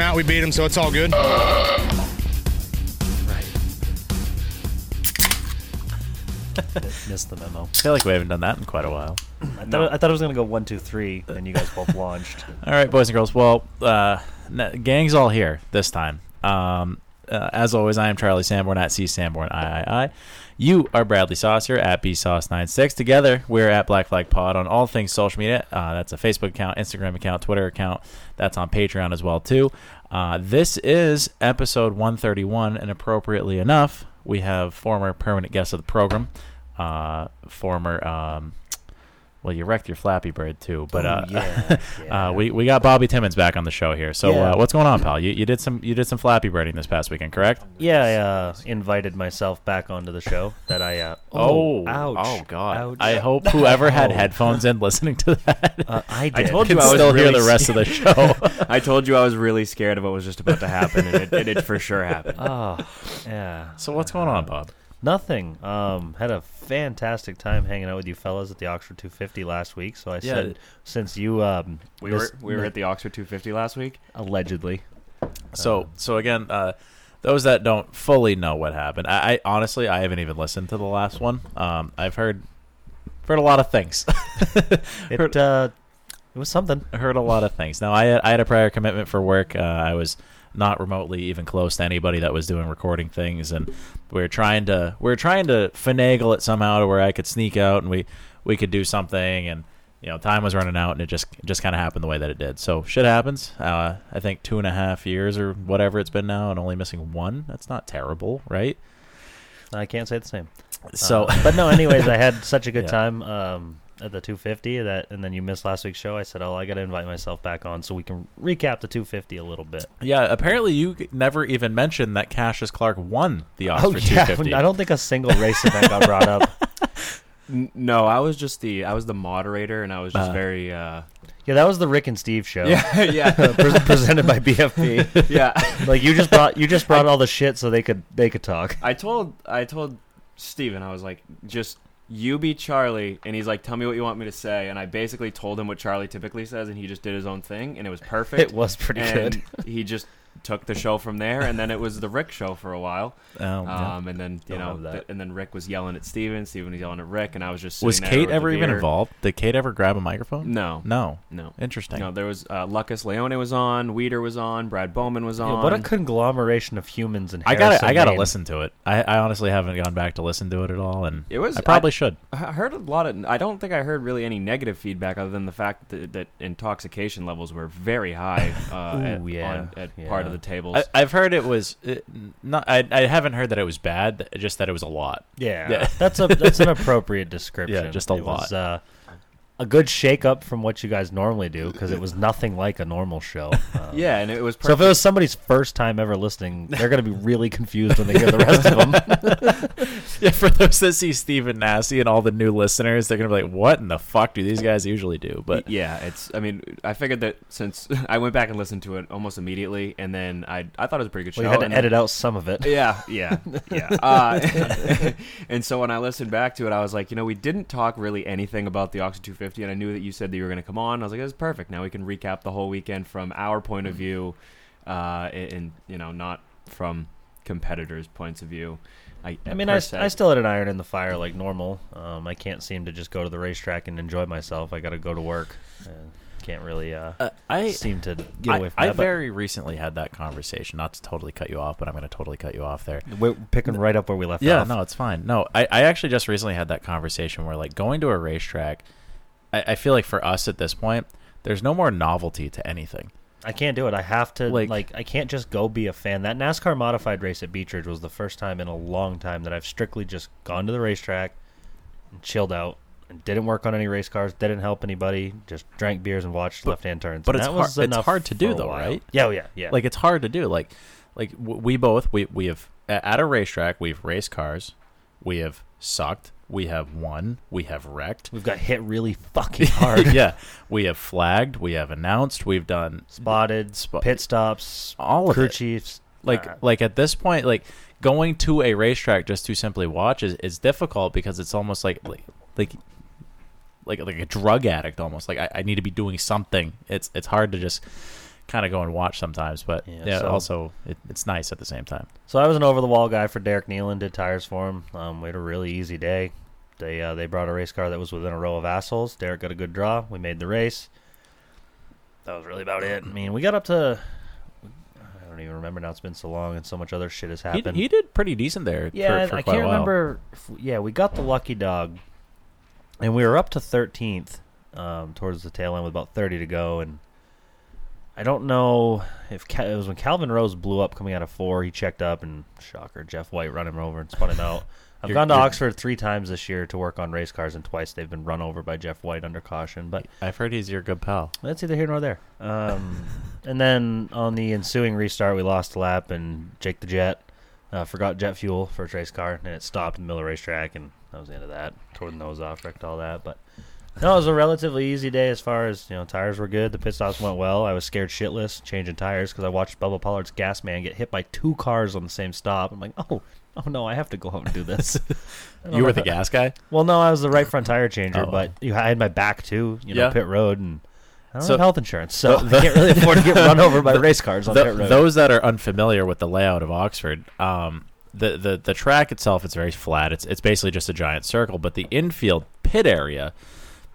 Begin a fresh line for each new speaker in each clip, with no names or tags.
out. We beat him, so it's all good.
Missed the memo. I feel like we haven't done that in quite a while. I thought, I thought it was going to go one, two, three, and you guys both launched. all right, boys and girls. Well, uh, n- gang's all here this time. Um, uh, as always, I am Charlie Sanborn at C Sanborn III. You are Bradley Saucer at B Sauce96. Together, we're at Black Flag Pod on all things social media. Uh, that's a Facebook account, Instagram account, Twitter account. That's on Patreon as well too. Uh, this is episode 131, and appropriately enough, we have former permanent guest of the program, uh, former. Um, well, you wrecked your Flappy Bird too, but
Oh,
uh, uh, we we got Bobby Timmons back on the show here. So
Yeah.
uh, what's going on, pal? You, you did some you did some Flappy Birding this past weekend, correct?
Yeah, I uh, invited myself back onto the show that I. Uh,
Oh,
ouch.
oh God!
Ouch.
I hope whoever had headphones in listening to that,
Uh, I
I
did.
told
Can
you I was still hear
really
the rest of the show.
I told you I was really scared of what was just about to happen, and it, it, it for sure happened.
Oh, yeah.
so what's going on, Bob?
Nothing. Um, had a fantastic time hanging out with you fellas at the Oxford 250 last week. So I
Yeah.
said, since you um,
We
this-
were we were at the Oxford 250 last week.
allegedly.
So so again, uh, those that don't fully know what happened, I, I honestly I haven't even listened to the last one. Um, I've heard heard a lot of things.
It uh, it was something.
heard a lot of things. Now I had, I had a prior commitment for work. Uh, I was not remotely even close to anybody that was doing recording things, and we were trying to we were trying to finagle it somehow to where I could sneak out and we we could do something. And you know, time was running out, and it just it just kind of happened the way that it did. So shit happens. Uh, I think two and a half years or whatever it's been now, and only missing one. That's not terrible, right?
I can't say the same.
So.
Uh, but no, anyways, I had such a good
Yeah.
time um, at the 250 that, and then you missed last week's show. I said, "Oh, I got to invite myself back on so we can recap the 250 a little bit."
Yeah, apparently you never even mentioned that Cassius Clark won the Oxford 250.
Oh, I don't think a single race event got brought up.
N- No, I was just the I was the moderator, and I was just
Uh.
very uh,
Yeah, that was the Rick and Steve
Oh.
show.
yeah
Pres presented by BFP.
yeah.
Like you just brought you just brought all the shit so they could they could talk.
I told I told Steven, I was like, just you be Charlie, and he's like, tell me what you want me to say, and I basically told him what Charlie typically says, and he just did his own thing, and it was perfect.
It was pretty
and He just took the show from there, and then it was the Rick show for a while.
Oh, yeah.
Um, and then you
Don't
know,
love that.
th- and then Rick was yelling at Steven, Steven was yelling at Rick, and I was just sitting
Was
there
Kate
with a
ever even
beer.
involved? Did Kate ever grab a microphone?
No,
No.
no.
Interesting.
No, there was uh, Lucas Leone was on, Weeder was on, Brad Bowman was on.
Yeah, what a conglomeration of humans and
I gotta, I gotta
Harrison
listen to it. I, I honestly haven't gone back to listen to it at all, and
It was-
I probably
I-
should.
I heard a lot of. I don't think I heard really any negative feedback other than the fact that, that intoxication levels were very high uh, at,
Ooh, yeah,
on, at
yeah.
part of the tables.
I, I've heard it was it, not. I, I haven't heard that it was bad. th- Just that it was a lot.
Yeah,
Yeah.
that's a that's an appropriate description.
Yeah, just a
it Was,
lot.
uh, a good shake up from what you guys normally do because it was nothing like a normal show. Uh,
yeah, and it was.
So if
Perfect.
it was somebody's first time ever listening, they're gonna be really confused when they hear the rest of them.
Yeah, for those that see Steven Nassie and all the new listeners, they're gonna be like, "What in the fuck do these guys usually do?" But
yeah, it's. I mean, I figured that since I went back and listened to it almost immediately, and then I I thought it was a pretty good
Well, you
show.
had to
Oh, and-
edit out some of it.
Yeah, yeah, yeah. Uh, and so when I listened back to it, I was like, you know, we didn't talk really anything about the Oxygen 250, and I knew that you said that you were going to come on. I was like, that's perfect. Now we can recap the whole weekend from our point
Mm-hmm.
of view, uh, and, and, you know, not from competitors' points of view. I,
I mean,
per
I,
se.
I still had an iron in the fire like normal. Um, I can't seem to just go to the racetrack and enjoy myself. I got to go to work. Uh, can't really uh,
I
seem to get
I,
away from
I
that. but
very recently had that conversation. Not to totally cut you off, but I'm going to totally cut you off there.
we're picking right up where we left
yeah,
off.
no, it's fine. No, I, I actually just recently had that conversation where like going to a racetrack, I, I feel like for us at this point, there's no more novelty to anything.
I can't do it. I have to
Like-
like, I can't just go be a fan. That NASCAR modified race at Beechridge was the first time in a long time that I've strictly just gone to the racetrack and chilled out and didn't work on any race cars, didn't help anybody, just drank beers and watched left hand turns.
but
And
it's
that
har-
was
it's
enough
hard to do,
for a
though,
while.
right?
Yeah, oh, yeah, yeah.
Like it's hard to do. Like like w- we both we we have a- at a racetrack we've raced cars, we have sucked, we have won, we have wrecked.
we've got hit really fucking hard.
yeah, we have flagged, we have announced, we've done
Spotted,
Spot-
pit stops,
All of
crew
it.
chiefs.
like
uh,
like at this point like going to a racetrack just to simply watch is, is difficult because it's almost like like like like, like a drug addict almost like I, I need to be doing something it's it's hard to just kind of go and watch sometimes but yeah,
Yeah, so-
also it, it's nice at the same time
So I was an over the wall guy for Derek Nealon, did tires for him. Um, we had a really easy day. They uh, they brought a race car that was within a row of assholes. Derek got a good draw. We made the race. That was really about it. I mean, we got up to I don't even remember now. It's been so long, and so much other shit has
he,
happened.
he did pretty decent there
yeah,
for, for
I
quite
can't
a while.
remember. If, yeah, we got the lucky dog, and we were up to thirteenth um, towards the tail end with about thirty to go, and I don't know if Ca- it was when Calvin Rose blew up coming out of four. He checked up, and shocker, Jeff White run him over and spun him out. I've
You're-
gone to
you're-
Oxford three times this year to work on race cars, and twice they've been run over by Jeff White under caution. But
i've heard he's your good pal
that's either here nor there. Um, and then on the ensuing restart, we lost a lap, and Jake the Jet uh, forgot jet fuel for his race car, and it stopped in the middle of the racetrack, and that was the end of that. Tore the nose off, wrecked all that. But no, it was a relatively easy day as far as you know. Tires were good. The pit stops went well. I was scared shitless changing tires because I watched Bubba Pollard's gas man get hit by two cars on the same stop. I'm like, oh. Oh no! I have to go out and do this. And I'm
you were
like,
the gas guy
Well, no, I was the right front tire changer,
Oh.
but you, I had my back too. You know,
Yeah.
pit road, and I don't
So-
have health insurance, so
the-
I can't really afford to get run over by race cars on
Th-
pit road.
Those that are unfamiliar with the layout of Oxford, um, the, the the track itself is very flat. It's it's basically just a giant circle, but the infield pit area,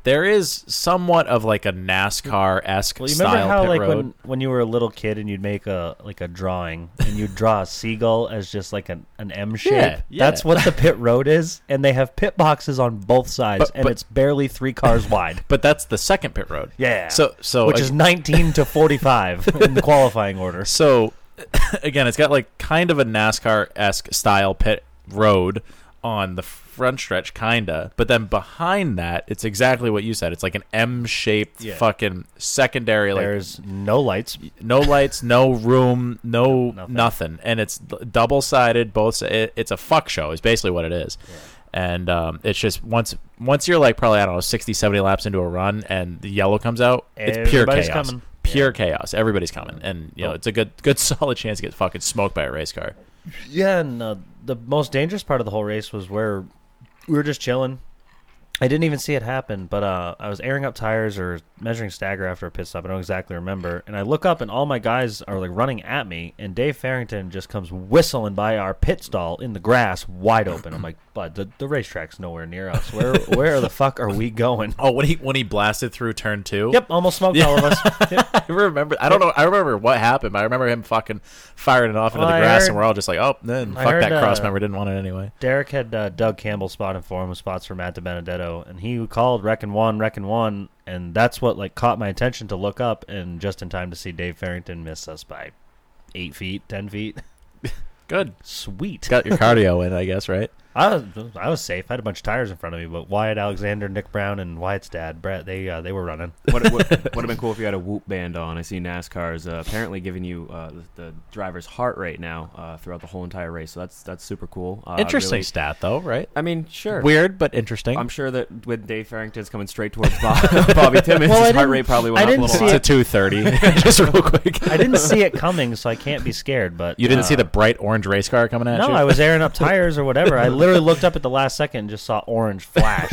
there is somewhat of like a NASCAR esque
well, you remember
style
how
pit
like
road.
when when you were a little kid and you'd make a like a drawing and you'd draw a seagull as just like an, an M shape.
Yeah, yeah.
That's what the pit road is, and they have pit boxes on both sides,
But-
and
but-
it's barely three cars wide.
but that's the second pit road.
Yeah.
So so
which
ag-
is nineteen to forty five in the qualifying order.
so again, it's got like kind of a NASCAR esque style pit road on the front stretch, kinda. But then behind that, it's exactly what you said. It's like an M shaped
Yeah.
fucking secondary like
There's no lights.
no lights, no room, no nothing.
Nothing.
and it's double sided. Both si- it, it's a fuck show. Is basically what it is, and um, it's just once once you're like probably I don't know 60, 70 laps into a run, and the yellow comes out, it's pure
Everybody's
chaos.
coming.
Pure chaos. Everybody's coming, and you know it's a good, good, solid chance to get fucking smoked by a race car.
Yeah, and uh, the most dangerous part of the whole race was where we were just chilling. I didn't even see it happen, but uh, I was airing up tires or measuring stagger after a pit stop. I don't exactly remember. And I look up, and all my guys are like running at me, and Dave Farrington just comes whistling by our pit stall in the grass, wide open. I'm like, "Bud, the, the racetrack's nowhere near us. Where where the fuck are we going?"
Oh, when he when he blasted through turn two.
Yep, almost smoked all of us. Yep.
I remember. I don't know. I remember what happened, but I remember him fucking firing it off into
Well,
the
I
grass,
heard-
and we're all just like, "Oh, then
I
fuck that
heard, uh,
cross member didn't want it anyway."
Derek had uh, Doug Campbell spotted for him, with spots for Matt DiBenedetto, and he called Reckon One, Reckon One, and that's what like caught my attention to look up, and just in time to see Dave Farrington miss us by eight feet, ten feet.
Good.
Sweet.
Got your cardio in, I guess, right?
I was I was safe. I had a bunch of tires in front of me, but Wyatt Alexander, Nick Brown, and Wyatt's dad Brett, they uh, they were running.
Would have been cool if you had a whoop band on. I see NASCAR is uh, apparently giving you uh, the, the driver's heart rate now uh, throughout the whole entire race, so that's that's super cool. Uh,
Interesting
really-
stat, though, right?
I mean, sure.
Weird, but interesting.
I'm sure that with Dave Farrington's coming straight towards Bob, Bobby Timmons,
Well, I
his heart
didn't-
rate probably
I
went up a
didn't
little
see
high.
to 230, just real quick.
I didn't see it coming, so I can't be scared. But
You didn't
uh,
see the bright orange race car coming at
No,
you?
I was airing up tires or whatever. I literally looked up at the last second and just saw orange flash.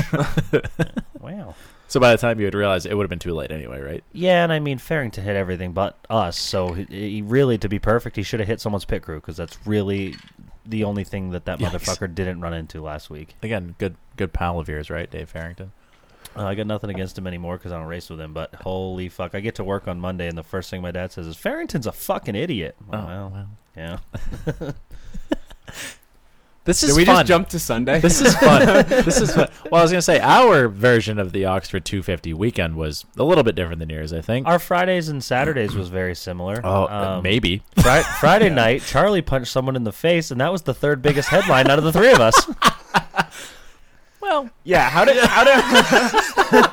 wow.
So by the time you would realize, it would have been too late anyway, right?
Yeah, and I mean Farrington hit everything but us, so he, he really, to be perfect, he should have hit someone's pit crew because that's really the only thing that that
Yikes.
motherfucker didn't run into last week.
Again, good good pal of yours, right, Dave Farrington?
Uh, I got nothing against him anymore because I don't race with him. But holy fuck, I get to work on Monday, and the first thing my dad says is Farrington's a fucking idiot. Oh, well, yeah.
This
Did
is
we
fun.
just jump to Sunday?
This is fun. this is fun. Well, I was gonna say our version of the Oxford 250 weekend was a little bit different than yours, I think.
Our Fridays and Saturdays was very similar.
oh,
Um,
maybe.
Fri- Friday night, Charlie punched someone in the face, and that was the third biggest headline out of the three of us.
Well,
yeah, how did how did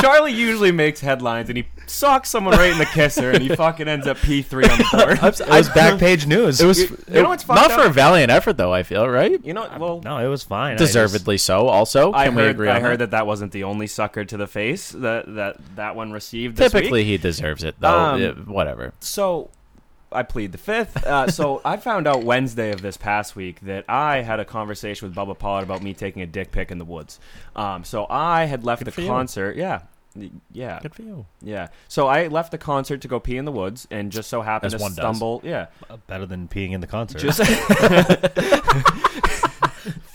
Charlie usually makes headlines, and he socks someone right in the kisser, and he fucking ends up P three on the board.
It was back page news.
it was.
You- you know what's fucked
not for
up?
a valiant effort though. I feel right.
You know, well,
no, it was fine. I just-
Deservedly so. Also, can
I
we
heard
agree?
I
on
heard that? that wasn't the only sucker to the face that that that one received. This week.
Typically, he deserves it though.
Um,
Yeah, whatever.
so I plead the fifth. Uh, so I found out Wednesday of this past week that I had a conversation with Bubba Pollard about me taking a dick pic in the woods. Um, so I had left
Good for
the
you.
concert. Yeah. Y- Yeah.
Good for you.
Yeah. So I left the concert to go pee in the woods and just so happened
As
to
one does.
stumble. Yeah.
better than peeing in the concert.
Just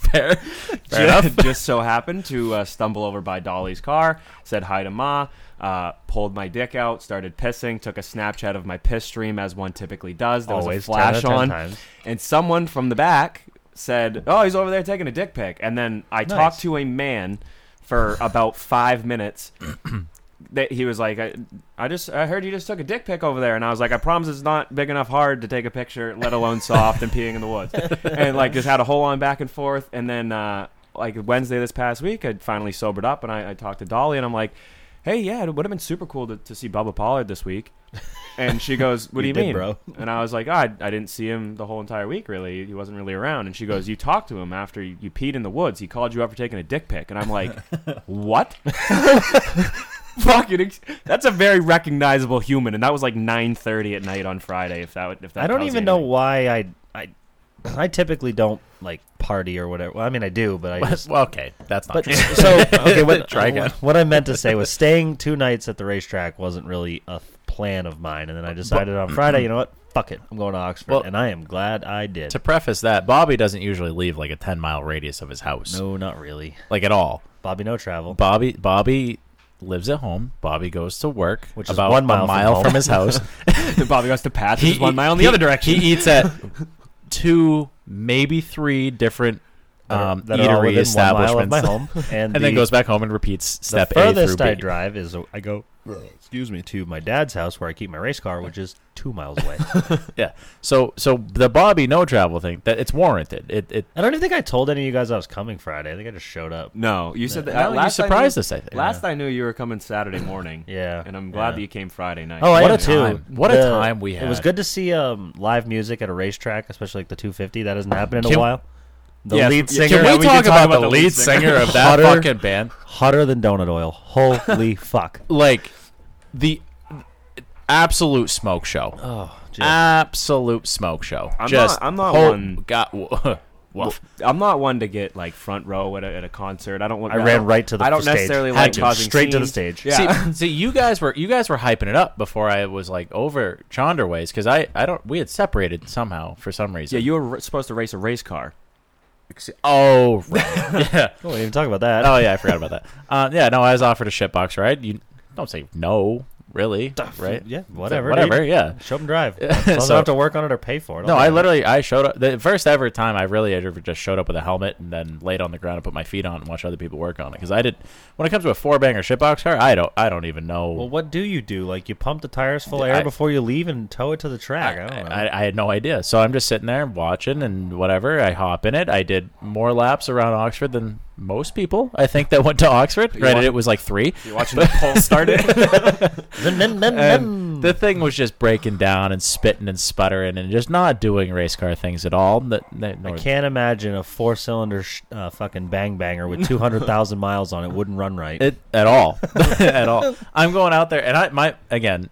Fair. Fair
Yeah,
enough.
just so happened to uh, stumble over by Dolly's car, said hi to Ma, uh, pulled my dick out, started pissing, took a Snapchat of my piss stream as one typically does. There
Always,
was a flash
10 out of 10
on,
times.
and someone from the back said, "Oh, he's over there taking a dick pic." And then I talked to a man for about five minutes. That he was like, I, I just I heard you just took a dick pic over there, and I was like, I promise it's not big enough hard to take a picture, let alone soft and peeing in the woods, and like just had a whole on back and forth, and then uh, like Wednesday this past week, I finally sobered up and I, I talked to Dolly, and I'm like, Hey, yeah, it would have been super cool to, to see Bubba Pollard this week, and she goes, What do you
did,
mean,
bro.
And I was like, oh, I I didn't see him the whole entire week, really. He wasn't really around, and she goes, You talked to him after you, you peed in the woods. He called you up for taking a dick pic, and I'm like, What? fucking ex- that's a very recognizable human and that was like 9:30 at night on Friday if that would if that
I don't
tells you
even know
anything.
why I I I typically don't like party or whatever. Well, I mean, I do, but I just
well, okay, that's not
But
true.
so okay, what,
Try again.
what I meant to say was staying two nights at the racetrack wasn't really a th- plan of mine, and then I decided on Friday, you know what? Fuck it, I'm going to Oxford,
mm-hmm. Well-
and I am glad I did.
To preface that, Bobby doesn't usually leave like a ten mile radius of his house,
no, not really,
like at all.
Bobby. No travel.
Bobby Bobby lives at home. Bobby goes to work,
Which is
about
one
a
mile from
mile
home.
from, his house.
Bobby goes to path is one mile in the
he-
other direction
He eats at two, maybe three different
That are-
um,
that are all
eatery
within one mile of
establishments,
my home, and,
and then
the-
goes back home and repeats step
the
A through
furthest
B.
I drive is uh, I go. Excuse me. To my dad's house where I keep my race car, which is two miles away.
Yeah. So so the Bobby no travel thing that it's warranted. It it
I don't even think I told any of you guys I was coming Friday. I think I just showed up.
no you said that
No,
uh,
you
last I
surprised
knew-
us, I think.
last I knew you were coming Saturday morning
Yeah,
and I'm glad
yeah.
that you came Friday night
Oh, I
What
am
a time.
too.
What a time we
It was
had.
good to see um, live music at a racetrack, especially like the 250. That hasn't happened in
Can-
a while. The
Yes,
lead
can we
singer,
talk, about, the lead singer of that
Hutter.
fucking band?
hotter than donut oil. Holy fuck!
Like the absolute smoke show.
Oh, just,
absolute smoke show.
I'm
Just
not- I'm not
whole-
one-
Got woof.
I'm not one to get like front row at a, at a concert I don't want
I
don't-
ran right to the
I don't
stage.
necessarily
Had
like
to.
causing
Straight to the
scenes.
stage.
yeah
See, see, you guys were you guys were hyping it up before I was like over Chonderways because I I don't we had separated somehow for some
yeah
reason.
you were r- supposed to race a race car
oh right. yeah.
we won't even talk about that.
Oh yeah, I forgot about that. Uh, yeah, no, I was offered a shitbox ride. You don't say no, really, right?
yeah, whatever,
whatever.
dude.
Yeah.
Show 'em drive. As long as I
So-
don't have to work on it or pay for it. I'll
No,
do
I
it.
literally I showed up the first ever time I really ever just showed up with a helmet and then laid on the ground and put my feet on and watched other people work on it because I did when it comes to a four banger shitbox car I don't I don't even know
Well, what do you do? Like you pump the tires full of
I-
air before you leave and tow it to the track. I, don't know.
I, I had no idea. So I'm just sitting there watching and whatever. I hop in it. I did more laps around Oxford than most people, I think, that went to Oxford. Granted,
want-
it was like three.
you watching the poll started
And the thing was just breaking down and spitting and sputtering and just not doing race car things at all. That- that-
I
nor-
can't imagine a four-cylinder sh- uh, fucking bang banger with two hundred thousand miles on it wouldn't run right.
It, at all, at all. I'm going out there, and I my again,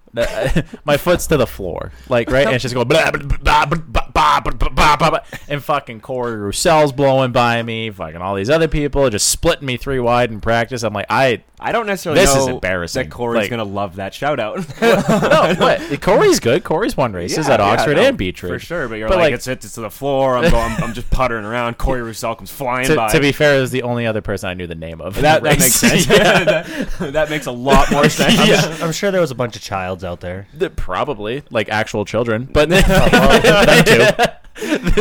my foot's to the floor, like right, and she's going blah blah blah blah, blah ba ba ba ba ba, ba, and fucking Corey Roussel's blowing by me, fucking all these other people just splitting me three wide in practice. I'm like, I
I don't necessarily
This
know
is embarrassing.
that Corey's
Like-
gonna love that shout out.
no, what? Corey's good. Corey's won races at Oxford and Beatrice
For sure, but you're like, it's, it's to the floor. I'm going, I'm just puttering around. Corey Rousseau comes flying
to,
by.
to be fair, it was the only other person I knew the name of. in
that,
the
that
race.
makes sense.
yeah.
that, that makes a lot more sense.
Yeah.
I'm sure there was a bunch of childs out there.
Th- Probably like actual children, but they,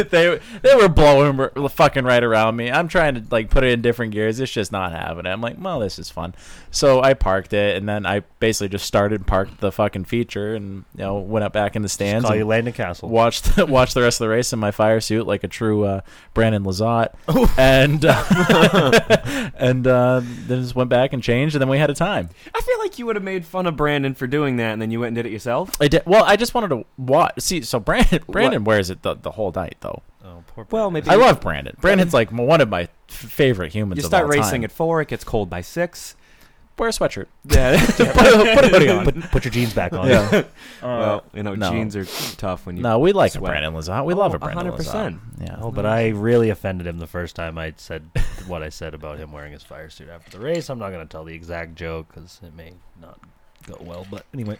they, they were blowing r- fucking right around me. I'm trying to like put it in different gears. It's just not happening. I'm like, well, this is fun. So I parked it, and then I basically just started and parked the fucking feature, and you know went up back in the stands.
Call
and
you Landon Castle.
Watched watched the rest of the race in my fire suit like a true uh, Brandon Lazat, and uh, and uh, then just went back and changed, and then we had a time.
I feel like you would have made fun of Brandon for doing that, and then you went and did it yourself.
I did. Well, I just wanted to watch. See, so Brandon Brandon wears it the, the whole night though.
Oh,
Well, maybe
I love Brandon. Brandon's like one of my f- favorite humans.
You start
of all
racing
time.
at four. It gets cold by six.
Wear a sweatshirt.
Yeah.
put, a, put a hoodie on.
Put, put your jeans back on. Uh,
well, you know,
no.
jeans are tough when you.
no, we like a
sweat.
Brandon Lazat. We love a
Oh,
Brandon
100%.
Lazat. Yeah.
Oh, but I really offended him the first time I said what I said about him wearing his fire suit after the race. I'm not going to tell the exact joke because it may not go well. But anyway,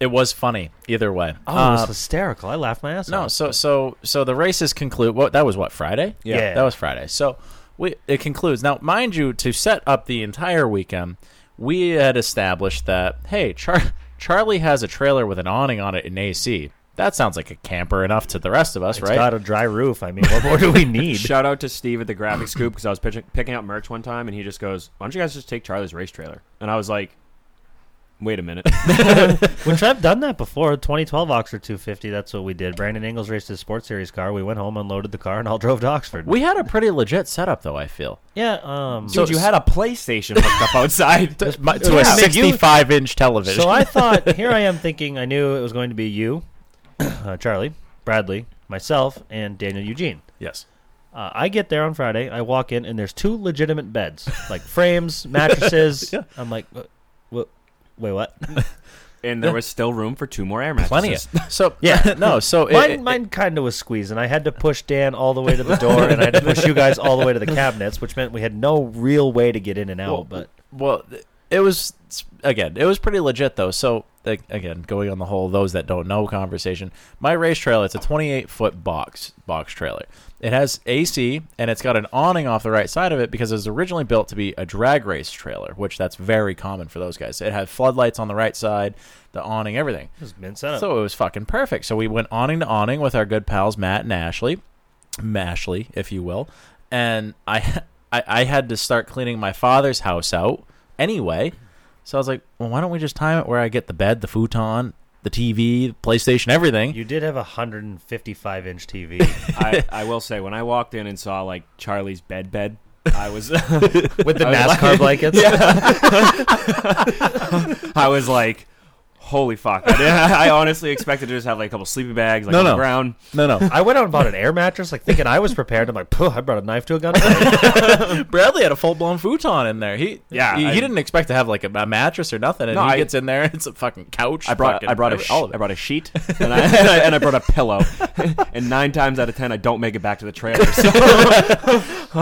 It was funny either way. Uh,
oh, it was hysterical. I laughed my ass
No,
off.
so so so the races conclude. What that was what Friday?
Yeah. Yeah.
that was Friday. So we it concludes now. Mind you, to set up the entire weekend, we had established that hey, Char- Charlie has a trailer with an awning on it in AC. That sounds like a camper enough to the rest of us,
It's
right?
got a dry roof. I mean, what more do we need?
Shout out to Steve at the Graphic Scoop because I was pitching, picking up merch one time, and he just goes, "Why don't you guys just take Charlie's race trailer?" And I was like, "Wait a minute."
Which I've done that before. 2012 Oxford 250. That's what we did. Brandon Ingles raced his Sports Series car. We went home, unloaded the car, and all drove to Oxford.
we had a pretty legit setup, though. I feel
yeah. Um,
Dude, you had a PlayStation hooked up outside.
to, my- to
Yeah.
a sixty-five inch television.
So I thought, here I am thinking, I knew it was going to be you, uh, Charlie, Bradley, myself, and Daniel Eugene.
yes,
Uh, I get there on Friday. I walk in, and there's two legitimate beds, like frames, mattresses. I'm like, what, what, wait, what?
and there was still room for two more air mattresses.
plenty. Of, so
Yeah.
no. So it-
mine
it-
mine kind of was squeezing. I had to push Dan all the way to the door, and I had to push you guys all the way to the cabinets, which meant we had no real way to get in and out.
Well,
but
Well, th- it was again. It was pretty legit though. So like, again, going on the whole those that don't know conversation. My race trailer. It's a 28 foot box box trailer. It has AC and it's got an awning off the right side of it because it was originally built to be a drag race trailer, which that's very common for those guys. It had floodlights on the right side, the awning, everything.
it was been set up.
So it was fucking perfect. So we went awning to awning with our good pals Matt and Ashley, Mashley, if you will. And I, I, I had to start cleaning my father's house out anyway. So I was like, well, why don't we just time it where I get the bed, the futon, the TV, PlayStation, everything?
you did have a 155 inch TV
I, I will say when I walked in and saw like Charlie's bed bed, I was I
with the
I was like-
NASCAR blankets.
was like, holy fuck! I, didn't- I honestly expected to just have like a couple sleeping bags like
No,
on
no.
the ground.
no, no.
I went out and bought an air mattress, like thinking I was prepared. I'm like, "Phew, I brought a knife to a gunfight.
Bradley had a full blown futon in there. He
Yeah,
he, he
I-
didn't expect to have like a, a mattress or nothing. And
No,
he
I-
gets in there, it's a fucking couch.
I brought
fucking
I brought a
every-
sh-
all of
I brought a sheet and I, and I, and I brought a pillow. and nine times out of ten, I don't make it back to the trailer. So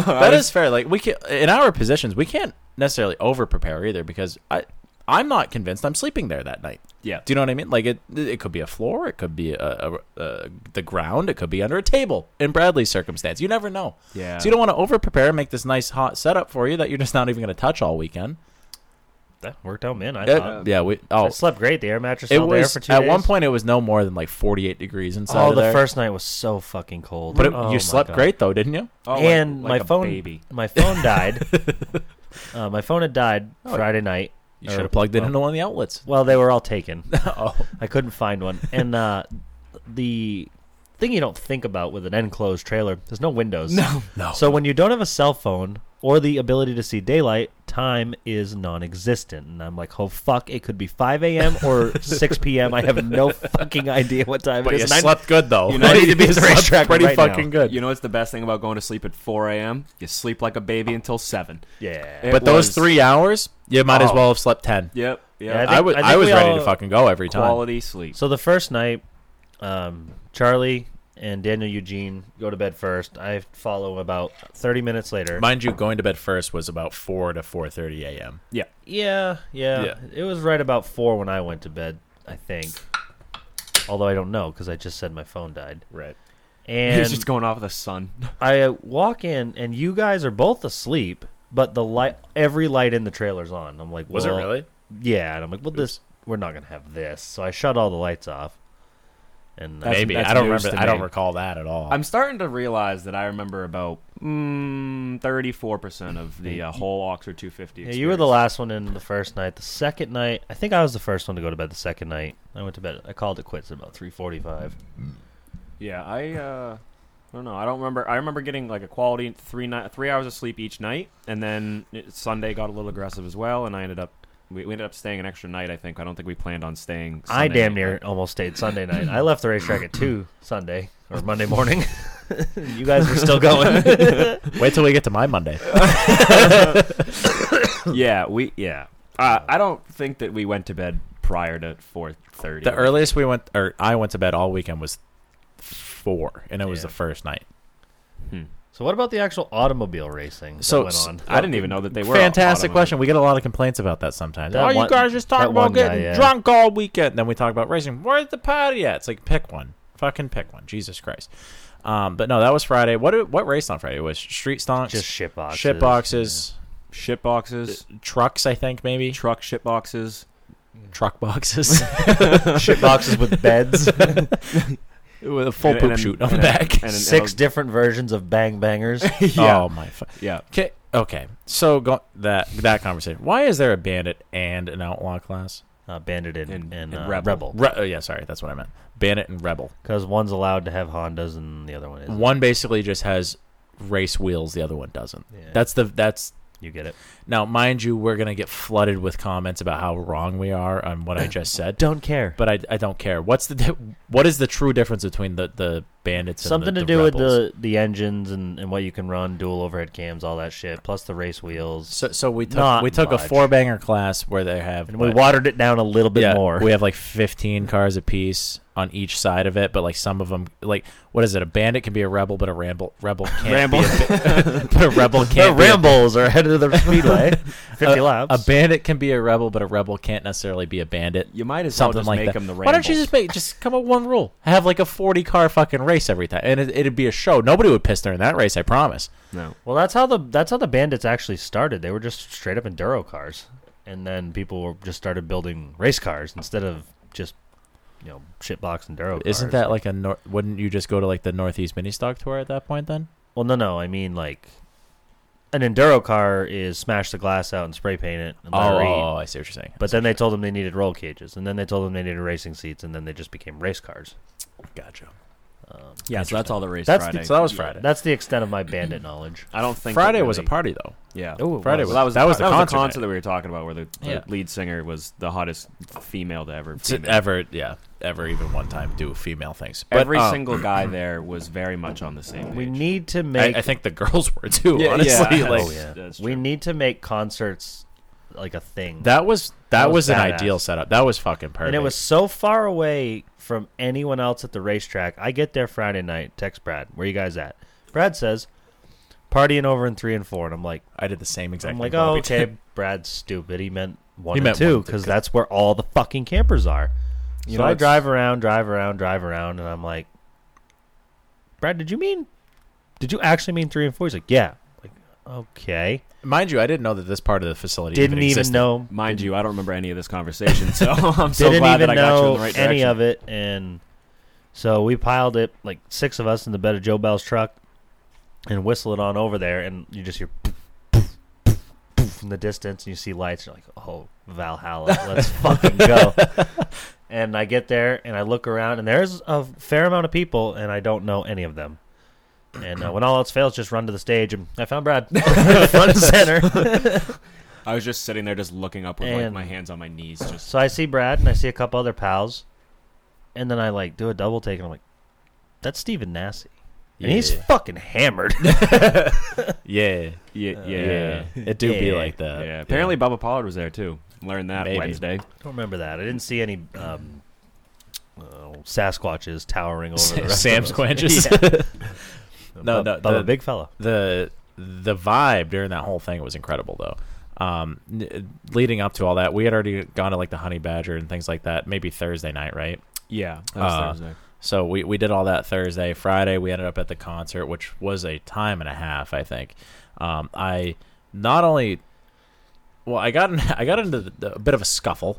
That is fair. Like we can in our positions, we can't necessarily over prepare either because I I'm not convinced I'm sleeping there that night.
Yeah.
Do you know what I mean? Like it it could be a floor, it could be a, a, a the ground, it could be under a table. In Bradley's circumstance, you never know.
Yeah.
So you don't want to over prepare and make this nice hot setup for you that you're just not even going to touch all weekend.
that worked out, man. I
It-
thought.
yeah. We oh.
I slept great. The air mattress
It
held air
was
for two
at
days.
one point. It was no more than like 48 degrees inside.
Oh,
of
the
there.
first night was so fucking cold.
But it,
Oh my
you slept
God.
great though, didn't you?
Oh, like-
and
like
my
a
phone,
baby.
my phone died. uh, my phone had died
Oh.
Friday night.
You
or-
should have plugged it
well,
into one of the outlets.
Well, they were all taken.
Oh,
I couldn't find one. And uh, the thing you don't think about with an enclosed trailer, there's no windows. No,
No.
So when you don't have a cell phone or the ability to see daylight, time is non-existent. And I'm like, oh fuck, it could be 5 a.m. or 6 p.m. I have no fucking idea what time
but
it
you
is. and I-
slept good though.
You know, I need to be at the
Slept
racetrack
Pretty
right now.
fucking good.
You know what's the best thing about going to sleep at 4 a.m.? You sleep like a baby until 7.
yeah.
It
But those
was-
three hours, you might as
Oh.
well have slept ten.
Yep.
Yeah,
Yep.
I
I, was
I
I,
think
was
we
ready
all-
to fucking go every time.
Quality sleep.
So the first night, um, Charlie, and Daniel Eugene go to bed first. I follow about 30 minutes later.
Mind you, going to bed first was about four to four thirty a.m.
Yeah.
Yeah, yeah,
Yeah.
It was right about four when I went to bed, I think. Although I don't know because I just said my phone died.
Right.
And
He's just going off the sun.
I uh, walk in, and you guys are both asleep, but the light, every light in the trailer's on. I'm like,
Was it
well,
really?
Yeah, and I'm like, well, this we're not gonna have this, so I shut all the lights off. And uh,
That's-
Maybe
that's
I don't
news
remember.
to
I don't
me.
recall that at all.
I'm starting to realize that I remember about mm, 34% of the uh, whole Oxford 250.
yeah, you were the
experience.
last one in the first night. The second night, I think I was the first one to go to bed. The second night, I went to bed. I called it quits at about three forty-five.
Yeah, I uh, I don't know. I don't remember. I remember getting like a quality three night, three hours of sleep each night, and then it- Sunday got a little aggressive as well, and I ended up we, we ended up staying an extra night. I think I don't think we planned on staying.
I
Sunday
damn
night,
near almost stayed Sunday night. I left the racetrack at two Sunday or Monday morning. you guys were still going.
Wait till we get to my Monday.
but- yeah, we yeah. Uh, I don't think that we went to bed prior to four thirty.
the earliest we went, or I went to bed all weekend was four, and it was
Yeah.
the first night.
so what about the actual automobile racing that
So
went
s-
on?
I didn't even know that they were
Fantastic
automotive.
question. We get a lot of complaints about that sometimes.
That
oh,
one-
you guys just
that
talk
one
about
guy,
getting
yeah.
drunk all weekend. then we talk about racing. Where's the party at? It's like pick one. Fucking pick one. Jesus Christ. Um, but no, that was Friday. What what race on Friday? It was street stonks,
Just shit boxes.
shit boxes, uh,
Shit boxes,
trucks. I think maybe Mm.
truck shit boxes.
truck boxes
shit boxes with beds.
with a full
And-
poop
and-
shoot on the
and-
back.
and-
Six different versions of bang bangers.
Oh my. Fu-
Yeah,
Okay. Okay. So go- that that conversation. Why is there a bandit and an outlaw class?
Uh, Bandit and,
And- and
and, uh,
Rebel.
Rebel.
Re- oh, yeah. Sorry, that's what I meant. Bandit and rebel.
Because one's allowed to have Hondas and the other one isn't.
One basically just has race wheels. The other one doesn't.
Yeah.
That's the that's.
You get it.
Now, mind you, we're gonna get flooded with comments about how wrong we are on what I just said.
Don't care.
But I, I don't care. What's the di- what is the true difference between the the bandits?
Something
and the,
to
the
do with
rebels?
the, the engines and, and what you can run, dual overhead cams, all that shit, plus the race wheels.
So, so we took
Not
we took
much.
a four banger class where they have
and we
like-
watered it down a little bit more.
We have like 15 cars apiece on each side of it, but like some of them, like what is it? A bandit can be a rebel, but a ramble rebel can't be. A, but a rebel
the
can't. be a-
rambles are headed to the speedway. 50
a,
laps.
a bandit can be a rebel, but a rebel can't necessarily be a bandit.
you might as well
Something
just
like
make
that.
them the.
Why don't you
Rambles.
just make just come up with one rule? Have like a forty car fucking race every time, and it, it'd be a show. Nobody would piss during that race, I promise.
no?
well, that's how the that's how the bandits actually started. They were just straight up enduro cars, and then people were just started building race cars instead of just you know shitbox enduro.
Isn't
cars.
that like a? Nor- wouldn't you just go to like the Northeast Mini Stock Tour at that point then?
Well, no, no. I mean, like, an enduro car is smash the glass out and spray paint it. And let
Oh,
her eat.
I see what you're saying.
But then they told them they needed roll cages, and then they told them they needed racing seats, and then they just became race cars.
gotcha.
Yeah, so that's all the race
That's the-
Friday.
So that was Friday.
That's the extent of my bandit knowledge.
I don't think that
Friday was a
really-
party though.
Yeah.
Oh, it
Friday
was.
was,
Well, that was
that was the concert, night.
that we were talking about, where the, the
Yeah.
lead singer was the hottest female to ever.
to
female.
ever yeah ever even one time do female things. But,
Every
um,
single guy there was very much on the same. Page.
We need to
I,
make.
I think the girls were too.
Yeah,
honestly,
yeah.
like
Oh,
yeah.
That's
we
true.
need to make concerts like a thing.
that was that,
That was
was, an
badass.
ideal setup. That was fucking perfect.
and it was so far away from anyone else at the racetrack. I get there Friday night. Text Brad, where you guys at? Brad says, partying over in three and four, and I'm like.
I did the same exact.
I'm
thing
like, oh,
Bobby
okay,
did.
Brad's stupid. He meant one
He
and
meant
two
one,
because that's where all the fucking campers are. so
know,
I
it's-
drive around, drive around, drive around, and I'm like, Brad, did you mean? Did you actually mean three and four? He's like, yeah. I'm Like, okay.
Mind you, I didn't know that this part of the facility
Didn't even
existed.
know.
Mind you, I don't remember any of this conversation, so I'm so
didn't
glad
even
that I got you in
know
the right
any
direction.
of it, and so we piled it like six of us in the bed of Joe Bell's truck, and whistle it on over there, and you just hear. Poof, poof, poof, poof In the distance, and you see lights. You're like, "Oh, Valhalla, let's fucking go!" And I get there and I look around, and there's a fair amount of people, and I don't know any of them. And uh, when all else fails, just run to the stage, and I found Brad, front and center.
I was just sitting there, just looking up with like
And-
my hands on my knees, just
So I see Brad, and I see a couple other pals, and then I like do a double take, and I'm like, "That's Steven Nassie." And he's
Yeah.
fucking hammered.
Yeah,
yeah, yeah, yeah.
yeah. It do be
Yeah.
like that.
Yeah. Apparently, Bubba Pollard was there too. Learned that
Maybe.
Wednesday.
don't remember that. I didn't see any um, oh, Sasquatches towering over the rest
Sam
of us.
Squanches.
Yeah.
no,
Bu-
no,
Bubba Big Fella.
The the vibe during that whole thing was incredible, though. Um, n- leading up to all that, we had already gone to like the honey badger and things like that. Maybe Thursday night, right?
Yeah, that was Thursday.
So we we did all that Thursday, Friday. We ended up at the concert, which was a time and a half, I think. Um, I not only well, I got in, I got into the, the, a bit of a scuffle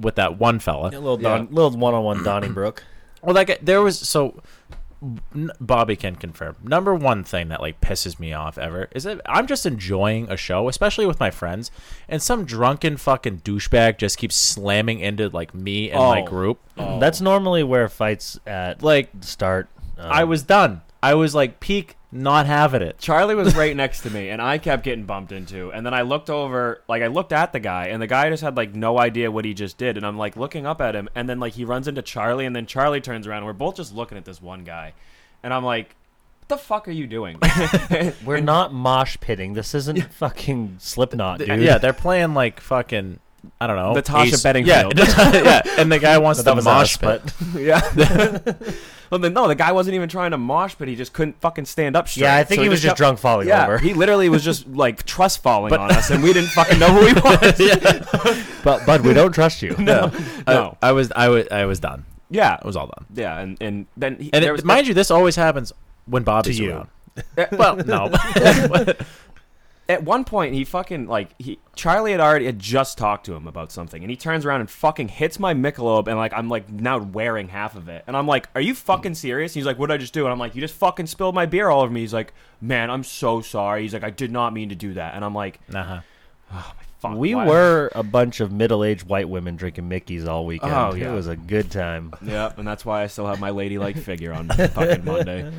with that one fella.
Yeah, little Don- little one-on-one Donnybrook.
Well, like there was so n- Bobby can confirm. Number one thing that like pisses me off ever is that I'm just enjoying a show, especially with my friends, and some drunken fucking douchebag just keeps slamming into like me and my
Oh.
group.
That's normally where fights at
like
the start. uh,
I was done. I was like peak not having it.
Charlie was right next to me, and I kept getting bumped into. And then I looked over, like I looked at the guy, and the guy just had like no idea what he just did. And I'm like looking up at him, and then like he runs into Charlie, and then Charlie turns around, and we're both just looking at this one guy, and I'm like, "What the fuck are you doing?"
We're not mosh pitting. This isn't fucking Slipknot,
Th-
dude.
Yeah, they're playing like fucking. I don't know.
Natasha Bedingfield.
Yeah, yeah, and the guy wants
That
to
was
mosh
us,
pit.
but-
yeah. well, then, no, the guy wasn't even trying to mosh, but he just couldn't fucking stand up straight.
Yeah, I think he was just
kept-
drunk falling
yeah,
over.
He literally was just like trust falling on us, and we didn't fucking know who he was.
but but we don't trust you.
no,
I-
no,
I, was I was I was done.
yeah,
I was all done.
yeah, and and then he,
And
there
it,
was
mind you, this always happens when Bobby's
you.
around. well, no.
at one point he fucking like he Charlie had already had just talked to him about something and he turns around and fucking hits my Michelob and like I'm like now wearing half of it and I'm like are you fucking serious? And he's like what did I just do? And I'm like you just fucking spilled my beer all over me. He's like man I'm so sorry. He's like I did not mean to do that and I'm like
uh-huh.
fuck.
We
why-
were a bunch of middle-aged white women drinking Mickey's all weekend.
Oh, yeah.
It was a good time.
yeah and that's why I still have my ladylike figure on fucking Monday.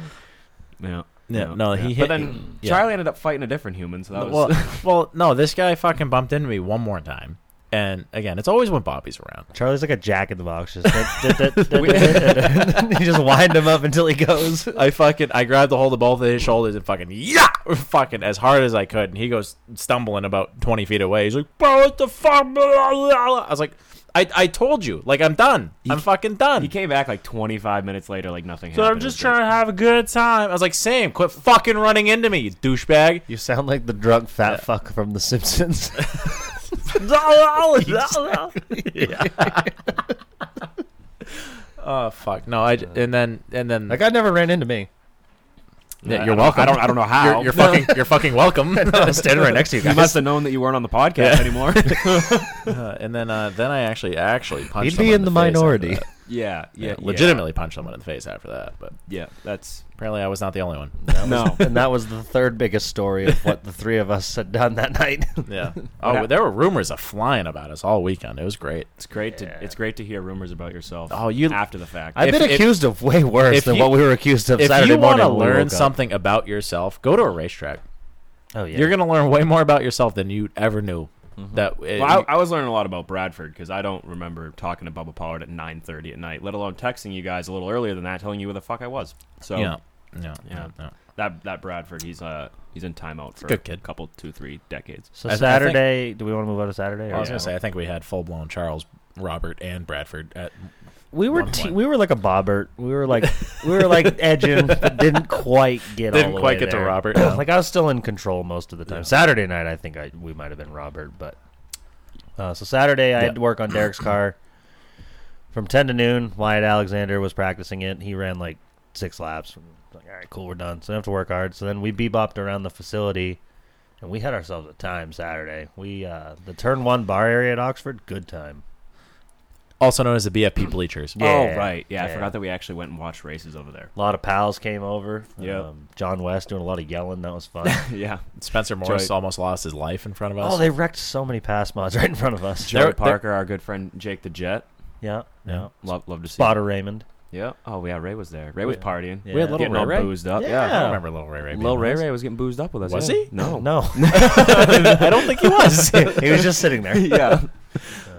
Yeah.
Yeah, no, he
But
hit-
then
yeah.
Charlie ended up fighting a different human, so that was
well, well, no, this guy fucking bumped into me one more time, and again, it's always when Bobby's around.
Charlie's like a jack in the box. Just you just wind him up until he goes.
I fucking I grabbed the hold of both of his shoulders and fucking yeah, fucking as hard as I could, and he goes stumbling about twenty feet away. He's like, "Bro, what the fuck?" Blah, blah, blah. I was like, "I I told you, like I'm done. I'm fucking done."
he came back like 25 minutes later like nothing
so
happened.
I'm
It was
just
like-
trying to have a good time. I was like, "Sam, quit fucking running into me, you douchebag."
You sound like the drunk fat fuck from The Simpsons.
Oh fuck, no. I and then and then
That guy never ran into me.
I
Yeah, you're
don't-
welcome.
I don't- I don't know how.
You're, you're fucking. You're fucking welcome. Standing right next to you.
You must have known that you weren't on the podcast anymore.
Uh, and then uh, then I actually actually punched.
He'd be
someone
in the
face after
minority.
that.
yeah, yeah,
Yeah, legitimately punched someone in the face after that. But
Yeah, that's
apparently, I was not the only one.
no.
And that was the third biggest story of what the three of us had done that night.
Yeah. Oh, there were rumors of flying about us all weekend. It was great.
It's great to it's great to hear rumors about yourself.
Oh, you-
after the fact.
I've
If-
been
if-
accused of way worse
if
than
you-
what we were accused of
If
Saturday
you want
morning.
to
when we
learn
woke up.
something about yourself, go to a racetrack.
oh yeah,
You're gonna learn way more about yourself than you ever knew. That
Mm-hmm. well, I, I was learning a lot about Bradford because I don't remember talking to Bubba Pollard at 9:30 at night, let alone texting you guys a little earlier than that, telling you where the fuck I was. So
yeah, yeah, yeah.
Yeah. that that Bradford, he's uh he's in timeout for
good kid.
a couple two three decades.
So
I- I think-
Saturday, do we want to move on to Saturday?
I was
or-
gonna say I think we had full blown Charles, Robert, and Bradford at
we were
one
te-
point.
we were like a bobbert. We were like we were like edging, but didn't quite get all
Didn't
the
quite
way
get to
there.
Robert, no.
like I was still in control most of the time. Saturday night, I think I we might have been Robert, but uh, so Saturday I had to work on Derek's car from ten to noon. Wyatt Alexander was practicing it. He ran like six laps. Like all right, cool, we're done. So I have to work hard. So then we bebopped around the facility. And we had ourselves a time Saturday. We uh, the turn one bar area at Oxford, good time.
also known as the BFP bleachers.
Oh right, yeah, I
yeah.
forgot that we actually went and watched races over there.
A lot of pals came over. Um,
Yeah.
John West doing a lot of yelling. That was fun.
Yeah,
Spencer Morris
Joy-
almost lost his life in front of us.
oh, they wrecked so many pass mods right in front of us.
Joey
There- there-
Parker, our good friend Jake the Jet,
Yeah. Yeah.
love love to see.
Spotter Raymond.
Him. Yeah. Oh yeah, Ray was there. Ray was partying.
We had little
getting all
Ray Ray.
boozed up.
Yeah.
I don't remember Lil Ray Ray. being
Lil
on
Ray
us.
Ray was getting boozed up with us.
Was
yeah.
he?
No,
No.
I don't think he was.
he was just sitting there.
yeah,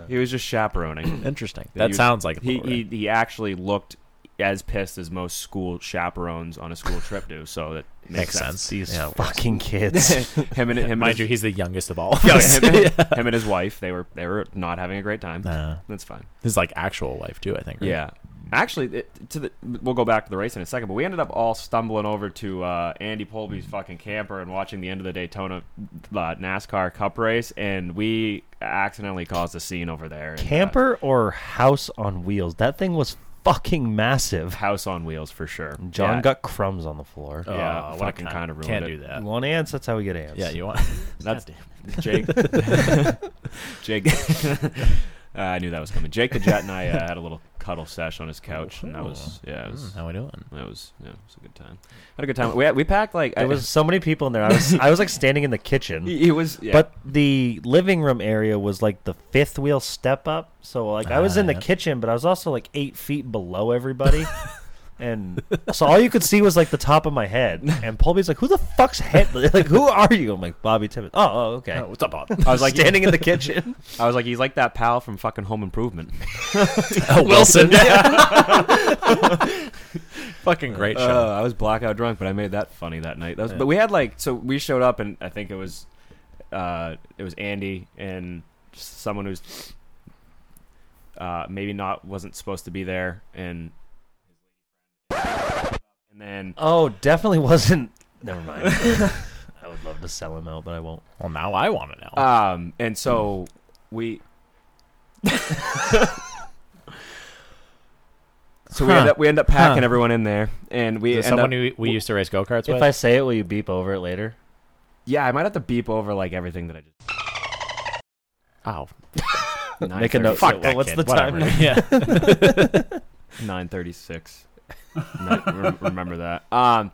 he was just chaperoning.
Interesting.
He
That
was-
sounds like
he,
Lil Ray.
he he actually looked as pissed as most school chaperones on a school trip do. So that
makes
makes,
sense.
These
Yeah.
fucking kids.
him and him and
Mind you,
his,
he's the youngest of all.
yeah,
Yeah,
him, and, him and his wife they were they were not having a great time.
Nah.
That's fine.
his like actual wife too. I think. right?
Yeah. Actually, it, to the we'll go back to the race in a second, but we ended up all stumbling over to uh, Andy Polby's fucking camper and watching the end of the Daytona uh, NASCAR Cup race, and we accidentally caused a scene over there. and, uh,
Camper or house on wheels? That thing was fucking massive.
house on wheels for sure.
John
Yeah.
got crumbs on the floor.
Yeah,
Oh, what a
fucking
cunt.
kind of ruined
Can't
it.
do that.
You want ants? That's how we get ants.
Yeah, you want.
That's
Goddamn.
Jake. Jake. Uh, I knew that was coming. Jake the Jet and I uh, had a little cuddle sesh on his couch, and that was yeah, it was,
Mm, How we doing?
that was yeah, it was a good time. Had a good time. We had, we packed like
There was so many people in there. I was I was like standing in the kitchen.
it was yeah.
But the living room area was like the fifth wheel step up. So like I was in the
Ah.
kitchen, but I was also like eight feet below everybody. and so all you could see was like the top of my head. And Polby's like, Who the fuck's head like who are you? I'm like, Bobby Timmons. Oh, oh okay.
what's up, Bob?
I was like
standing in the kitchen.
I was like he's like that pal from fucking Home Improvement.
Wilson. Fucking great show.
Uh, I was blackout drunk, but I made that funny that night. That was, But we had like so we showed up and I think it was uh, it was Andy and someone who's uh, maybe not wasn't supposed to be there and and then
Oh, definitely wasn't never mind. I would love to sell him out, but I won't.
well, now I want to know.
um and so we so we end
Huh.
up we end up packing
Huh.
everyone in there and we
Is it
end
someone
up-
who we used to race go karts
If
with?
I say it, will you beep over it later?
yeah I might have to beep over like everything that I just
oh,
Make a note.
fuck that
What's
kid,
the time?
whatever. Yeah.
nine thirty six. Remember that. Um,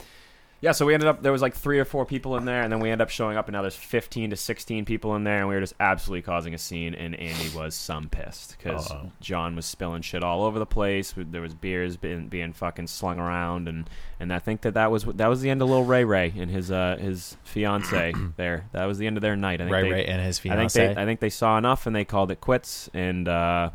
yeah. So we ended up there was like three or four people in there, and then we ended up showing up, and now there's fifteen to sixteen people in there, and we were just absolutely causing a scene. And Andy was some pissed because
Uh-oh.
John was spilling shit all over the place. There was beers being, being fucking slung around, and and I think that that was that was the end of Lil Ray Ray and his uh his fiance there. That was the end of their night. I think
Ray
they-
Ray and his
I think
fiance.
they I think they saw enough and they called it quits, and uh,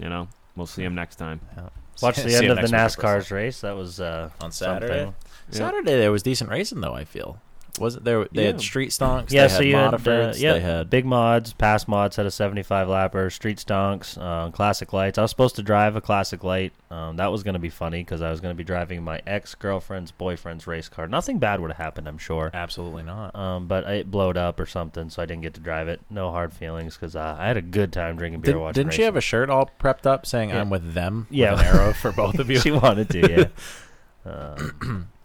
you know we'll see him next time.
Watch the
See
end
you
of the
next week, I suppose.
NASCAR's race. That was uh,
on
something.
Saturday. Saturday there was decent racing though. I feel wasn't there? They
Yeah.
had street stonks.
Yeah,
they
so
had
you had, uh,
modifieds,
yeah,
they had
big mods, pass mods, had a 75 lapper, street stonks, uh, classic lights. I was supposed to drive a classic light. Um, that was going to be funny because I was going to be driving my ex girlfriend's boyfriend's race car. Nothing bad would have happened, I'm sure.
absolutely not.
Um, but it blowed up or something, so I didn't get to drive it. No hard feelings because uh, I had a good time drinking beer
Didn't,
watching.
didn't she have a shirt all prepped up saying "I'm with them"? with
Yeah.
an arrow for both of you.
she wanted to, yeah. Uh,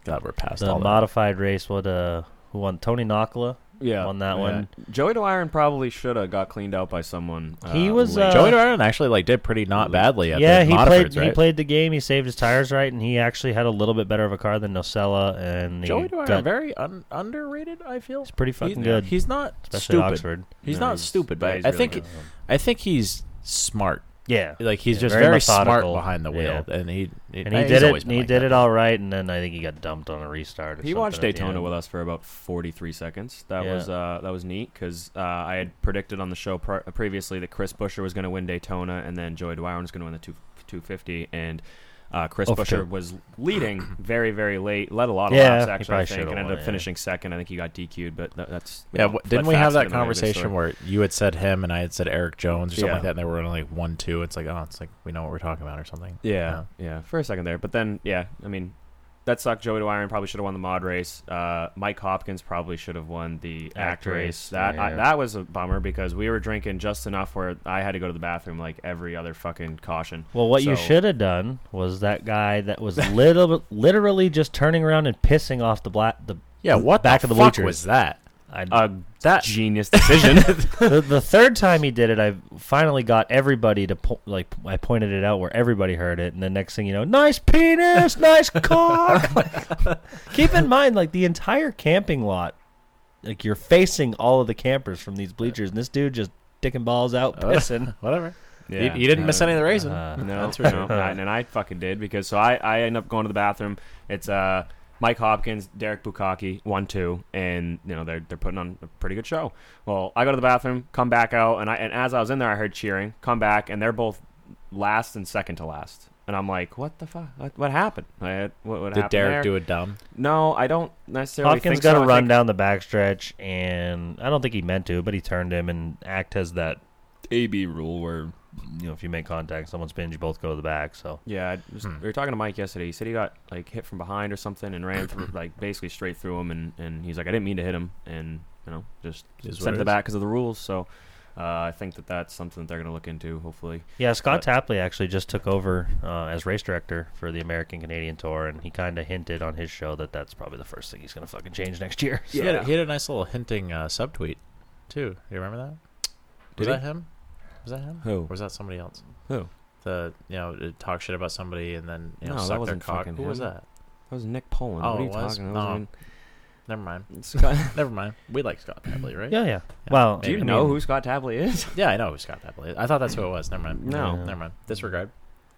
God, we're past
the
all
modified race. What uh, who won? Tony Nakala.
yeah,
on that one.
Joey Dwyer probably should have got cleaned out by someone.
He was,
late.
that.
uh,
Joey Doran actually like did pretty not badly. At
yeah,
the
he
modifieds,
played.
Right?
He played the game. He saved his tires right, and he actually had a little bit better of a car than Nocella. And he
Joey Dwyer,
got-
very un- underrated. I feel
He's pretty fucking
He's-
good.
He's not
especially at
stupid.
Oxford.
He's
No,
not
he's-
stupid,
yeah,
but
he's
I
really
think
good.
I think he's smart.
Yeah,
Like he's
Yeah,
just
very
very, smart
methodical.
behind the wheel,
Yeah.
and he,
and he
he's
did
always
it.
been
He
like
did
that.
it all right, and then I think he got dumped on a restart. Or
He watched
something at the
Daytona
end.
with us for about forty-three seconds. That
Yeah.
was uh, that was neat because uh, I had predicted on the show pr- previously that Chris Busher was going to win Daytona, and then Joey Dwyer was going to win the two two fifty, and uh, Chris
Oh, for
Busher
two.
was leading very very late, led a lot of
Yeah,
laps
he
actually,
probably
I think,
should've
and ended
won,
up
yeah.
finishing second. I think he got DQ'd, but that, that's
Yeah,
you know,
w- didn't we
that's
have that
another big story.
conversation where you had said him and I had said Eric Jones or something
Yeah.
like that, and they were in like one two? It's like oh, it's like we know what we're talking about or something.
Yeah, yeah, for a second there, but then yeah, I mean, that sucked. Joey Dwyer probably should have won the mod race. Uh, Mike Hopkins probably should have won the act
Act
race.
race,
That I,
yeah.
that was a bummer because we were drinking just enough where I had to go to the bathroom like every other fucking caution.
Well, what you
So-
should have done was that guy that was little, literally just turning around and pissing off the black the
yeah. What
back
the,
of the
fuck
bleachers.
was that?
I,
a
That
genius decision.
the, the third time he did it, I finally got everybody to po- like. I pointed it out where everybody heard it, and the next thing you know, nice penis, nice cock. Like, keep in mind, like the entire camping lot, like you're facing all of the campers from these bleachers, and this dude just dicking balls out, pissing.
whatever. You-
Yeah.
you, didn't miss any of the racing.
No, no, I- and I fucking did because so I I end up going to the bathroom. It's uh Mike Hopkins, Derek Bukaki, one two, and you know they're they're putting on a pretty good show. Well, I go to the bathroom, come back out, and I and as I was in there, I heard cheering. Come back, and they're both last and second to last. And I'm like, what the fuck? What, what happened? I, what, what
Did
happened
Derek
there?
do a dumb?
No, I don't necessarily.
Hopkins
think
got
so.
a
I
run
think-
down the backstretch, and I don't think he meant to, but he turned him, and Act has that
AB rule where
you know, if you make contact, someone spins, you both go to the back. So
Yeah, I was,
Hmm.
we were talking to Mike yesterday. He said he got like hit from behind or something and ran through, like basically straight through him. And, and he's like, I didn't mean to hit him, and you know, just
Is
sent
what it
to the
is.
back because of the rules. So uh, I think that that's something that they're going to look into, hopefully.
Yeah, Scott
Uh,
Tapley actually just took over uh, as race director for the American Canadian Tour, and he kind of hinted on his show that that's probably the first thing he's going to fucking change next year.
He, had, he had a nice little hinting uh, subtweet, too. You remember that?
Did
Was
he?
that him? Was that him?
Who?
Or was that somebody else?
Who?
The you know it talk shit about somebody and then you know
No, that
suck their
wasn't
cock.
fucking
Who was
him.
that?
That was Nick Poland.
Oh,
what are
it
you
was?
talking? That
Oh.
wasn't
Never mind.
even- Scott-
Never mind. We like Scott Tapley, right?
Yeah, yeah. Well,
Do you
Maybe.
know who Scott Tapley is?
Yeah, I know who Scott Tapley. Is. I thought that's who it was. Never mind.
No.
never mind. Disregard.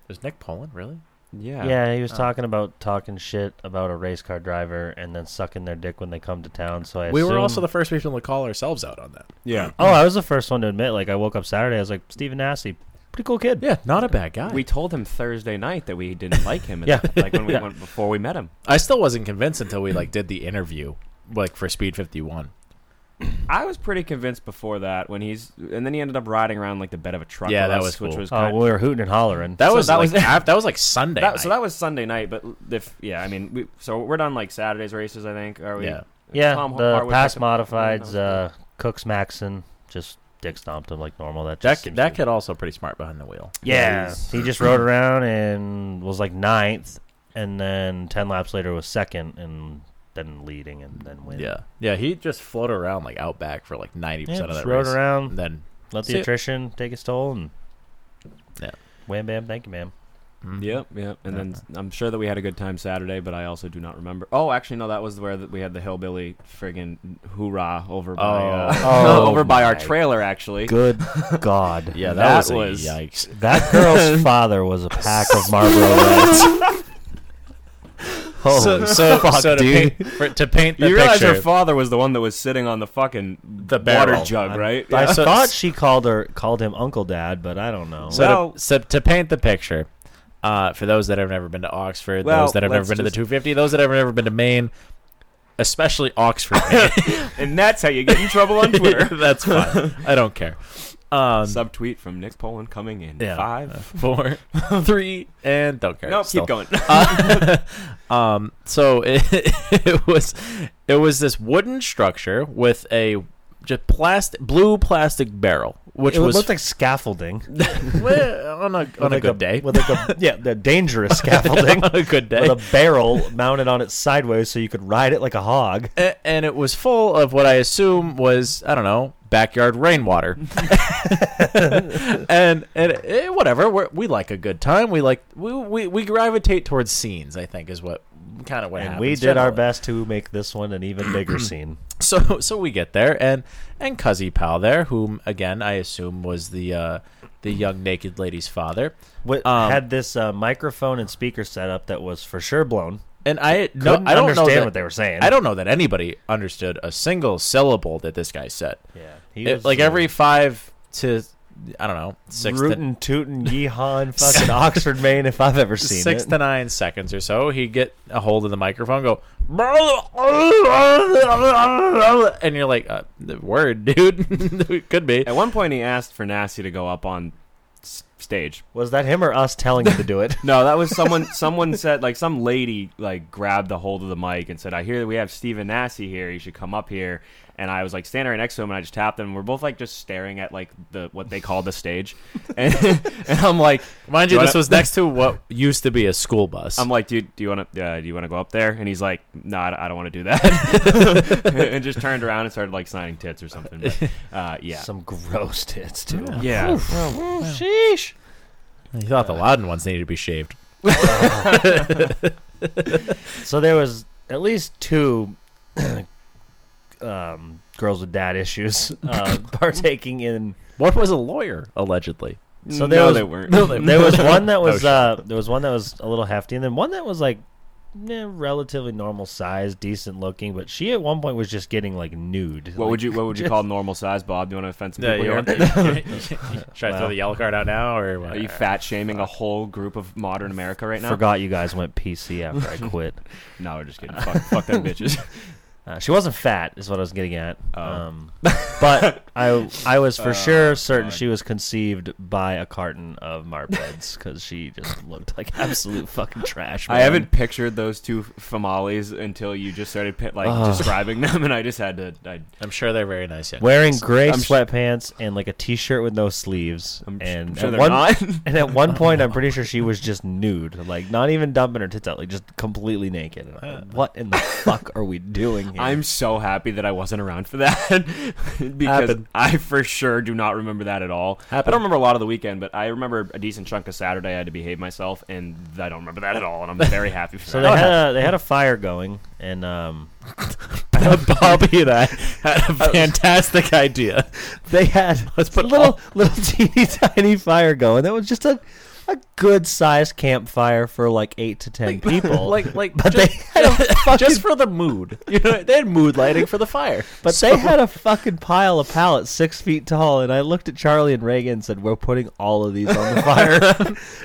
There's Nick Poland, really?
Yeah.
yeah. he
Uh.
was talking about talking shit about a race car driver and then sucking their dick when they come to town. So I
We were
assume-
also the first people to call ourselves out on that.
Yeah.
oh, I was the first one to admit. Like I woke up Saturday, I was like Steven Nasty, pretty cool kid.
Yeah, not a bad guy.
We told him Thursday night that we didn't like him.
Yeah.
Like when we
Yeah.
went before we met him.
I still wasn't convinced until we like did the interview, like for Speed 51.
I was pretty convinced before that when he's, and then he ended up riding around like the bed of a truck.
Yeah,
with
that
us,
was
which
cool.
was
Oh,
kind
we were hooting and hollering.
That
So
was
that
that like,
was-
was that was like Sunday.
that, so
night.
that was Sunday night, but if yeah, I mean, we, so we're done like Saturdays races, I think. Are we?
Yeah.
yeah,
Tom
the
Harwood
past
picked up-
modifieds, uh, Cooks Maxon just dick stomped him like normal. That
that
just
kid,
seems
that
to-
kid also pretty smart behind the wheel.
Yeah,
Nice.
he just rode around and was like ninth, and then ten laps later was second, and then leading, and then win.
Yeah, yeah. He just floated around like out back for like ninety
yeah
percent of
just
that
rode
race.
around,
And then
let the
See-
attrition take its toll, and
Yeah.
wham bam, thank you, ma'am.
Yep, yep. And then I'm sure that we had a good time Saturday, but I also do not remember. Oh, actually, no, that was where that we had the hillbilly friggin' hoorah over by uh,
Oh.
over by our
my
trailer. Actually,
Good God,
yeah, that,
That
was, a
was-
yikes.
that girl's father was a pack of Marlboro Reds. Holy
So, so, so to
dude.
paint for, to paint the
you realize
picture,
her father was the one that was sitting on the fucking
The
water
barrel.
jug, right?
I
So-
thought she called her called him Uncle Dad, but I don't know.
so,
Well-
to, so to paint the picture, uh, for those that have never been to Oxford,
Well,
those that have never
let's
been to the
just-
250, those that have never been to Maine, especially Oxford, Maine.
And that's how you get in trouble on Twitter.
that's fine. I don't care. Um,
Subtweet from Nick Poland coming in
Yeah.
five.
four, three, and don't care.
No, nope,
Still.
keep going.
Um, so it, it was it was this wooden structure with a just plastic blue plastic barrel, which
it
was
looked like scaffolding
well, on a on a
like
good day.
with like a yeah, the dangerous scaffolding.
on a good day,
with a barrel mounted on its sideways so you could ride it like a hog.
A- and it was full of what I assume was I don't know backyard rainwater, and and eh, whatever we're, we like a good time. We like we, we we gravitate towards scenes. I think is what kind of what
And
happens
we did our
generally.
best to make this one an even bigger scene.
so so we get there and and Cuzzy Pal there, whom again I assume was the uh, the young naked lady's father.
What
Um,
had this uh, microphone and speaker setup that was for sure blown.
And I no,
Couldn't
I don't know
understand
that,
what they were saying.
I don't know that anybody understood a single syllable that this guy said.
Yeah,
It- like every five to I don't know six to,
uh, rootin' tootin' yeehaw in fucking Oxford, Maine, if I've ever seen
six
it.
to nine seconds or so, he would get a hold of the microphone, go, and you're like, uh, the word, dude, It could be.
At one point, he asked for Nasty to go up on s- stage.
was that him or us telling him to do it?
No, that was someone. someone said like some lady like grabbed the hold of the mic and said, "I hear that we have Steven Nassie here. You should come up here." And I was like standing right next to him, and I just tapped him. And we're both like just staring at like the what they call the stage, and, and I'm like,
Mind
"Do
you,
wanna-"
this was next to what used to be a school bus.
I'm like, dude, do you want to? Uh, do you want to go up there? And he's like, no, I don't, want to do that. and just turned around and started like signing tits or something. But, uh, yeah,
Some gross tits, dude.
yeah.
Sheesh. He thought
Uh,
the Loudon ones needed to be shaved.
So there was at least two um, girls with dad issues uh, partaking in.
What was a lawyer allegedly?
So there
no,
was
they weren't. Oh,
there was one that was
shit.
uh, there was one that was a little hefty, and then one that was like eh, relatively normal size, decent looking. But she at one point was just getting like nude.
What would you What would you call normal size, Bob? Do you want to offend some people here?
Should I throw the yellow card out now, or what?
Are you fat shaming a whole group of modern America right now?
Forgot you guys went PC after I quit.
No, we're just kidding. fuck, fuck them bitches.
Uh, she wasn't fat, is what I was getting at.
Oh.
Um, but I, I was for sure certain she was conceived by a carton of Marbleds because she just looked like absolute fucking trash.
I
man.
haven't pictured those two famales until you just started pi- like
Ugh.
describing them, and I just had to. I,
I'm sure they're very nice. Young
wearing
guys.
gray
I'm sh-
sweatpants and like a t-shirt with no sleeves
I'm sh-
and
I'm sure
at
they're
one
not.
and at one point I'm pretty sure she was just nude like not even dumping her tits out like just completely naked And I'm like, what in the fuck are we doing here
Uh. I'm so happy that I wasn't around for that because
Happened.
I for sure do not remember that at all. I
Happened.
don't remember a lot of the weekend, but I remember a decent chunk of Saturday. I had to behave myself, and I don't remember that at all. And I'm very happy for
so they
that.
had a, they had a fire going and um Bobby and I
had a fantastic idea.
they had
Let's put
a little
all-
little teeny tiny fire going that was just a a good sized campfire for like eight to ten people
like like
but
just,
they had a fucking
just for the mood. You know, they had mood lighting for the fire.
But they had a fucking pile of pallets six feet tall, and I looked at Charlie and Reagan and said, "We're putting all of these on the fire."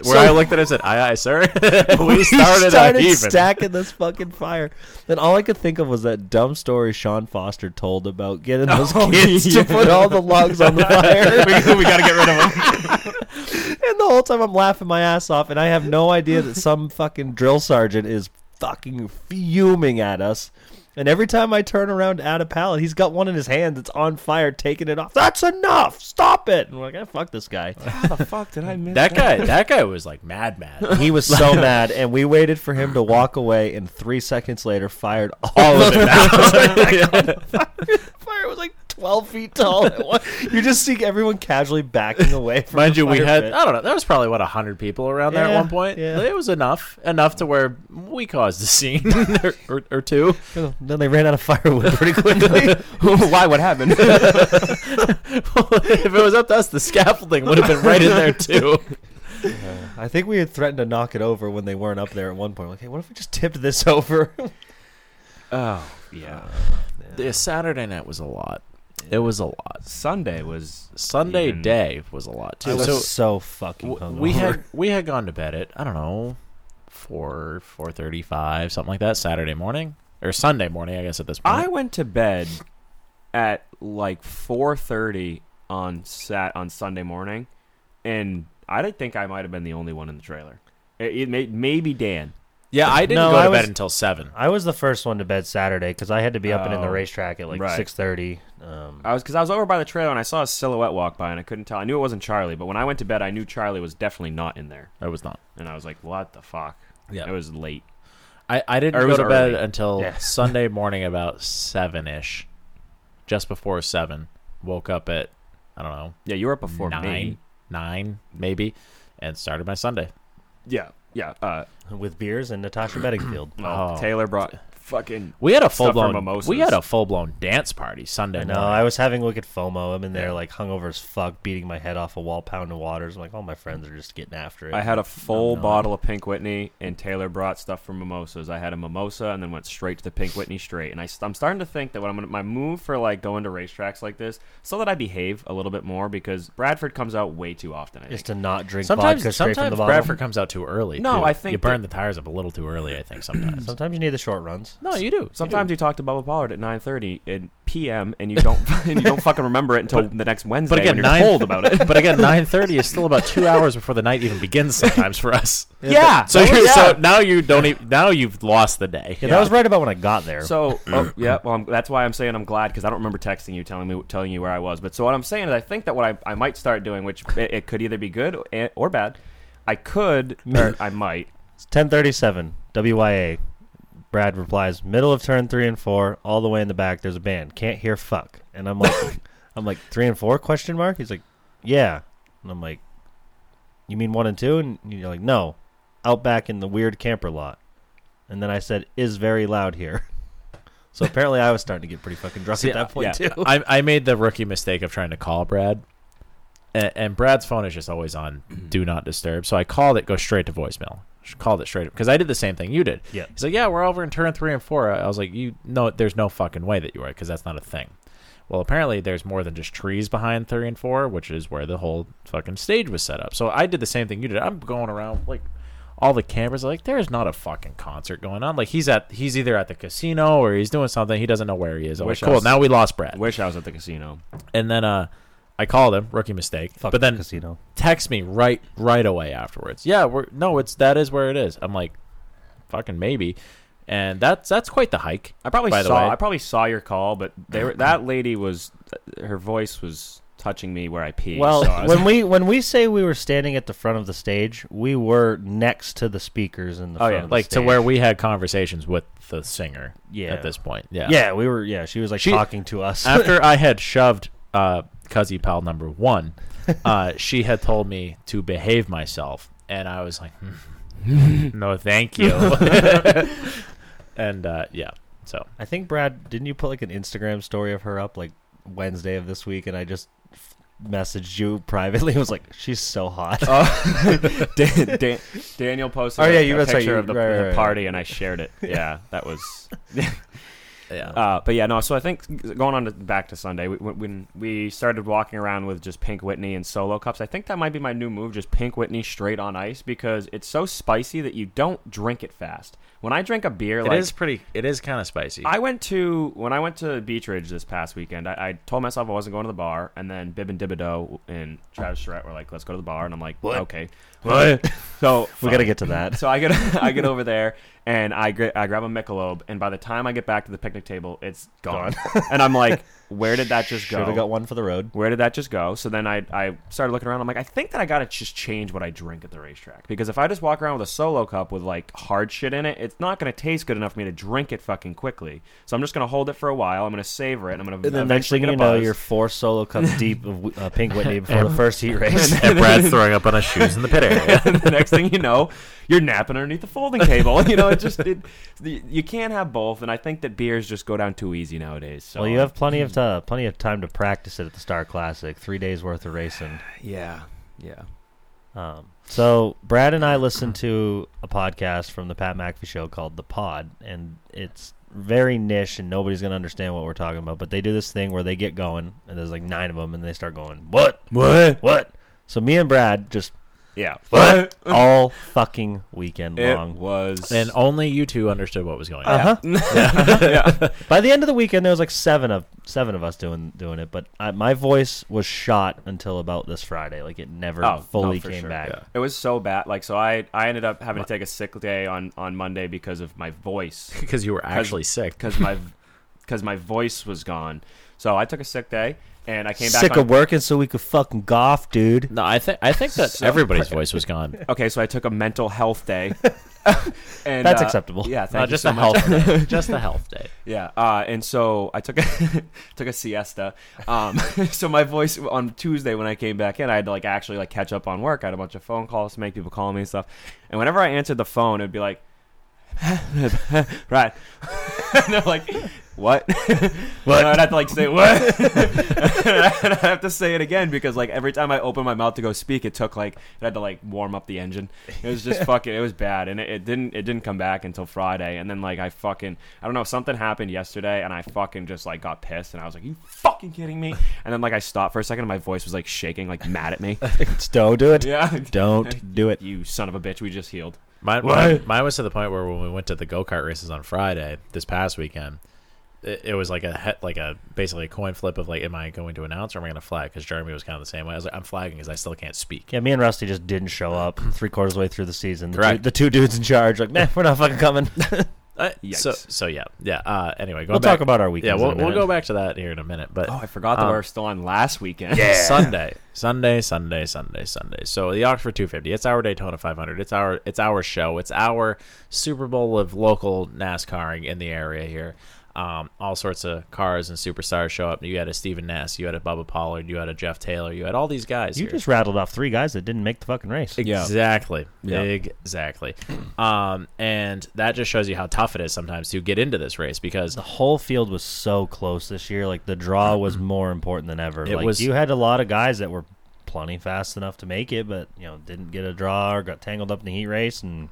Where I looked at it and said, "Aye, aye, sir." we
We
started,
started
on even.
stacking this fucking fire. Then all I could think of was that dumb story Sean Foster told about getting those kids to put all the logs on the fire.
we, we got to get rid of them.
and the whole time I'm laughing my ass off, and I have no idea that some fucking drill sergeant is fucking fuming at us. And every time I turn around to add a pallet, he's got one in his hand that's on fire, taking it off. That's enough! Stop it! And we're like, ah, fuck this guy.
How the fuck did I miss
That guy, that guy was like mad, mad.
He was so mad, and we waited for him to walk away, and three seconds later, fired all,
All of
of
it.
it.
out.
fire was like 12 feet tall. at once. you just see everyone casually backing away from
Mind
the
you, we
fire
had
pit.
I don't know. There was probably what hundred people around there at
Yeah,
one point.
yeah.
It was enough, enough to where we caused a scene or, or, or two.
Then they ran out of firewood pretty quickly.
Why? What happened?
if it was up to us, the scaffolding would have been right in there too.
I think we had threatened to knock it over when they weren't up there at one point. Like, hey, what if we just tipped this over?
oh yeah.
The Saturday night was a lot. It was a lot.
Sunday was
Sunday
Even-
day was a lot too.
I was so,
so
fucking
w-
hungover.
we had we had gone to bed at I don't know four four thirty five something like that Saturday morning or Sunday morning I guess at this point.
I went to bed at like 4:30 on sat on Sunday morning, and I didn't think I might have been the only one in the trailer. It, it may, maybe Dan.
yeah, I didn't
No,
go to
I
bed
was-
until seven.
I was the first one to bed Saturday because I had to be up and in the
Oh,
racetrack at like
right.
six thirty. Um,
I was because I was over by the trailer and I saw a silhouette walk by and I couldn't tell. I knew it wasn't Charlie, but when I went to bed, I knew Charlie was definitely not in there,
I was not.
and I was like, "What the fuck?"
Yeah.
it was late.
I, I
Or
didn't
it
go
was
to bed
early.
until
Yeah.
Sunday morning about seven ish, just before seven. Woke up at I don't know
Yeah, you were up before
nine
me.
nine maybe, and started my Sunday.
Yeah, yeah. Uh,
with beers and Natasha Bedingfield.
well,
Oh.
Taylor brought fucking.
We had a
Stuff for
full blown
mimosas.
we had a full blown dance party Sunday
I know.
morning.
uh, I was having wicked FOMO. I'm in there like hungover as fuck, beating my head off a wall, pounding waters. I'm like, all my friends are just getting after it.
I had a full bottle of Pink Whitney, and Taylor brought stuff for mimosas. I had a mimosa, and then went straight to the Pink Whitney straight. And I, am starting to think that when I'm gonna, my move for like going to racetracks like this, so that I behave a little bit more because Bradford comes out way too often. I think.
just to not drink vodka
sometimes
straight from the
sometimes
bottle.
Bradford comes out too early.
No,
too.
I think
you burn the tires up a little too early. I think sometimes.
Sometimes you need the short runs.
no, you do.
Sometimes you talk to Bubba Pollard at 9:30 and p.m. and you don't and you don't fucking remember it until the next Wednesday
But again,
when you're
nine,
told about it.
But again, nine thirty is still about two hours before the night even begins. Sometimes for us.
Yeah.
So
that
you
was- yeah.
so now you don't e-, even now you've lost the day.
Yeah, that was right about when I got there.
So, oh, yeah, well, I'm, that's why I'm saying I'm glad because I don't remember texting you telling me telling you where I was. But so what I'm saying is, I think that what I, I might start doing, which it, it could either be good or, eh, or bad. I could, or I might.
It's 1037, WYA. Brad replies, middle of turn three and four, all the way in the back, there's a band. Can't hear fuck. And I'm like, I'm like, three and four, question mark? He's like, yeah. And I'm like, you mean one and two? And you're like, no, out back in the weird camper lot. And then I said, is very loud here. So apparently I was starting to get pretty fucking drunk
See, uh,
at that
yeah,
point, too.
I, I made the rookie mistake of trying to call Brad, and, and Brad's phone is just always on
Mm-hmm.
do not disturb. So I called it, go straight to voicemail. Just Called it straight up because I did the same thing you did.
Yeah.
he's like, yeah, we're over in turn three and four. I was like, you no, there's no fucking way that you are because that's not a thing. Well, apparently there's more than just trees behind three and four, which is where the whole fucking stage was set up. So I did the same thing you did. I'm going around like all the cameras are like there's not a fucking concert going on. Like he's at he's either at the casino or he's doing something. He doesn't know where he is. I'm like,
Wish I
cool.
was-
Now we lost Brad.
Wish I was at the casino.
And then uh, I called him. Rookie mistake.
Fuck
but then
casino.
text me right right away afterwards. Yeah, we're no, it's that is where it is. I'm like, fucking maybe. And that's that's quite the hike.
I probably
by the way.
saw. I probably saw your call, but they were, that lady was. Her voice was touching me where I pee.
Well,
so I was
when we when we say we were standing at the front of the stage, we were next to the speakers in the
Oh
front
yeah,
of the
like to
stage.
where we had conversations with the singer.
Yeah.
At this point, yeah,
Yeah, we were yeah, she was like
She-
talking to us.
After I had shoved uh, Cuzzy Pal number one, uh, she had told me to behave myself, and I was like, "Hmm, "No, thank you." and uh, yeah, so
I think Brad, didn't you put like an Instagram story of her up like Wednesday of this week and I just f- messaged you privately and was like she's so hot.
Oh,
Uh, Dan, Dan, Daniel posted
Oh,
a,
yeah, you-
a
that's
picture
right, you-
of the,
right,
the
right, right.
party, and I shared it. Yeah, that was.
yeah,
Uh, but yeah, no. So I think going on to, back to Sunday, we, when- when we started walking around with just Pink Whitney and solo cups, I think that might be my new move: just Pink Whitney straight on ice because it's so spicy that you don't drink it fast. When I drink a beer,
It is
like
pretty. It is kind of spicy.
I went to when I went to Beach Ridge this past weekend. I, I told myself I wasn't going to the bar, and then Bib and Dibido and Travis Charette were like, "Let's go to the bar," and I'm like, "Okay." What? So
we got to get to that.
So I get I get over there and I gra- I grab a Michelob, and by the time I get back to the picnic table, it's gone. and I'm like, "Where did that just go?"
Oh.
Should have got one for the road.
where did that just go? So then I, I started looking around. I'm like, I think that I gotta just change what I drink at the racetrack because if I just walk around with a solo cup with like hard shit in it, it's not gonna taste good enough for me to drink it fucking quickly. So I'm just gonna hold it for a while. I'm gonna savor it. I'm gonna
And then next
eventually
thing
get a
you know,
buzz.
you're four solo cups deep of uh, Pink Whitney before the first heat race.
and Brad's throwing up on his shoes in the pit area.
and the next thing you know, you're napping underneath the folding table. You know, it just it, you can't have both. And I think that beers just go down too easy nowadays. So
Well, you have plenty of
Hmm.
time, plenty of time to practice it at the Star Classic. Three days worth of racing.
yeah, yeah.
Um, so Brad and I listened to a podcast from the Pat McAfee show called The Pod, and it's very niche, and nobody's gonna understand what we're talking about. But they do this thing where they get going, and there's like nine of them, and they start going, "What? What? What?" So me and Brad just
Yeah,
what all fucking weekend
it
long.
was
and only you two understood what was going on.
Uh-huh. By the end of the weekend, there was like seven of seven of us doing doing it, but I, my voice was shot until about this Friday. Like it never
Oh, no,
fully
for
came
sure.
back.
Yeah.
It was so bad. Like, so I, I ended up having to take a sick day on, on Monday because of my voice.
Because you were actually sick.
Because my, because my voice was gone. So I took a sick day and I came back.
Sick
on-
of working so we could fucking golf, dude.
No, I think I think that
So-
everybody's voice was gone.
Okay, so I took a mental health day. and,
That's
uh,
acceptable.
Yeah, thank
No,
you
just
so
a
much.
health day. Just a health day.
Yeah, uh, and so I took a took a siesta. Um, so my voice on Tuesday when I came back in, I had to like actually like catch up on work. I had a bunch of phone calls to make people call me and stuff. And whenever I answered the phone, it'd be like, right, and they're like, what, what? I'd have to like say what, and I have to say it again because like every time I opened my mouth to go speak, it took like I had to like warm up the engine. It was just fucking. It was bad, and it, it didn't. It didn't come back until Friday, and then like I fucking. I don't know. Something happened yesterday, and I fucking just like got pissed, and I was like, "You fucking kidding me?" And then like I stopped for a second, and my voice was like shaking, like mad at me.
Don't do it.
yeah.
Don't do it.
You son of a bitch. We just healed.
Mine, mine, mine was to the point where when we went to the go kart races on Friday this past weekend, it, it was like a he- like a basically a coin flip of like, am I going to announce or am I going to flag? Because Jeremy was kind of the same way. I was like, I'm flagging because I still can't speak.
Yeah, me and Rusty just didn't show up three quarters of the way through the season. The,
Correct.
Two, the two dudes in charge, like, man, we're not fucking coming.
Uh, so
Yikes.
so yeah yeah. Uh, anyway, going
we'll
back,
talk about our
yeah.
weekends.
We'll,
in a
we'll
minute.
go back to that here in a minute. But
Oh, I forgot that
Um,
we were still on last weekend.
Sunday, Sunday, Sunday, Sunday, Sunday. So the Oxford 250. It's our Daytona 500. It's our it's our show. It's our Super Bowl of local NASCARing in the area here. Um, all sorts of cars and superstars show up. You had a Steven Ness. You had a Bubba Pollard. You had a Jeff Taylor. You had all these guys.
You
here.
just rattled off three guys that didn't make the fucking race.
Exactly.
Yeah.
Exactly. Um, and that just shows you how tough it is sometimes to get into this race because
The whole field was so close this year. Like the draw was more important than ever.
It
like
was-
you had a lot of guys that were plenty fast enough to make it, but you know didn't get a draw or got tangled up in the heat race. And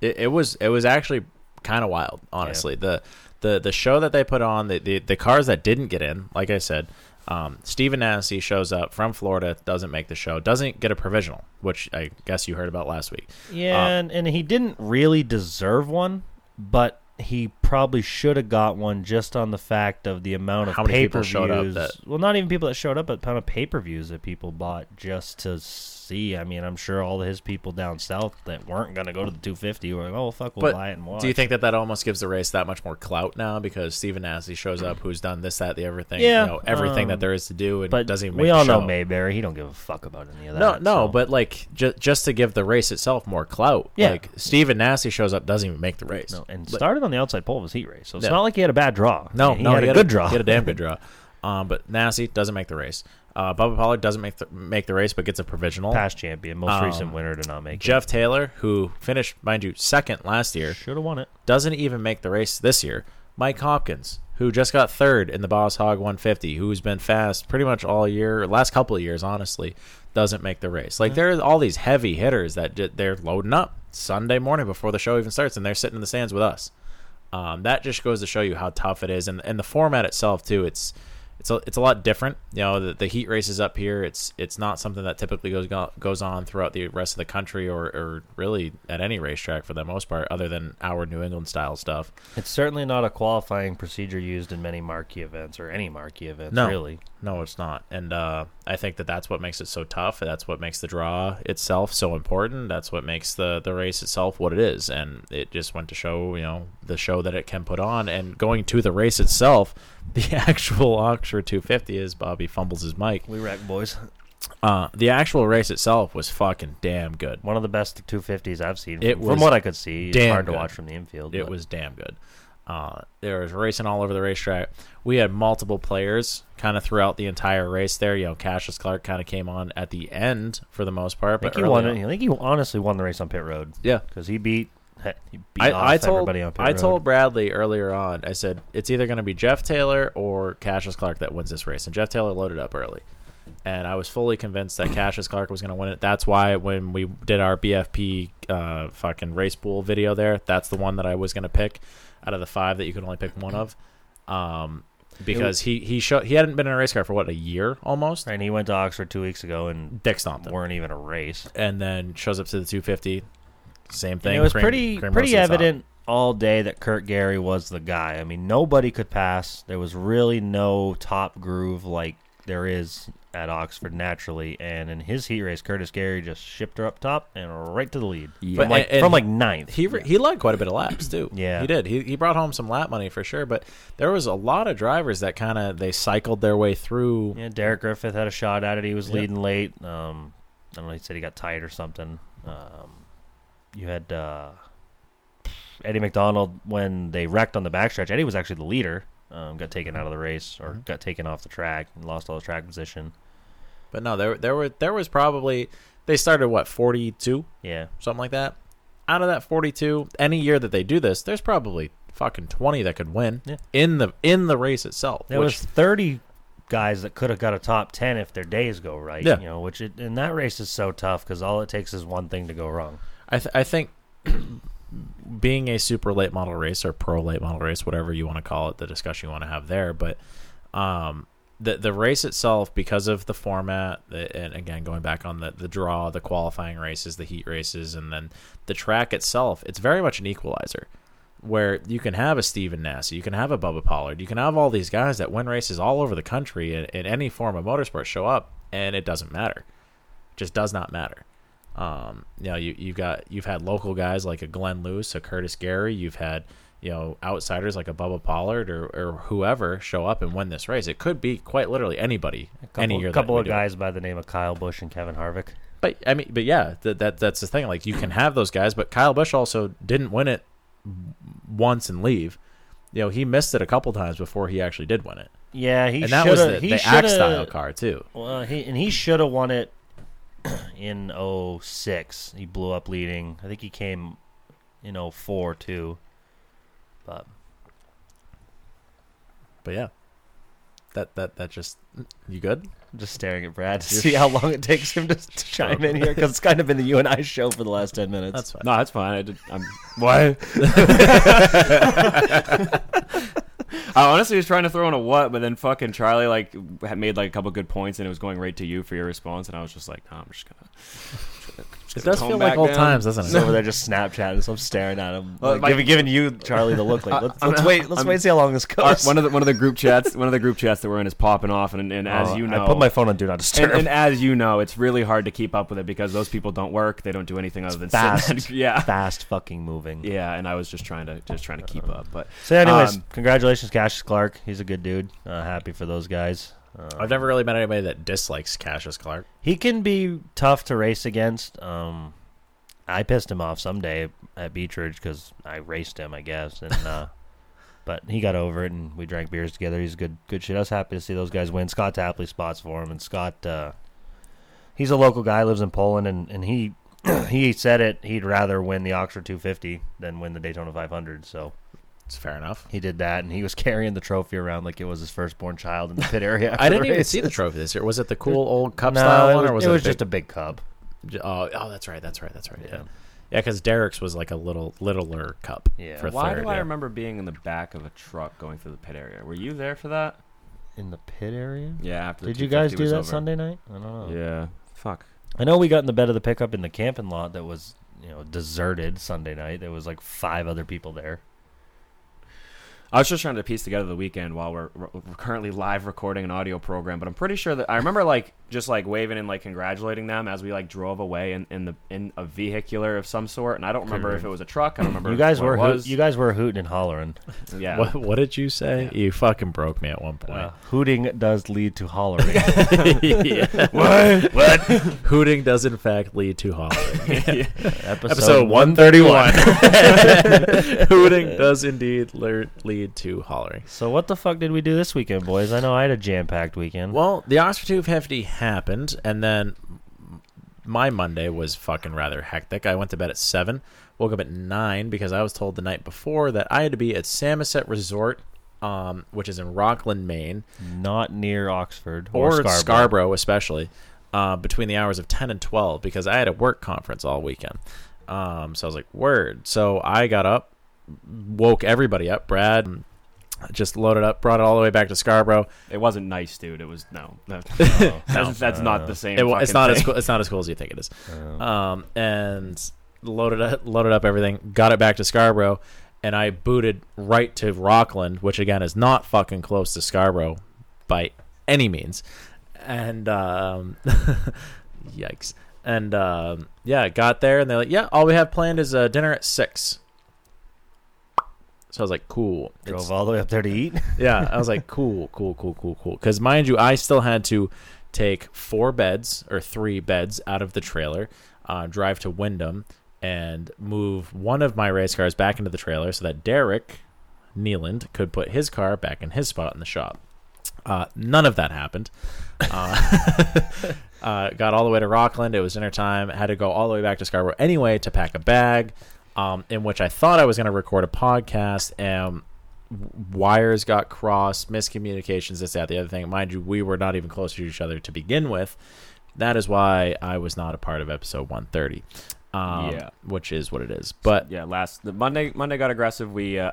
it, it was it was actually kind of wild honestly the the the show that they put on the, the the cars that didn't get in like i said Um, Steven Nassie shows up from Florida, doesn't make the show, doesn't get a provisional, which I guess you heard about last week.
Yeah,
Um,
and, and he didn't really deserve one, but he probably should have got one just on the fact of the amount of
How many
pay
people
per
showed up
views.
that-
Well, not even people that showed up, but the amount of pay per views that people bought just to see. I mean, I'm sure all of his people down south that weren't going to go to the 250 were like, oh, fuck, we'll
But
buy it and watch.
Do you think that that almost gives the race that much more clout now because Steven Nassie shows up, who's done this, that, the everything,
Yeah,
you know, everything
um,
that there is to do, and
but
doesn't even make
we
the
all
show.
know Mayberry. He don't give a fuck about any of that.
No, no,
so-
but like ju- just to give the race itself more clout.
Yeah.
Like Steven Nassie shows up, doesn't even make the race.
No, and
But-
started on the outside pole of his heat race, so it's
Yeah.
not like he had a bad draw. I
No,
mean, he
no,
had a good draw.
He had a damn good draw. Um, but Nassie doesn't make the race. Uh, Bubba Pollard doesn't make the, make the race, but gets a provisional.
past champion, most recent
Um,
winner to not make it.
Jeff Taylor, who finished, mind you, second last year,
Should have won it.
doesn't even make the race this year. Mike Hopkins, who just got third in the Boss Hog 150, who's been fast pretty much all year, last couple of years, honestly, doesn't make the race. Like there are all these heavy hitters that ju- they're loading up Sunday morning before the show even starts, and they're sitting in the stands with us. Um, that just goes to show you how tough it is, and and the format itself too. It's it's a, it's a lot different. You know, the, the heat races up here. It's it's not something that typically goes go- goes on throughout the rest of the country, or, or really at any racetrack for the most part, other than our New England style stuff.
It's certainly not a qualifying procedure used in many marquee events or any marquee events,
No,
really.
no, it's not. And uh, I think that that's what makes it so tough. and That's what makes the draw itself so important. That's what makes the the race itself what it is. And it just went to show, you know, the show that it can put on. And going to the race itself, the actual Oxford 250 is Bobby fumbles his mic.
We wreck, boys.
Uh, the actual race itself was fucking damn good.
One of the best 250s I've seen.
It
from,
was
from what I could see, it's
damn
hard
good.
to watch from the infield.
It
but-
was damn good. Uh, there was racing all over the racetrack. We had multiple players kind of throughout the entire race there. You know, Cassius Clark kind of came on at the end for the most part.
I think
But
he
early
won.
on-
it- I think he honestly won the race on pit road.
Yeah.
because he beat. He beat off
I, I told
everybody on pit
I
road.
told Bradley earlier on. I said it's either going to be Jeff Taylor or Cassius Clark that wins this race, and Jeff Taylor loaded up early, and I was fully convinced that Cassius Clark was going to win it. That's why when we did our BFP uh, fucking race pool video there, that's the one that I was going to pick out of the five that you can only pick one of, um, because he he show, he hadn't been in a race car for what a year almost.
and he went to Oxford two weeks ago and
Dick stomped him,
weren't even a race.
and then shows up to the 250. Same thing.
And it was
Cream-
pretty
Cream
pretty
roasted top.
evident all day that Kurt Gary was the guy. I mean, nobody could pass. There was really no top groove like there is at Oxford naturally. And in his heat race, Curtis Gary just shipped her up top and right to the lead.
But-
From, like,
and- and
from like ninth.
He re- he led quite a bit of laps too.
Yeah.
he did. He he brought home some lap money for sure. But there was a lot of drivers that kind of they cycled their way through.
yeah, Derek Griffith had a shot at it. He was leading late. Um, I don't know. He said he got tired or something. Um, you had uh, Eddie McDonald when they wrecked on the backstretch. Eddie was actually the leader. Um, got taken out of the race
Mm-hmm.
or got taken off the track and lost all his track position.
But no, there there were there was probably they started what forty two
Yeah,
something like that. Out of that forty two, any year that they do this, there's probably fucking twenty that could win
Yeah.
in the in the race itself.
there
which
was thirty guys that could have got a top ten if their days go right.
Yeah.
you know, which it, and that race is so tough because all it takes is one thing to go wrong.
I th- I think being a super late model race or pro late model race, whatever you want to call it, the discussion you want to have there, but um, the the race itself, because of the format, the, and again going back on the the draw, the qualifying races, the heat races, and then the track itself, it's very much an equalizer. Where you can have a Steven Nass, you can have a Bubba Pollard, you can have all these guys that win races all over the country in, in any form of motorsport show up, and it doesn't matter just does not matter. Um, you know, you you've got you've had local guys like a Glenn Lewis, a Curtis Gary. You've had you know outsiders like a Bubba Pollard or, or whoever show up and win this race. It could be quite literally anybody,
Couple,
any year. that
couple
we
of
do it.
guys by the name of Kyle Bush and Kevin Harvick.
But I mean, but yeah, that, that that's the thing. Like you can have those guys, but Kyle Busch also didn't win it once and leave. You know, he missed it a couple times before he actually did win it,
Yeah, he
and that was
shoulda-
the,
he
the axe style
shoulda-
car too.
Well, uh, he and he should have won it in 06. He blew up leading. I think he came in 04 too. But
But yeah, that that that just you good?
I'm just staring at Brad to see how long it takes him to, to chime in here because it's kind of been the you and I show for the last 10 minutes.
That's fine.
No, that's fine. I did, I'm why I honestly was trying to throw in a what, but then fucking Charlie like had made like a couple good points, and it was going right to you for your response, and I was just like, no, I'm just gonna.
It does feel like old times, doesn't it?
He's over there just Snapchatting, so I'm staring at him,
Well,
like,
my-
giving, giving you Charlie the look. Like,
I-
let's,
I'm-
let's wait. Let's
I'm-
wait. and See how long this
All right,
goes.
one of the one of the group chats, one of the group chats that we're in is popping off, and, and as
Oh,
you
I
know,
put my phone on do not
and,
disturb.
and as you know, it's really hard to keep up with it because those people don't work; they don't do anything other than sit
fast.
in that- yeah,
fast fucking moving.
yeah. And I was just trying to just trying to keep up, but
So, anyways,
um,
congratulations, Cassius Clark. He's a good dude. Uh, happy for those guys. Uh,
I've never really met anybody that dislikes Cassius Clark.
he can be tough to race against. Um, I pissed him off someday at Beechridge because I raced him, I guess, and uh, but he got over it and we drank beers together. He's good, good shit. I was happy to see those guys win. Scott Tapley spots for him, and Scott, uh, he's a local guy, lives in Poland, and and he he said it. He'd rather win the Oxford 250 than win the Daytona 500. So.
It's fair enough.
He did that, and he was carrying the trophy around like it was his firstborn child in the pit area. after
I didn't
the
even
race.
see the trophy this year. Was it the cool old cup
No,
style
it
one,
was,
or was
it
it,
was
a big-
just a big cub.
J- Oh, oh, that's right, that's right, that's right. Yeah,
Yeah.
yeah, because Derek's was like a little littler cup.
Yeah.
for
why
third,
do I
yeah.
remember being in the back of a truck going through the pit area? Were you there for that?
in the pit area.
Yeah, after the
Did you guys
250
do
was
that
over.
Sunday night? I don't know.
Yeah, fuck.
I know we got in the bed of the pickup in the camping lot that was, you know, deserted Sunday night. There was like five other people there.
I was just trying to piece together the weekend while we're, we're currently live recording an audio program, but I'm pretty sure that I remember like just like waving and like congratulating them as we like drove away in, in the in a vehicular of some sort, and I don't remember if it was a truck. I don't remember.
You guys
what
were
it
hoot
was.
you guys were hooting and hollering.
yeah.
What, what did you say? You fucking broke me at one point.
Uh, hooting does lead to hollering.
Uh, What? what? Hooting does in fact lead to hollering.
Episode,
Episode one thirty one. Hooting does indeed lear- lead to hollering.
So what the fuck did we do this weekend, boys? I know I had a jam packed weekend.
Well, the Oxford 250 happened, and then my Monday was fucking rather hectic. I went to bed at 7, woke up at 9 because I was told the night before that I had to be at Samoset Resort, um, which is in Rockland, Maine,
Not near Oxford
or,
or, Scarborough.
especially, uh, between the hours of 10 and 12 because I had a work conference all weekend. Um, so I was like, word. So I got up, woke everybody up. Brad just loaded up, brought it all the way back to Scarborough.
It wasn't nice, dude. It was no. That-
No.
that's that's not the same.
It wa- it's
fucking
not as
thing.
cool, it's not as cool as you think it is. Um, and loaded up, loaded up everything, got it back to Scarborough, and I booted right to Rockland, which again is not fucking close to Scarborough by any means. And um, yikes. And um, yeah, got there, and they're like, "Yeah, all we have planned is uh, dinner at 6. So I was like, "Cool."
Drove
It's-
all the way up there to eat.
yeah, I was like, cool, cool, cool, cool, cool. Because mind you, I still had to take four beds or three beds out of the trailer, uh, drive to Wyndham, and move one of my race cars back into the trailer so that Derek Nealand could put his car back in his spot in the shop. Uh, none of that happened. Uh, uh, got all the way to Rockland. It was dinner time. Had to go all the way back to Scarborough anyway to pack a bag, um, in which I thought I was going to record a podcast. And wires got crossed, miscommunications, this, that, the other thing. Mind you, we were not even close to each other to begin with. That is why I was not a part of episode 130, um,
Yeah.
which is what it is. But
yeah, last the Monday Monday got aggressive. We uh,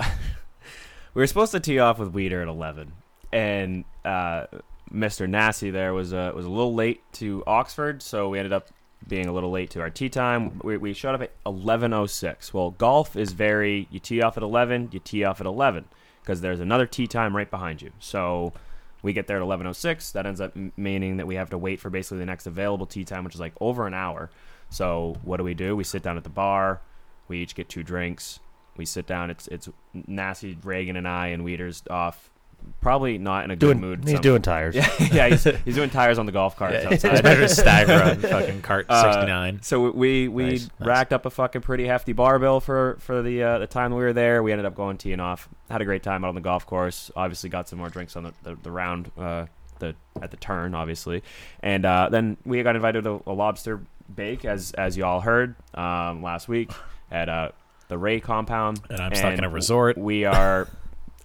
we were supposed to tee off with Weeder at eleven, and uh, Mister Nasty there was uh, was a little late to Oxford, so we ended up being a little late to our tea time. We, we showed up at eleven oh six. Well, golf is very you tee off at eleven, you tee off at eleven because there's another tea time right behind you. So. We get there at 11:06. That ends up m- meaning that we have to wait for basically the next available tea time, which is like over an hour. So what do we do? We sit down at the bar. We each get two drinks. We sit down. It's it's nasty Reagan and I and Weeder's off. Probably not in a good
Doing,
mood.
he's
Some-
doing tires.
Yeah, yeah. He's, he's doing tires on the golf cart.
it's better to stagger on fucking cart 69.
Uh, so we we
Nice, nice.
racked up a fucking pretty hefty bar bill for for the uh, the time we were there. We ended up going teeing off. Had a great time out on the golf course. Obviously got some more drinks on the the, the round uh, the at the turn, obviously, and uh, then we got invited to a lobster bake as as you all heard um, last week at uh, the Ray compound.
And I'm stuck in a resort.
We are.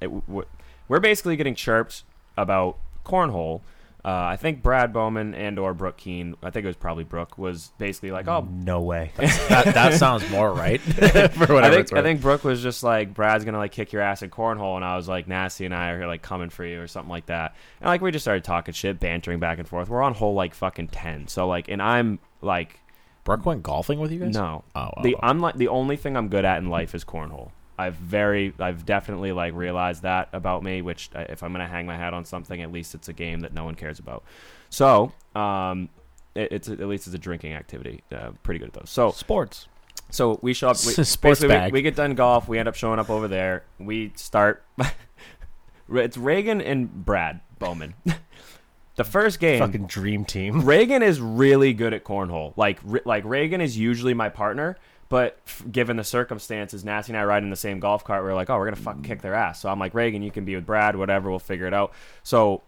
it, w- we're basically getting chirped about cornhole. Uh, I think Brad Bowman and or Brooke Keen, I think it was probably Brooke, was basically like, "Oh,
No way.
that, that sounds more right. for whatever
I think,
it's
I
worth.
think Brooke was just like, Brad's gonna like kick your ass in cornhole, and I was like, Nasty and I are like coming for you or something like that. And like we just started talking shit, bantering back and forth. We're on hole like fucking ten. So like, and I'm like,
Brooke went golfing with you guys.
no,
Oh, oh,
the
oh.
I'm like the only thing I'm good at in life is cornhole. I've very, I've definitely like realized that about me. Which uh, if I'm gonna hang my hat on something, at least it's a game that no one cares about. So, um, it, it's at least it's a drinking activity. Uh, pretty good at those. So
Sports.
so we show up. We,
Sports
basically, we-
bag.
We, get done golf. We end up showing up over there. We start. it's Reagan and Brad Bowman. the first game.
Fucking dream team.
Reagan is really good at cornhole. Like re- like Reagan is usually my partner, but f- given the circumstances, Nasty and I ride in the same golf cart. We're like, oh, we're gonna fuck kick their ass. So I'm like, Reagan, you can be with Brad, whatever. We'll figure it out. So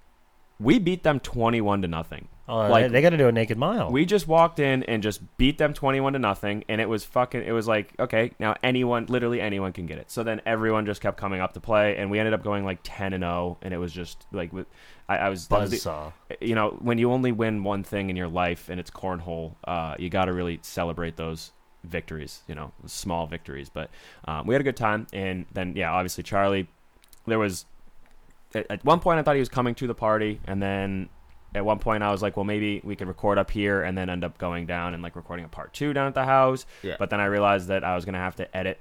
we beat them twenty one to nothing.
Oh, like, they, got to do a naked mile.
We just walked in and just beat them 21 to nothing and it was fucking it was like okay, now anyone literally anyone can get it. So then everyone just kept coming up to play and we ended up going like 10 and 0 and it was just like with I, I was that was the-
Buzzsaw.
you know, when you only win one thing in your life and it's cornhole, uh, you got to really celebrate those victories, you know, small victories. But um, we had a good time. And then, yeah, obviously, Charlie, there was at, at one point I thought he was coming to the party. And then at one point I was like, well, maybe we could record up here and then end up going down and like recording a part two down at the house.
Yeah.
But then I realized that I was going to have to edit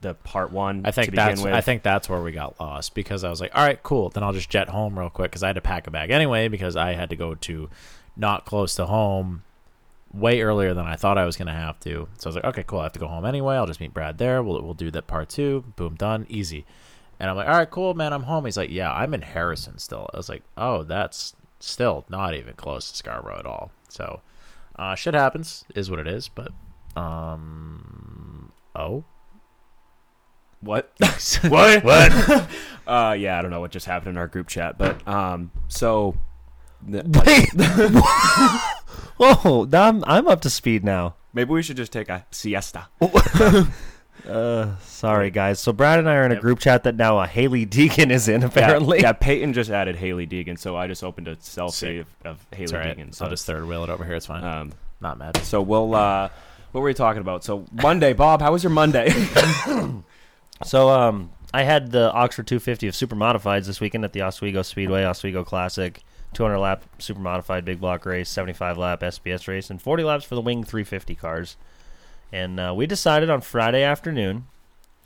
the part one
I
to
think
begin
that's
with.
I think that's where we got lost because I was like, all right, cool. Then I'll just jet home real quick because I had to pack a bag anyway because I had to go to not close to home way earlier than I thought I was gonna have to. So I was like, okay, cool. I have to go home anyway. I'll just meet Brad there. We'll we'll do that part two. Boom, done, easy. And I'm like, all right, cool, man. I'm home. He's like, yeah, I'm in Harrison still. I was like, oh, that's still not even close to Scarborough at all. So uh, shit happens, is what it is. But um, oh.
what?
What? What?
Uh, yeah, I don't know what just happened in our group chat, but um, so
Whoa, now I'm, I'm up to speed now.
Maybe we should just take a siesta.
Sorry, guys. So Brad and I are in a group chat that now uh, Haley Deacon is in, apparently.
Yeah, yeah, Peyton just added Haley Deegan, so I just opened a selfie
Sick.
of, of Haley
It's all right.
Deegan.
I'll
So,
just third wheel it over here. It's fine.
um,
Not mad.
so we'll. Uh, what were we talking about? So Monday, Bob, how was your Monday?
So um, I had the Oxford 250 of super modifieds this weekend at the Oswego Speedway, Oswego Classic, 200 lap super modified big block race, 75 lap SBS race, and 40 laps for the Wing 350 cars. And uh, we decided on Friday afternoon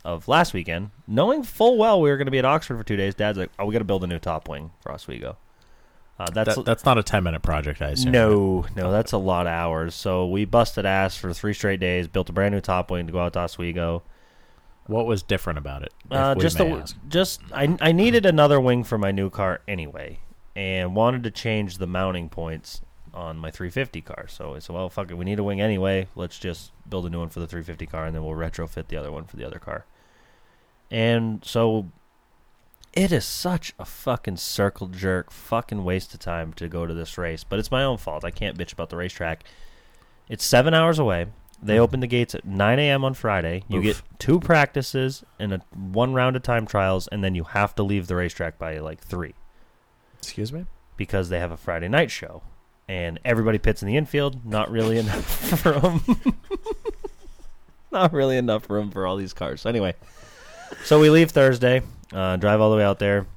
of last weekend, knowing full well we were going to be at Oxford for two days. Dad's like, "Oh, we got to build a new top wing for Oswego." Uh, that's
That, that's not a 10 minute project, I assume.
no, no, that's a lot of hours. So we busted ass for three straight days, built a brand new top wing to go out to Oswego.
What was different about it? if
Uh,
we
just
may
the
ask?
just I I needed another wing for my new car anyway, and wanted to change the mounting points on my 350 car. So I said, well, fuck it, we need a wing anyway. Let's just build a new one for the 350 car, and then we'll retrofit the other one for the other car. And so it is such a fucking circle jerk, fucking waste of time to go to this race. But it's my own fault. I can't bitch about the racetrack. It's seven hours away. They open the gates at 9 a.m. on Friday. You
Oof.
get two practices and a one round of time trials, and then you have to leave the racetrack by like three
Excuse me?
because they have a Friday night show, and everybody pits in the infield. Not really enough room. not really enough room for all these cars. So anyway, so we leave Thursday, uh, drive all the way out there,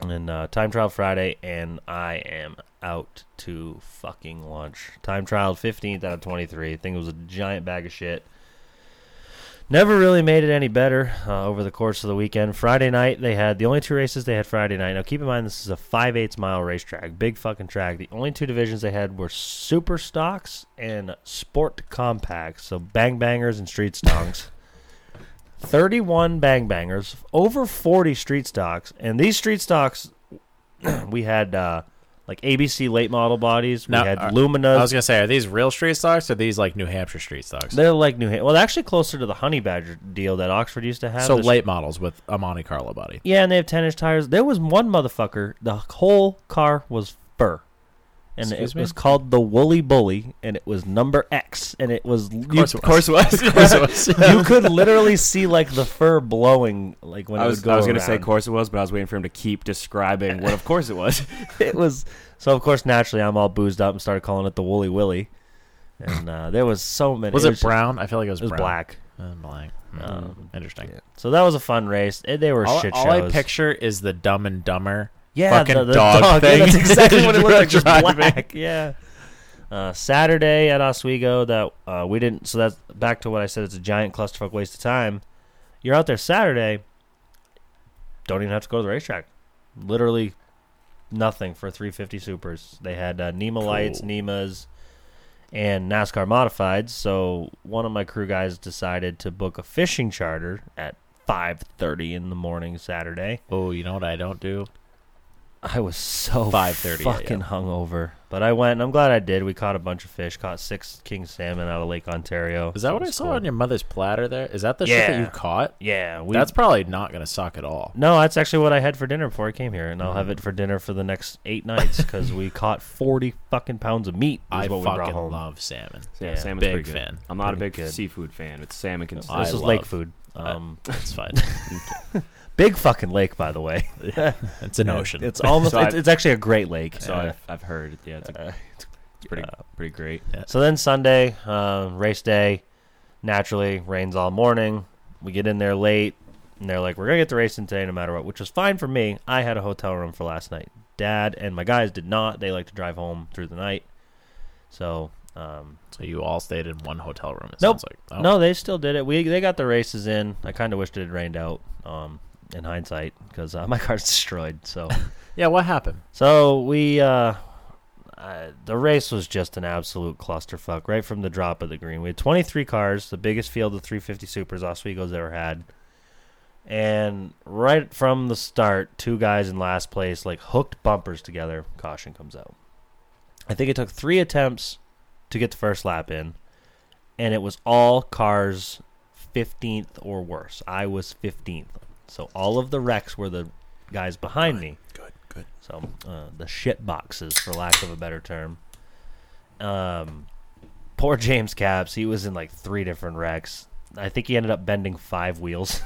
and uh, time trial Friday, and I am out to fucking lunch. Time trial fifteenth out of twenty three. Think it was a giant bag of shit. Never really made it any better uh, over the course of the weekend. Friday night, they had the only two races they had Friday night. Now, keep in mind, this is a 5 8 mile racetrack, big fucking track. The only two divisions they had were super stocks and sport compacts, so bang bangers and street stonks. 31 bang bangers, over 40 street stocks. And these street stocks, we had uh, like ABC late model bodies, we
Now,
had
are-
Luminas.
I was going to say, are these real street stocks or these like New Hampshire street stocks?
they're like New Hampshire. Well, they're actually closer to the Honey Badger deal that Oxford used to have.
So
This-
late models with a Monte Carlo body.
Yeah, and they have 10 inch tires. There was one motherfucker, the whole car was fur. and
Excuse
it
me?
was called the Woolly Bully, and it was number X, and it was of
course it was. Of course it was.
you could literally see like the fur blowing, like when
I
it
was,
would go
I was gonna say,
around.
of course it was, but I was waiting for him to keep describing what, of course it was.
it was so of course naturally I'm all boozed up and started calling it the Woolly Willy, and uh, there was so many.
Was it
just-
brown? I feel like it was
It was
brown.
black.
Uh, black. Mm.
Um,
Interesting.
So that was a fun race. Eh, They were
All,
shit shows.
all I picture is the Dumb and Dumber
yeah,
fucking
the, the
dog, thing.
Yeah, that's exactly what it looked like. Just
Driving.
black. Yeah. Uh, Saturday at Oswego, that uh, we didn't. So that's back to what I said. It's a giant clusterfuck waste of time. You're out there Saturday. Don't even have to go to the racetrack. Literally, nothing for 350 supers. They had uh, NEMA lights, NEMAs, and NASCAR modifieds. So one of my crew guys decided to book a fishing charter at 5:30 in the morning Saturday.
Oh, you know what I don't do?
I was so
5:30 a.m.
fucking hungover, but I went. and I'm glad I did. We caught a bunch of fish. Caught six king salmon out of Lake Ontario.
Is that what I saw on your mother's platter there? Is that the shit that you
Yeah.
caught?
Yeah, we,
That's probably not going to suck at all.
no. That's actually what I had for dinner before I came here, and I'll have it for dinner for the next eight nights because we caught forty fucking pounds of meat. Is
I
what we brought
fucking
home.
love salmon.
Yeah,
Yeah,
salmon's
big
pretty good.
fan.
I'm not a big
Pretty good.
seafood fan, but salmon can.
I
This is
love-
lake food. Um,
Um, it's fine.
big fucking lake, by the way.
It's an ocean.
It's almost.
So
it's,
I-
it's actually a great lake.
So
Yeah.
I've, I've heard. Yeah, it's,
Uh,
a, it's pretty pretty great.
So then Sunday, uh, race day, naturally rains all morning. We get in there late, and they're like, "We're gonna get the race in today, no matter what," which was fine for me. I had a hotel room for last night. Dad and my guys did not. They like to drive home through the night. So, um,
so you all stayed in one hotel room. It
nope.
sounds like. Oh,
No, they still did it. We they got the races in. I kind of wished it had rained out. Um, in hindsight, because uh, my car's destroyed. So.
Yeah. What happened?
So we, uh, uh, the race was just an absolute clusterfuck right from the drop of the green. We had 23 cars, the biggest field of 350 Supers Oswego's ever had. And right from the start, two guys in last place like hooked bumpers together. Caution comes out. I think it took three attempts to get the first lap in, and it was all cars 15th or worse. I was 15th. So all of the wrecks were the guys behind me. So uh, the shit boxes, for lack of a better term. Um, poor James Caps. He was in like three different wrecks. I think he ended up bending five wheels.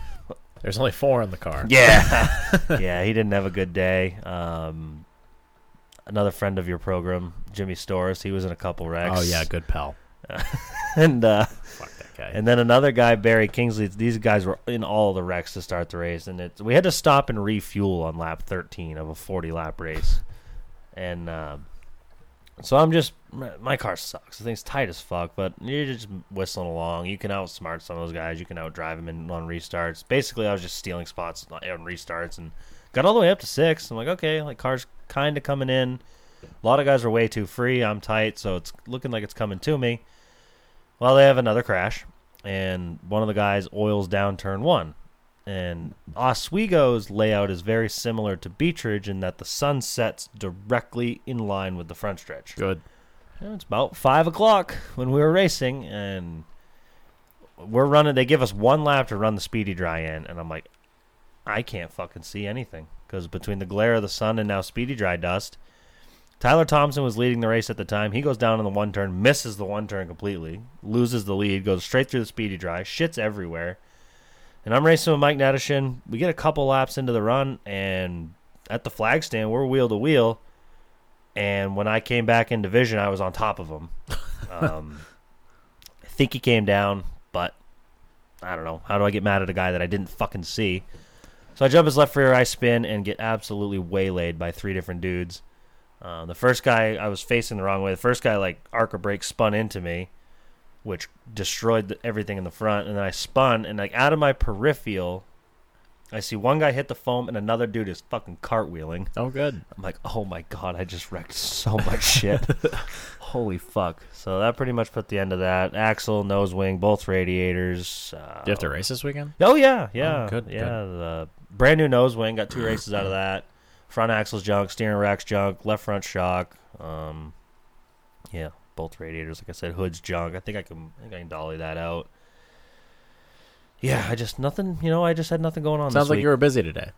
There's only four in the car.
Yeah, yeah. He didn't have a good day. Um, another friend of your program, Jimmy Storrs. He was in a couple wrecks.
Oh yeah, good pal.
and uh,
Fuck that guy.
and then another guy, Barry Kingsley. These guys were in all the wrecks to start the race, and it, we had to stop and refuel on lap 13 of a 40 lap race. And um, so I'm just my my car sucks. The thing's tight as fuck, but you're just whistling along. You can outsmart some of those guys. You can outdrive them in, on restarts. Basically, I was just stealing spots on restarts and got all the way up to six. I'm like, okay, like cars kind of coming in. A lot of guys are way too free. I'm tight, so it's looking like it's coming to me. Well, they have another crash, and one of the guys oils down turn one. And Oswego's layout is very similar to Beechridge in that the sun sets directly in line with the front stretch.
Good.
Yeah, It's about five o'clock when we were racing, and we're running. They give us one lap to run the speedy dry in, and I'm like, I can't fucking see anything because between the glare of the sun and now speedy dry dust, Tyler Thompson was leading the race at the time. He goes down in the one turn, misses the one turn completely, loses the lead, goes straight through the speedy dry, shits everywhere. And I'm racing with Mike Nadishin. We get a couple laps into the run, and at the flag stand, we're wheel to wheel. And when I came back in division, I was on top of him. Um, I think he came down, but I don't know. How do I get mad at a guy that I didn't fucking see? So I jump his left rear, I spin, and get absolutely waylaid by three different dudes. Uh, the first guy I was facing the wrong way. The first guy like arc or brake spun into me, which destroyed the, everything in the front. And then I spun and like out of my peripheral, I see one guy hit the foam and another dude is fucking cartwheeling.
Oh good.
I'm like, oh my god, I just wrecked so much shit. Holy fuck! So that pretty much put the end of that. Axle, nose wing, both radiators. Uh,
Do you have to race this weekend?
Oh yeah, yeah,
good,
yeah. The brand new nose wing got two races out of that. Front axle's junk, steering rack's junk, left front shock. Um, yeah, both radiators, like I said, hood's junk. I think I can, I think I can dolly that out. Yeah, I just nothing. You know, I just had nothing going on.
Sounds
this
like
week.
you were busy today.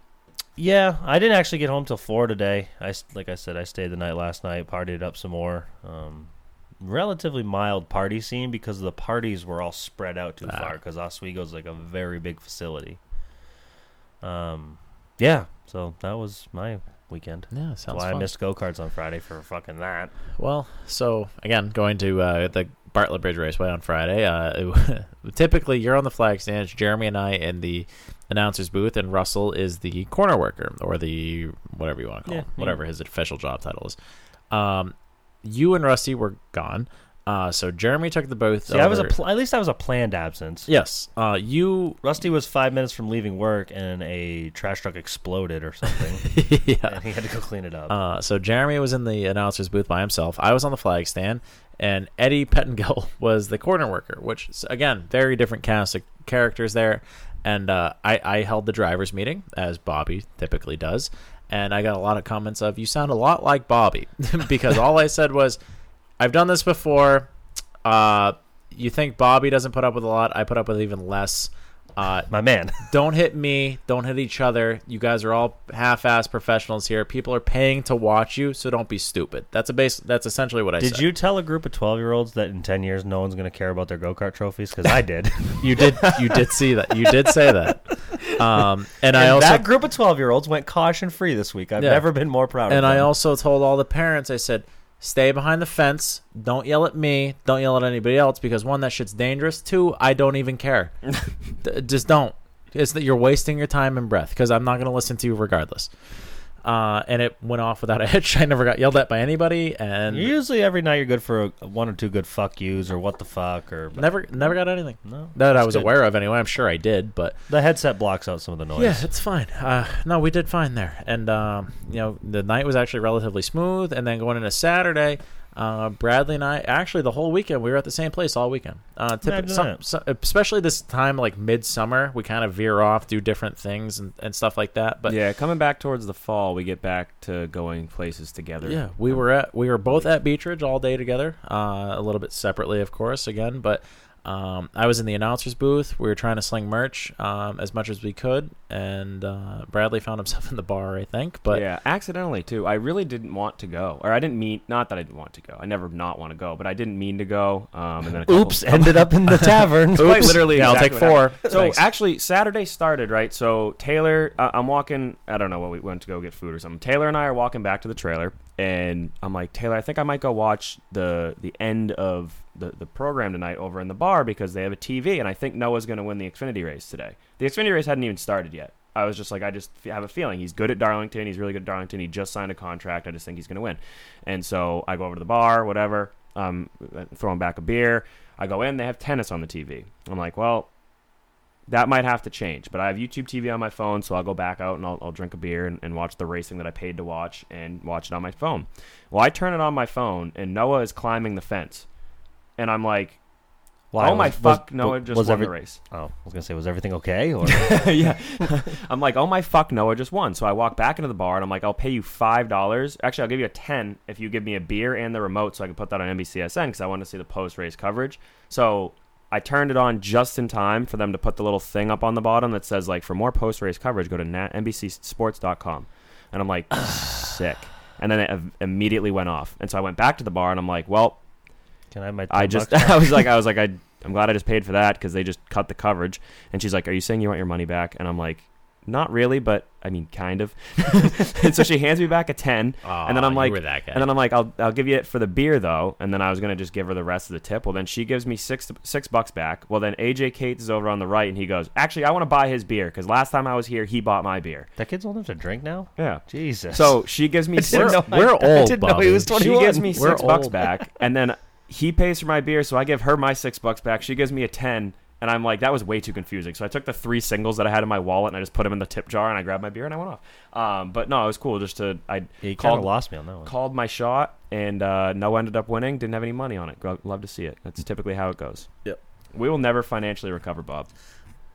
Yeah, I didn't actually get home till four today. I s- like I said, I stayed the night last night, partied up some more. Um, relatively mild party scene because the parties were all spread out
Ah.
too far 'cause far. Because Oswego's like a very big facility. Um, yeah. So that was my weekend.
Yeah, sounds
Why I
fun.
missed go karts on Friday for fucking that.
Well, so again, going to uh, the Bartlett Bridge Raceway on Friday. Uh, typically, you're on the flag stand. it's Jeremy and I in the announcer's booth, and Russell is the corner worker or the whatever you want to call
Yeah,
him,
yeah.
whatever his official job title is. Um, you and Rusty were gone, uh, so Jeremy took the booth.
See, I was a
over-
pl- at least I was a planned absence.
yes. Uh, you
Rusty was five minutes from leaving work, and a trash truck exploded or something,
yeah.
and he had to go clean it up.
Uh, so Jeremy was in the announcer's booth by himself. I was on the flag stand, and Eddie Pettengill was the corner worker, which s- again, very different cast of characters there. And uh, I, I held the drivers' meeting as Bobby typically does, and I got a lot of comments of "You sound a lot like Bobby," because all I said was, "I've done this before." Uh, you think Bobby doesn't put up with a lot? I put up with even less. Uh,
My man.
don't hit me. Don't hit each other. You guys are all half-ass professionals here. People are paying to watch you, so don't be stupid. That's a base. That's essentially what I
Did
said.
you tell a group of 12 year olds that in 10 years no one's going to care about their go kart trophies? Because I did.
You did. You did see that. You did say that. Um, and, I also
that group of 12 year olds went caution free this week. I've
Yeah.
never been more proud of
and
them.
I also told all the parents. I said, stay behind the fence. Don't yell at me. Don't yell at anybody else because one, that shit's dangerous. Two, I don't even care. D- just don't. It's that you're wasting your time and breath because I'm not going to listen to you regardless. Uh, and it went off without a hitch. I never got yelled at by anybody, and
Usually every night you're good for a, one or two good fuck yous or what the fuck or.
Never, never got anything.
No,
that I
that's
was
good.
aware of. Anyway, I'm sure I did, but
The headset blocks out some of the noise.
yeah, it's fine. Uh, no, we did fine there, and um, you know the night was actually relatively smooth. And then going into Saturday, uh, Bradley and I actually the whole weekend we were at the same place all weekend. Uh, typ-
Imagine
some,
that.
so- especially this time like midsummer, we kind of veer off, do different things and, and stuff like that. But
yeah, coming back towards the fall, we get back to going places together.
Yeah, we were at we were both at Beechridge all day together. Uh, a little bit separately, of course, again, but um, I was in the announcers booth. We were trying to sling merch um, as much as we could, and uh, Bradley found himself in the bar, I think. But
yeah, accidentally too. I really didn't want to go, or I didn't mean not that I didn't want to go. I never not want to go, but I didn't mean to go. Um, and then a couple,
Oops, ended up in the tavern.
Quite literally,
Yeah, I'll
exactly
take
what
four.
happened. So
Thanks.
actually, Saturday started right. So Taylor, uh, I'm walking. I don't know what we went to go get food or something. Taylor and I are walking back to the trailer, and I'm like, Taylor, I think I might go watch the the end of the the program tonight over in the bar because they have a TV, and I think Noah's going to win the Xfinity race today. The Xfinity race hadn't even started yet. I was just like, I just f- have a feeling he's good at Darlington. He's really good at Darlington. He just signed a contract. I just think he's going to win. And so I go over to the bar, whatever. Um, throw him back a beer. I go in. They have tennis on the TV. I'm like, well, that might have to change. But I have YouTube TV on my phone, so I'll go back out and I'll, I'll drink a beer and, and watch the racing that I paid to watch and watch it on my phone. Well, I turn it on my phone, and Noah is climbing the fence, and I'm like,
Why,
"Oh my
was-
fuck,
was-
Noah just
was
won
every-
the race."
Oh, I was going to say, was everything okay? Or
yeah. I'm like, oh my fuck, Noah just won. So I walk back into the bar and I'm like, I'll pay you five dollars. Actually, I'll give you a ten if you give me a beer and the remote, so I can put that on NBCSN because I want to see the post race coverage. So I turned it on just in time for them to put the little thing up on the bottom that says like, for more post race coverage, go to nat- NBCSports.com, and I'm like, sick. And then it im- immediately went off, and so I went back to the bar and I'm like, well,
can I have my
I
10
just,
bucks back?
I was like, I was like, I, I'm glad I just paid for that because they just cut the coverage. And she's like, Are you saying you want your money back? And I'm like, Not really, but I mean, kind of. and so she hands me back a ten, and then
Aw,
I'm
you
like,
were that guy.
and then I'm like, I'll, I'll give you it for the beer though. And then I was gonna just give her the rest of the tip. Well, then she gives me six, six bucks back. Well, then AJ Cates is over on the right, and he goes, Actually, I want to buy his beer because last time I was here, he bought my beer.
that kid's old enough to drink now?
Yeah.
Jesus.
So she gives me
didn't
six.
know I-
we're
I
old,
didn't know he
Bobby.
was
She
She
21.
gives me
We're
6 bucks
old.
back, and then he pays for my beer, so I give her my six bucks back. She gives me a ten, and I'm like, that was way too confusing. So I took the three singles that I had in my wallet and I just put them in the tip jar, and I grabbed my beer and I went off. Um, but no, it was cool. Just to I
He kind of
called
lost me on that one.
called my shot, and uh, Noah ended up winning. Didn't have any money on it. Gro- Love to see it. That's typically how it goes.
Yep.
We will never financially recover, Bob.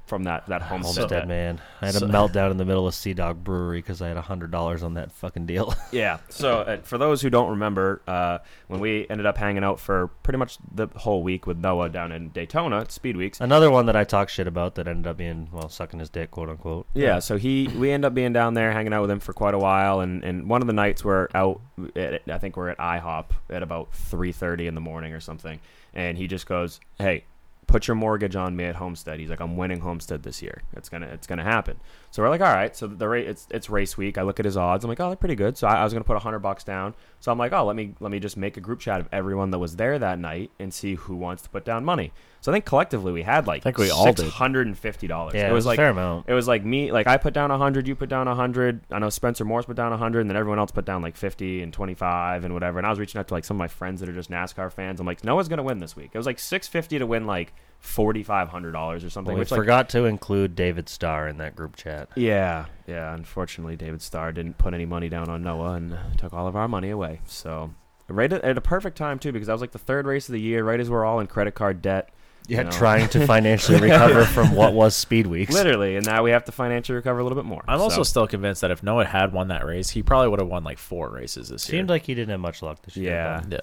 from that
Ah,
that homestead.
Homestead man, I had a
So-
meltdown in the middle of Sea Dog Brewery because I had hundred dollars on that fucking deal.
Yeah. So uh, for those who don't remember, uh, when we ended up hanging out for pretty much the whole week with Noah down in Daytona at Speed Weeks.
Another one that I talked shit about that ended up being well sucking his dick, quote unquote.
Yeah, so he we end up being down there hanging out with him for quite a while, and, and one of the nights we're out, at, I think we're at IHOP at about three thirty in the morning or something, and he just goes, "Hey, put your mortgage on me at Homestead." He's like, "I'm winning Homestead this year. It's gonna it's gonna happen." So we're like, "All right." So the rate it's it's race week. I look at his odds. I'm like, "Oh, they're pretty good." So I, I was gonna put hundred bucks down. So I'm like, "Oh, let me let me just make a group chat of everyone that was there that night and see who wants to put down money." So I think collectively we had like
think we all did.
$650.
Yeah,
it was
it was a
like
fair amount.
it was like me, like I put down a hundred, you put down a hundred. I know Spencer Morse put down a hundred, and then everyone else put down like fifty and twenty five and whatever. And I was reaching out to like some of my friends that are just NASCAR fans. I'm like, Noah's gonna win this week. It was like six fifty to win like forty five hundred dollars or something.
we
which like,
forgot to include David Starr in that group chat.
Yeah, yeah. Unfortunately, David Starr didn't put any money down on Noah and took all of our money away. So right at, at a perfect time too, because that was like the third race of the year, right as we're all in credit card debt.
Yeah,
you know.
trying to financially recover from what was Speed Weeks.
Literally, and now we have to financially recover a little bit more.
I'm also
So-
still convinced that if Noah had won that race, he probably would have won like four races this year.
Seemed like he didn't have much luck this year.
yeah.
yeah.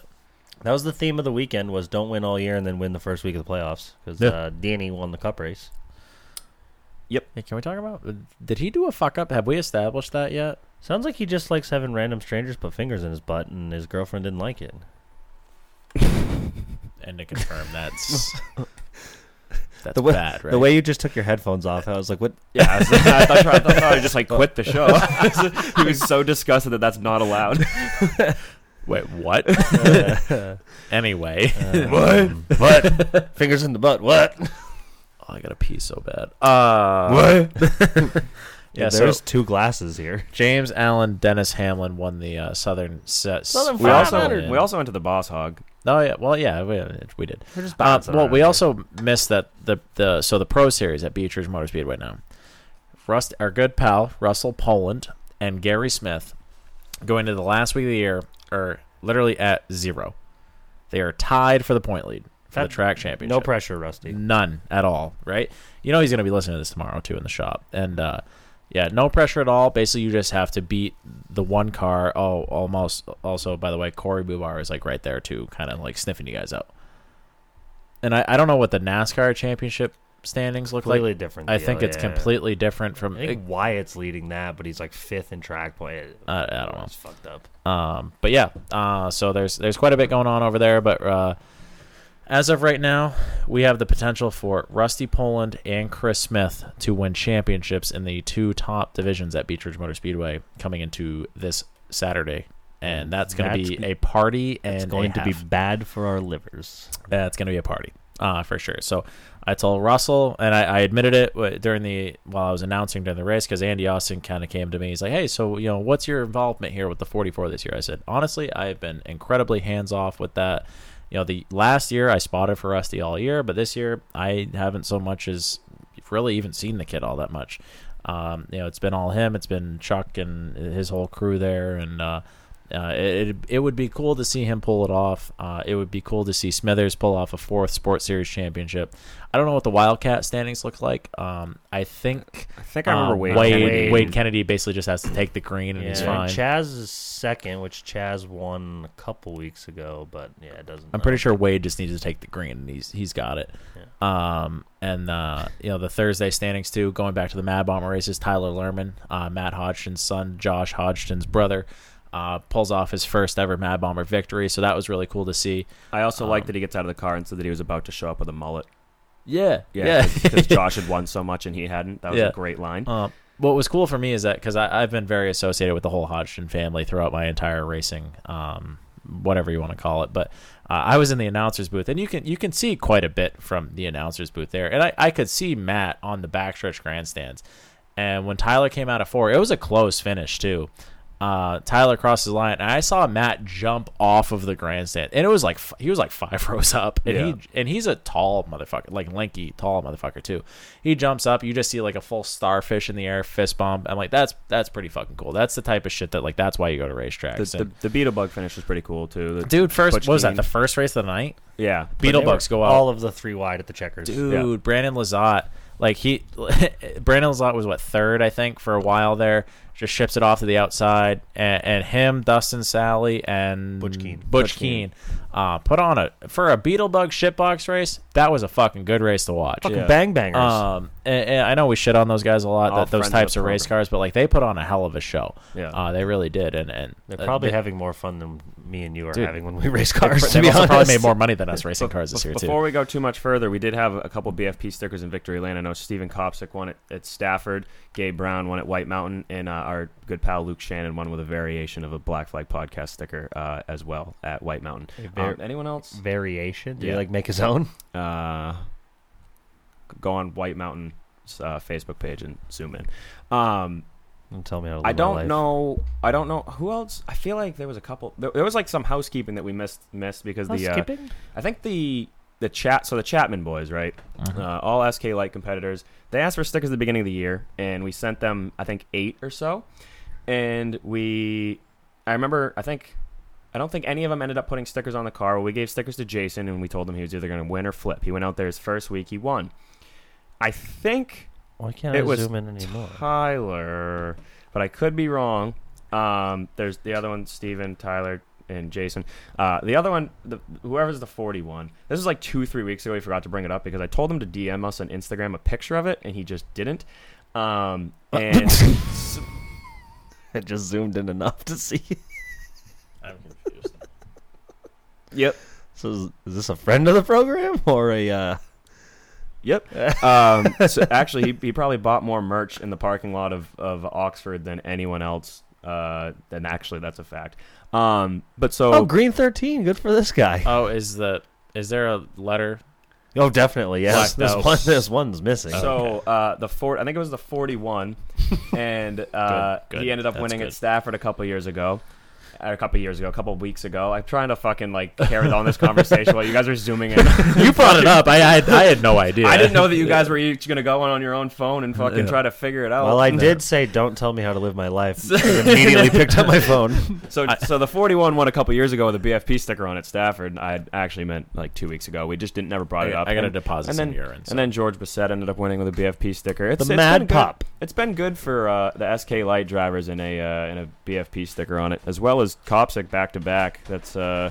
That was the theme of the weekend was don't win all year and then win the first week of the playoffs because
Yeah.
uh, Danny won the cup race.
Hey, can we talk about? Did he do a fuck up? Have we established that yet?
Sounds like he just likes having random strangers put fingers in his butt and his girlfriend didn't like it.
And to confirm, that's that's
The way,
bad, right?
the way you just took your headphones off, I was like, what?
Yeah, I, was, I, thought, I thought I just like quit the show. he was so disgusted that that's not allowed.
Wait, what? anyway,
what? Um, What? fingers in the butt, what?
oh, I gotta pee so bad. Uh, what? yeah, so
There's two glasses here.
James Allen, Dennis Hamlin won the uh, Southern set.
Southern
We also
Yeah.
we also went to the Boss Hog.
Oh yeah, well yeah, we, we did.
just
Uh,
bouncing
well,
around
we
here.
also missed that the the so the Pro Series at Beatrice Motor Speedway now. Rust, our good pal Russell Poland and Gary Smith, going to the last week of the year are literally at zero. They are tied for the point lead for the
That-
track championship.
No pressure, Rusty.
None at all, right? You know he's going to be listening to this tomorrow too in the shop, and uh, yeah, no pressure at all. Basically, you just have to beat the one car. Oh, almost. Also, by the way, Corey Bubar is like right there too, kind of like sniffing you guys out. And I, I don't know what the NASCAR championship standings look
Completely
like.
different.
I
deal,
think it's
yeah.
completely different from.
I think Wyatt's leading that, but he's like fifth in track point.
I- I don't know.
It's fucked up.
Um, but yeah, uh, so there's there's quite a bit going on over there. But uh, as of right now, we have the potential for Rusty Poland and Chris Smith to win championships in the two top divisions at Beechridge Motor Speedway coming into this Saturday, and that's going to
That's
be
g-
a party and
It's
a
going to be
half.
bad for our livers.
Yeah, it's going to be a party uh, for sure. So I told Russell, and I, I admitted it w- during the while I was announcing during the race because Andy Austin kind of came to me. He's like, "Hey, so you know, what's your involvement here with the 44 this year?" I said, "Honestly, I've been incredibly hands off with that. You know, the last year I spotted for Rusty all year, but this year I haven't so much as really even seen the kid all that much. Um, you know, it's been all him. It's been Chuck and his whole crew there, and uh, uh, it it- it would be cool to see him pull it off. Uh, it would be cool to see Smithers pull off a fourth Sports Series championship. I don't know what the Wildcat standings look like. Um, I think
I think I remember
um,
Wade.
Wade,
Kennedy.
Wade Kennedy basically just has to take the green and he's fine.
Chaz is second, which Chaz won a couple weeks ago, but yeah, it doesn't.
I'm pretty sure Wade just needs to take the green, and he's he's got it. Um, and uh, you know the Thursday standings too. Going back to the Mad Bomber races, Tyler Lerman, uh, Matt Hodgson's son, Josh Hodgson's brother, uh, pulls off his first ever Mad Bomber victory. So that was really cool to see.
I also
Um,
like that he gets out of the car and said that he was about to show up with a mullet.
Yeah,
Yeah, because Josh had won so much and he hadn't. That was
Yeah.
a great line.
Um, what was cool for me is that because I've been very associated with the whole Hodgson family throughout my entire racing, um, whatever you want to call it. But uh, I was in the announcers booth, and you can you can see quite a bit from the announcers booth there, and I, I could see Matt on the backstretch grandstands, and when Tyler came out of four, it was a close finish too. Uh, Tyler crosses the line, and I saw Matt jump off of the grandstand, and it was like f- he was like five rows up, and
Yeah.
he and he's a tall motherfucker, like lanky, tall motherfucker too. He jumps up, you just see like a full starfish in the air, fist bump. I'm like, that's that's pretty fucking cool. That's the type of shit that like that's why you go to
The,
racetracks.
the,
And-
the Beetlebug finish was pretty cool too. The-
dude, first
Butch
what was that
Keane-
the first race of the night?
yeah,
Beetlebugs go out.
All of the three wide at the checkers.
Dude, Brandon Lazat Like he, Brandon Lazat was what third, I think, for a while there. Just ships it off to the outside, and, and him, Dustin, Sally, and Butch Keen, Butch Keen, uh, put on a for a Beetlebug shitbox race. That was a fucking good race to watch.
Fucking Yeah. bang bangers.
Um, and, and I know we shit on those guys a lot,
All
that those
friends of
types
the
of race
program.
cars, but like they put on a hell of a show.
Yeah.
uh, they really did, and and
They're
uh,
probably
they-
having more fun than me and you are
Dude,
having when we race
they-
cars.
they
to be
also probably
honest.
made more money than us racing cars this
Bef-
year too.
Before we go too much further, we did have a couple BFP stickers in Victory Lane. I know Stephen Kopsick won it at Stafford, Gabe Brown won at White Mountain, and uh, our good pal Luke Shannon won with a variation of a Black Flag podcast sticker uh, as well at White Mountain.
A var-
Um, anyone else?
Variation? Do you
Yeah.
like make his own?
Uh, go on White Mountain's uh, Facebook page and zoom in. Um,
And tell me how to live
I
my
don't
life.
know. I don't know who else. I feel like there was a couple. There, there was like some housekeeping that we missed missed because the uh,
Housekeeping?
I think the the chat. So the Chapman boys, right? Uh, all SK Light competitors. They asked for stickers at the beginning of the year, and we sent them I think eight or so. And we, I remember I think. I don't think any of them ended up putting stickers on the car. We gave stickers to Jason, and we told him he was either going to win or flip. He went out there his first week. He won. I think
Why can't
it
I
was
zoom in anymore?
Tyler, but I could be wrong. Um, there's the other one, Steven, Tyler, and Jason. Uh, the other one, the, whoever's the 41. This is like two, three weeks ago. He forgot to bring it up because I told him to DM us on Instagram a picture of it, and he just didn't. Um,
Uh,
and
I just zoomed in enough to see.
yep.
So is, is this a friend of the program or a? Uh,
Yep. Um, so actually, he, he probably bought more merch in the parking lot of, of Oxford than anyone else. Uh, then actually, that's a fact. Um, but so
oh, Green Thirteen, good for this guy.
Oh, is the is there a letter?
Oh, definitely yes.
Blacked
This
out.
one, this one's missing.
So uh, the four, I think it was the forty-one, and uh,
Good, good.
he ended up
That's
winning
good.
at Stafford a couple years ago, or a couple years ago, a couple weeks ago. I'm trying to fucking like carry on this conversation while you guys are zooming in.
you brought it up. I I, I had no idea.
I didn't know that you guys were each gonna go on on your own phone and fucking
Yeah.
try to figure it out.
well, I did say, "Don't tell me how to live my life." and immediately picked up my phone.
So, so the 41 one a couple years ago with a BFP sticker on it, Stafford. I had actually meant like two weeks ago. We just didn't never brought
I-
it up.
I gotta
And-
deposit
and
some
then,
urine, so.
And then George Bassett ended up winning with a BFP sticker. It's,
The
it's
Mad
been good-
Pop.
It's been good for uh, the SK Light drivers in a uh, in a BFP sticker on it, as well as Copsic back to back. That's uh,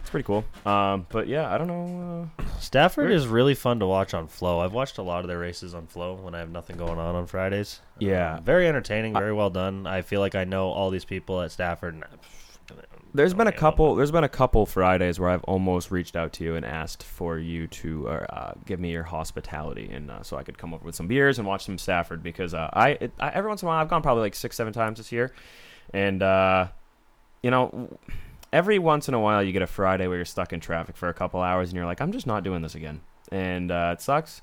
it's pretty cool. Um, but yeah, I don't know. Uh,
Stafford is really fun to watch on Flow. I've watched a lot of their races on Flow when I have nothing going on on Fridays.
Yeah.
Um, very entertaining, very well done. I feel like I know all these people at Stafford. And
There's been a
Okay, well-
couple. There's been a couple Fridays where I've almost reached out to you and asked for you to uh, uh, give me your hospitality, and uh, so I could come over with some beers and watch some Stafford because uh, I, it, I every once in a while I've gone probably like six seven times this year, and uh, you know every once in a while you get a Friday where you're stuck in traffic for a couple hours and you're like I'm just not doing this again, and uh, it sucks.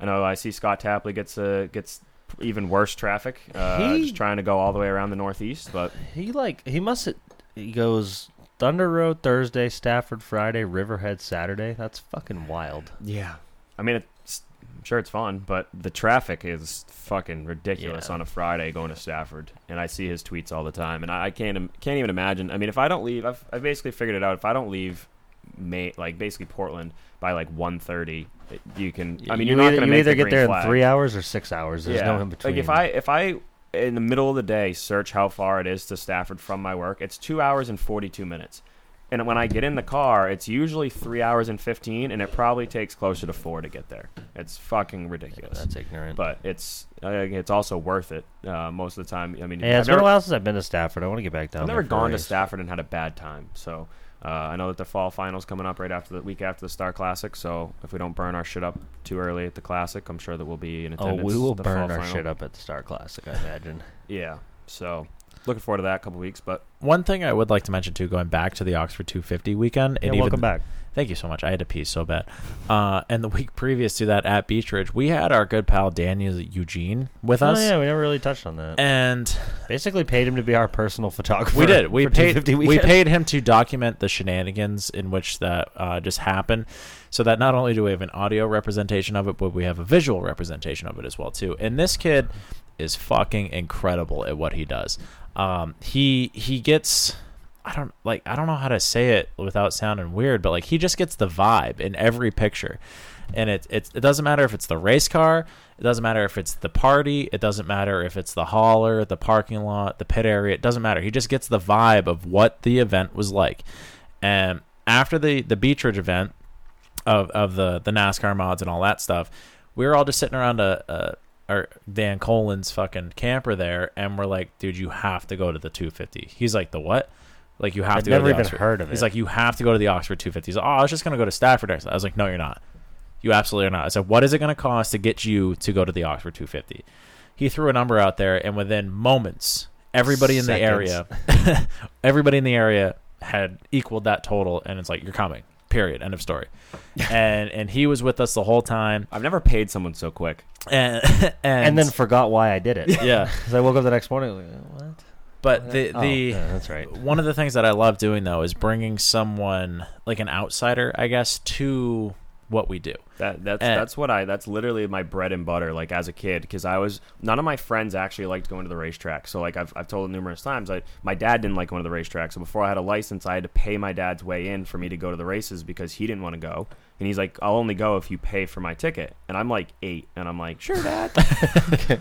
I know I see Scott Tapley gets uh, gets even worse traffic, uh,
He-
just trying to go all the way around the Northeast, but
he like he must he goes Thunder Road Thursday, Stafford Friday, Riverhead Saturday. That's fucking wild.
Yeah. I mean, it's, I'm sure it's fun, but the traffic is fucking ridiculous
Yeah.
on a Friday going to Stafford, and I see his tweets all the time, and I, I can't im- can't even imagine. I mean, if I don't leave, I've, I've basically figured it out. If I don't leave, May, like basically Portland by like 1.30, you can. I mean,
you
you're not
either,
going to
you
make
either
the
get
green
there
flag.
in three hours or six hours. There's no in between.
Like if I if I in the middle of the day search how far it is to Stafford from my work, it's two hours and forty two minutes. And when I get in the car, it's usually three hours and fifteen, and it probably takes closer to four to get there. It's fucking ridiculous.
that's ignorant.
but it's I think it's also worth it uh, most of the time. I mean,
yeah,
I've
it's
never-
been a while since I've been to Stafford. I want to get back down.
I've
there
never
for a
gone to
race.
Stafford and had a bad time. So uh, I know that the fall finals coming up right after the week after the Star Classic. So if we don't burn our shit up too early at the Classic, I'm sure that we'll be in
Oh,
attendance.
we will
the fall
burn our
final.
shit up at the Star Classic. I imagine.
Yeah. So looking forward to that couple weeks, but
One thing I would like to mention too, going back to the Oxford 250 weekend,
Yeah, welcome back.
Thank you so much. I had to pee so bad. Uh, and the week previous to that at Beach Ridge, we had our good pal Daniel Eugene with us,
Oh yeah, we never really touched on that.
and
Basically, paid him to be our personal photographer.
we did. We
for
paid.
250
We
weekend.
paid him to document the shenanigans in which that uh, just happened, so that not only do we have an audio representation of it, but we have a visual representation of it as well too. And this kid is fucking incredible at what he does. Um, he he gets. I don't like I don't know how to say it without sounding weird, but like he just gets the vibe in every picture. and it it's, it doesn't matter if it's the race car, it doesn't matter if it's the party, it doesn't matter if it's the hauler, the parking lot, the pit area, it doesn't matter. He just gets the vibe of what the event was like. And after the the Beach Ridge event, of, of the the NASCAR mods and all that stuff, we were all just sitting around a, a our Dan Colin's fucking camper there, and we're like, dude, you have to go to the 250. He's like, the what? Like you have
I'd
to. go to
never
the
even
Oxford."
heard of
He's
it.
like, you have to go to the Oxford 250. He's like, oh, I was just gonna go to Stafford. I was like, no, you're not. You absolutely are not. I said, what is it gonna cost to get you to go to the Oxford 250? He threw a number out there, and within moments, everybody in the area
Seconds.
everybody in the area had equaled that total and it's like you're coming period end of story and and he was with us the whole time
I've never paid someone so quick.
and and,
and then forgot why I did it.
yeah
'Cause I woke up the next morning. Like, what?
but the
Oh,
the
yeah, that's right.
one of the things that I love doing though is bringing someone like an outsider I guess to what we do
That that's
Eh.
that's what I that's literally my bread and butter. Like as a kid, because I was none of my friends actually liked going to the racetrack. So like I've I've told it numerous times. I my dad didn't like going to the racetrack. So before I had a license, I had to pay my dad's way in for me to go to the races because he didn't want to go. And he's like, I'll only go if you pay for my ticket. And I'm like eight, and I'm like, sure, dad.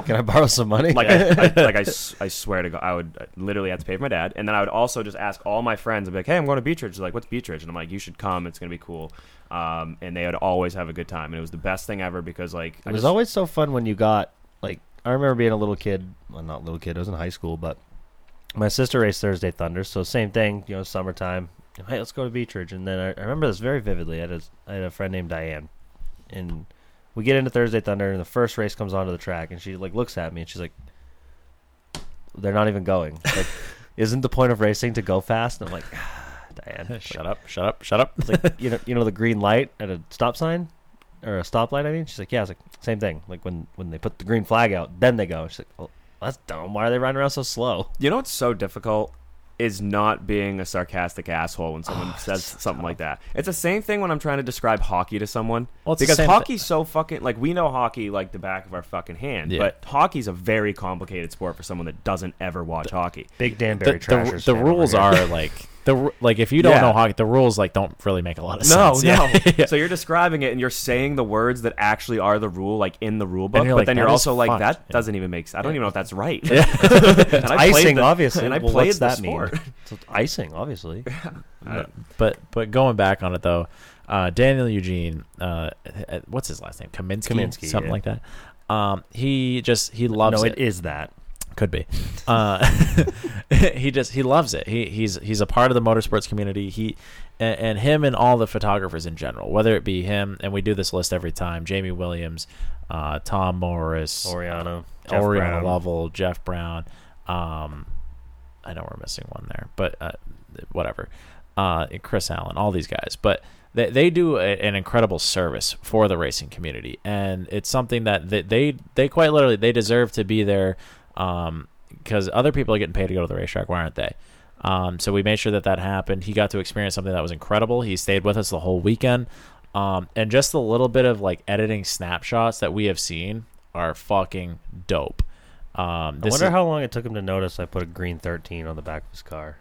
Can I borrow some money?
like I, I, like I, s- I swear to God, I would uh, literally have to pay for my dad, and then I would also just ask all my friends. I'd be like, "Hey, I'm going to Beechridge." They're like, "What's Beechridge?" And I'm like, "You should come. It's gonna be cool." Um, and they would always have a good time, and it was the best thing ever because like
It was always so fun when you got like I remember being a little kid, well not little kid, I was in high school, but my sister raced Thursday Thunder, so same thing, you know, summertime. Hey, let's go to Beach Ridge, and then I, I remember this very vividly. I had a, I had a friend named Diane, and we get into Thursday Thunder, and the first race comes onto the track, and she like looks at me, and she's like, "They're not even going. Like, isn't the point of racing to go fast?" And I'm like, ah, "Diane, like,
shut up shut up shut up
it's like you know, you know the green light at a stop sign or a stoplight. I mean, she's like, yeah, it's like same thing. Like when when they put the green flag out, then they go. She's like, well, that's dumb. Why are they running around so slow?
You know what's so difficult is not being a sarcastic asshole when someone
Oh,
says something like that. It's the same thing when I'm trying to describe hockey to someone.
Well, it's the
because
same thi-
hockey's so fucking like we know hockey like the back of our fucking hand,
Yeah.
but hockey's a very complicated sport for someone that doesn't ever watch hockey.
Big
the,
Danbury
the- the rules are like the ru- like if you don't
Yeah.
know hockey the rules like don't really make a lot of
No,
sense
no.
Yeah. Yeah.
So you're describing it, and you're saying the words that actually are the rule, like in the rule book.
you're
But
like,
then
"That
you're
is
also like,
fucked."
that
Yeah.
doesn't even make. sense. I don't even know if that's right. and I played
icing,
the-
obviously.
And I
well,
played
what's
the
that
sport.
mean? So icing, obviously.
But but going back on it though, uh, Daniel Eugene, uh, uh, what's his last name? Kaminsky,
Kaminsky,
something
yeah.
like that. Um, he just he loves
no,
it.
it is that.
Could be. Uh, he just he loves it. He he's he's a part of the motorsports community. He and, and him and all the photographers in general, whether it be him and we do this list every time. Jamie Williams, uh, Tom Morris,
Oriana, Jeff
Oriana
Brown.
Lovell, Jeff Brown. Um, I know we're missing one there, but uh, whatever. Uh, and Chris Allen, all these guys, but they, they do a, an incredible service for the racing community, and it's something that they they, they quite literally they deserve to be there, um, because other people are getting paid to go to the racetrack, why aren't they? Um, so we made sure that that happened. He got to experience something that was incredible. He stayed with us the whole weekend, um, and just the little bit of like editing snapshots that we have seen are fucking dope. Um,
I
this
wonder
is,
how long it took him to notice I put a green thirteen on the back of his car.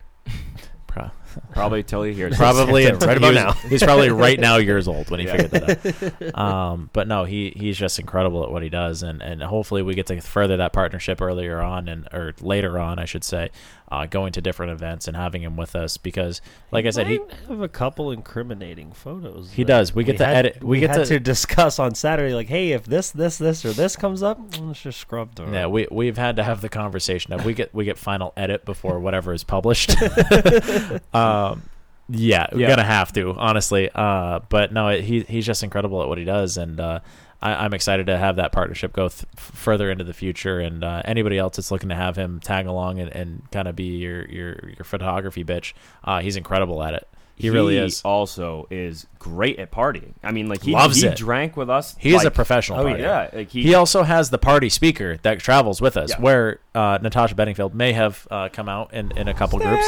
Pro-
Probably till he hears. it.
probably
right
he
about
was-
now.
he's probably right now years old when he figured that out. Um, but no, he he's just incredible at what he does, and and hopefully we get to further that partnership earlier on and or later on, I should say, uh, going to different events and having him with us because, like I said, he.
I have a couple incriminating photos.
He
that
does. We get to
had-
edit- we get
had
to-
discuss on Saturday, like, hey, if this, this, this, or this comes up, mm, let's just scrub through.
Yeah,
it.
we we've had to have the conversation of we get we get final edit before whatever is published. um, yeah, we're
Yeah.
gonna have to honestly. Uh, but no, he he's just incredible at what he does, and uh, I, I'm excited to have that partnership go th- further into the future. And uh, anybody else that's looking to have him tag along and, and kind of be your, your your photography bitch, uh, he's incredible at it. He, really is.
Also, is great at partying. I mean, like he
Loves
he
it.
drank with us.
He's a
like-
professional.
Oh
partier.
yeah, like he,
he also has the party speaker that travels with us,
Yeah.
where uh, Natasha Bedingfield may have uh, come out in, in a couple groups.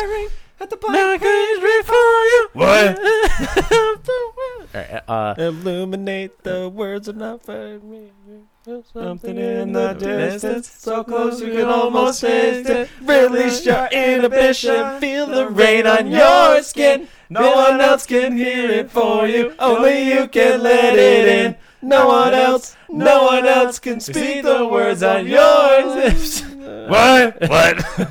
at the
What? uh,
Illuminate the words of not for me. There's Something
in the distance, so close you can almost taste it.
Release your inhibition, feel the rain on your skin.
No one else can hear it for you. Only you can let it in.
No one else, no one else can speak the words on yours.
What? What?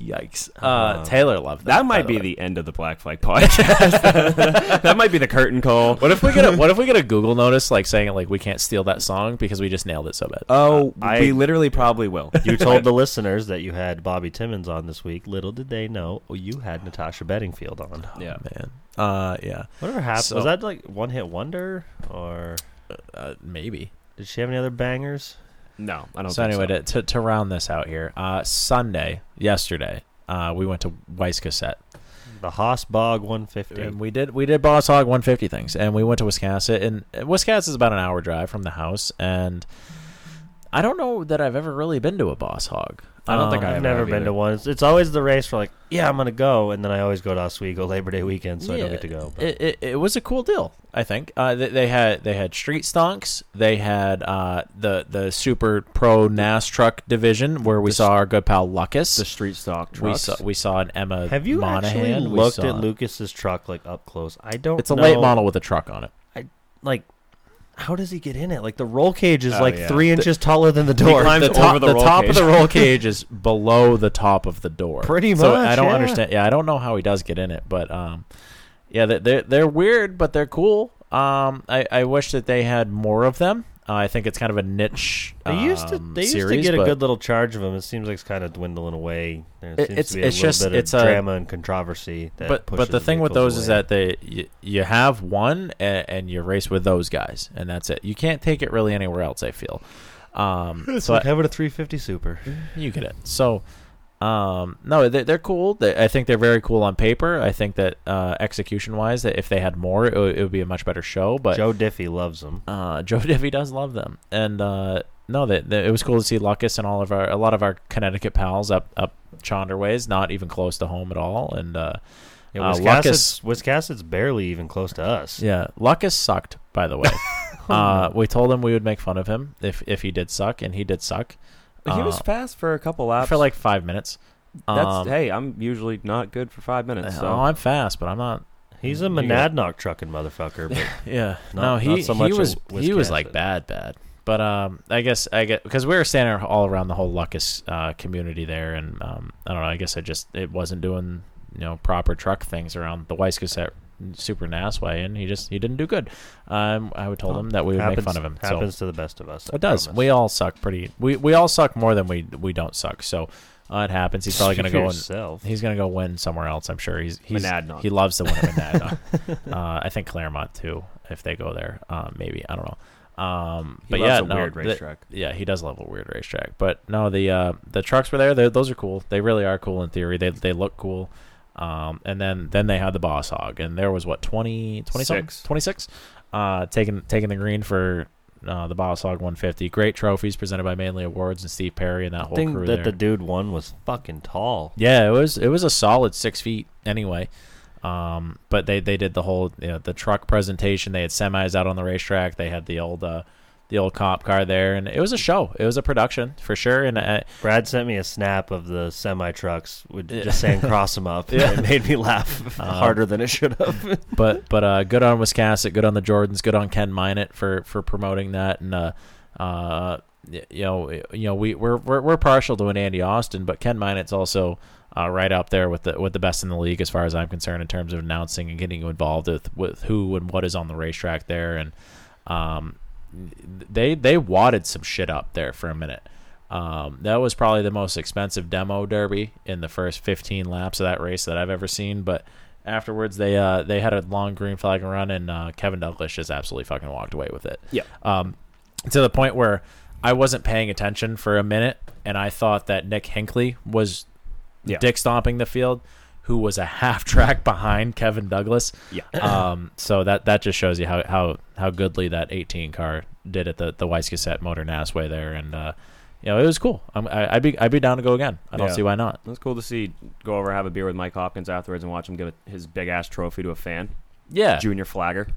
Yikes. Uh,
Uh,
Taylor loved that.
That might be the end of the Black Flag podcast. that might be the curtain call.
What if we get a What if we get a Google notice like saying like we can't steal that song because we just nailed it so bad?
Oh, we literally probably will.
You told the listeners that you had Bobby Timmons on this week. Little did they know you had Natasha Bedingfield on.
Yeah.
man. Uh, yeah.
Whatever happened?
So-
was that like one hit wonder or
uh, maybe?
Did she have any other bangers?
No, I
so anyway, To, to to round this out here, uh, Sunday yesterday, uh, we went to Weiss Cassette.
The Hosbog 150.
And we did we did Boss Hog 150 things, and we went to Wisconsin. And uh, Wisconsin is about an hour drive from the house, and I don't know that I've ever really been to a Boss Hog.
I don't think
Um,
I've never been to one. It's, it's always the race for like, yeah, I'm gonna go, and then I always go to Oswego Labor Day weekend, so I don't
Yeah,
get to go. But
It, it, it was a cool deal, I think. Uh, they, they had they had street stonks. They had uh, the the super pro NAS truck division where we saw our good pal Lucas.
The street stock
we
trucks.
saw we saw an Emma.
have you
Monahan.
actually
We
looked
saw-
at Lucas's truck like up close? I don't.
It's a
know-
late model with a truck on it.
I like. How does he get in it? Like the roll cage is
Oh,
like
yeah.
three
The-
inches taller than the door.
climbs
the top,
over the
the
roll
top
cage.
of the roll cage is below the top of the door.
Pretty
So
much,
I don't
yeah.
understand. Yeah, I don't know how he does get in it, but um, yeah, they- they're they're weird, but they're cool. Um, I, I wish that they had more of them. Uh, I think it's kind of a niche.
They used to
um,
they used
series,
to get a
but
good little charge of them. It seems like it's kind of dwindling away. There
It-
seems
it's-
to be a
it's
little
just-
bit of
it's a-
drama and controversy. That
but but
pushes
the thing with
vehicles
those is
away.
that they you, you have one and, and you race with those guys, and that's it. You can't take it really anywhere else. I feel. Um,
it's
so I-
like having a 350 Super.
you get it. So, um, no, they're, they're cool. They, I think they're very cool on paper. I think that uh, execution wise, that if they had more, it would, it would be a much better show. But
Joe Diffie loves them.
uh, Joe Divvy does love them, and uh, no, that that- it was cool to see Lucas and all of our a lot of our Connecticut pals up up Chonder ways, not even close to home at all, and uh,
Yeah,
uh,
Wiscasset's, Wiscasset's barely even close to us.
yeah, Lucas sucked. By the way, uh, we told him we would make fun of him if if he did suck, and he did suck.
he was
Uh,
fast for a couple laps.
for like five minutes.
That's
Um,
hey, I'm usually not good for five minutes. So.
Oh, I'm fast, but I'm not.
He's a
You guys-
Monadnock trucking motherfucker. But
Yeah.
Not-
no, he
not so
he
much
was
in
he was
Wisconsin.
like bad, bad. But um, I guess I get because we were standing all around the whole Lucas uh, community there, and um, I don't know. I guess I just it wasn't doing you know proper truck things around the Weiss Cassette Super NAS way, and he just he didn't do good. Um, I would told him that we would make fun of him. so-
Happens to the best of us. I
it does.
promise.
We all suck pretty. We we all suck more than we we don't suck. So uh, it happens. He's probably gonna
Speak for
go
yourself.
and he's gonna go win somewhere else. I'm sure. He's he's
Monadnock.
he loves to win at Monadnock. uh, I think Claremont too. If they go there, uh, maybe I don't know. Um, but
loves
yeah,
a
no,
weird
the-
racetrack.
yeah, he does love a weird racetrack. But no, the uh, the trucks were there. They're, those are cool. They really are cool in theory. They they look cool. Um, and then then they had the boss hog, and there was what 20, 20
Six.
twenty six, uh, taking taking the green for. Uh, the Boss Hog 150. Great trophies presented by Manly Awards and Steve Perry and that
The
whole
thing
crew.
that
there.
the dude won was fucking tall.
Yeah, it was it was a solid six feet anyway. Um, but they they did the whole you know, the truck presentation. They had semis out on the racetrack. They had the old uh, the old cop car there, and it was a show. It was a production for sure. And uh,
Brad sent me a snap of the semi trucks with just saying cross them up. It made me laugh harder than it should have.
but but uh, good on Wiscasset, good on the Jordans, good on Ken Minot for for promoting that, and uh, uh, y- you know you know we we're we're, we're partial to an Andy Austin, but Ken Minot's also. Uh, right up there with the with the best in the league, as far as I'm concerned, in terms of announcing and getting you involved with, with who and what is on the racetrack there, and um, they they wadded some shit up there for a minute. Um, that was probably the most expensive demo derby in the first 15 laps of that race that I've ever seen. But afterwards, they uh, they had a long green flag run, and uh, Kevin Douglas just absolutely fucking walked away with it.
Yeah.
Um, to the point where I wasn't paying attention for a minute, and I thought that Nick Hinkley was
Yeah.
dick stomping the field, who was a half track behind Kevin Douglas.
Yeah.
Um, so that that just shows you how how how goodly that 18 car did at the the Weiss Cassette Motor Nasway there, and uh, you know it was cool. I'm, I, I'd be I'd be down to go again. I don't
Yeah.
see why not.
It was cool to see go over have a beer with Mike Hopkins afterwards and watch him give his big ass trophy to a fan,
Yeah.
junior flagger,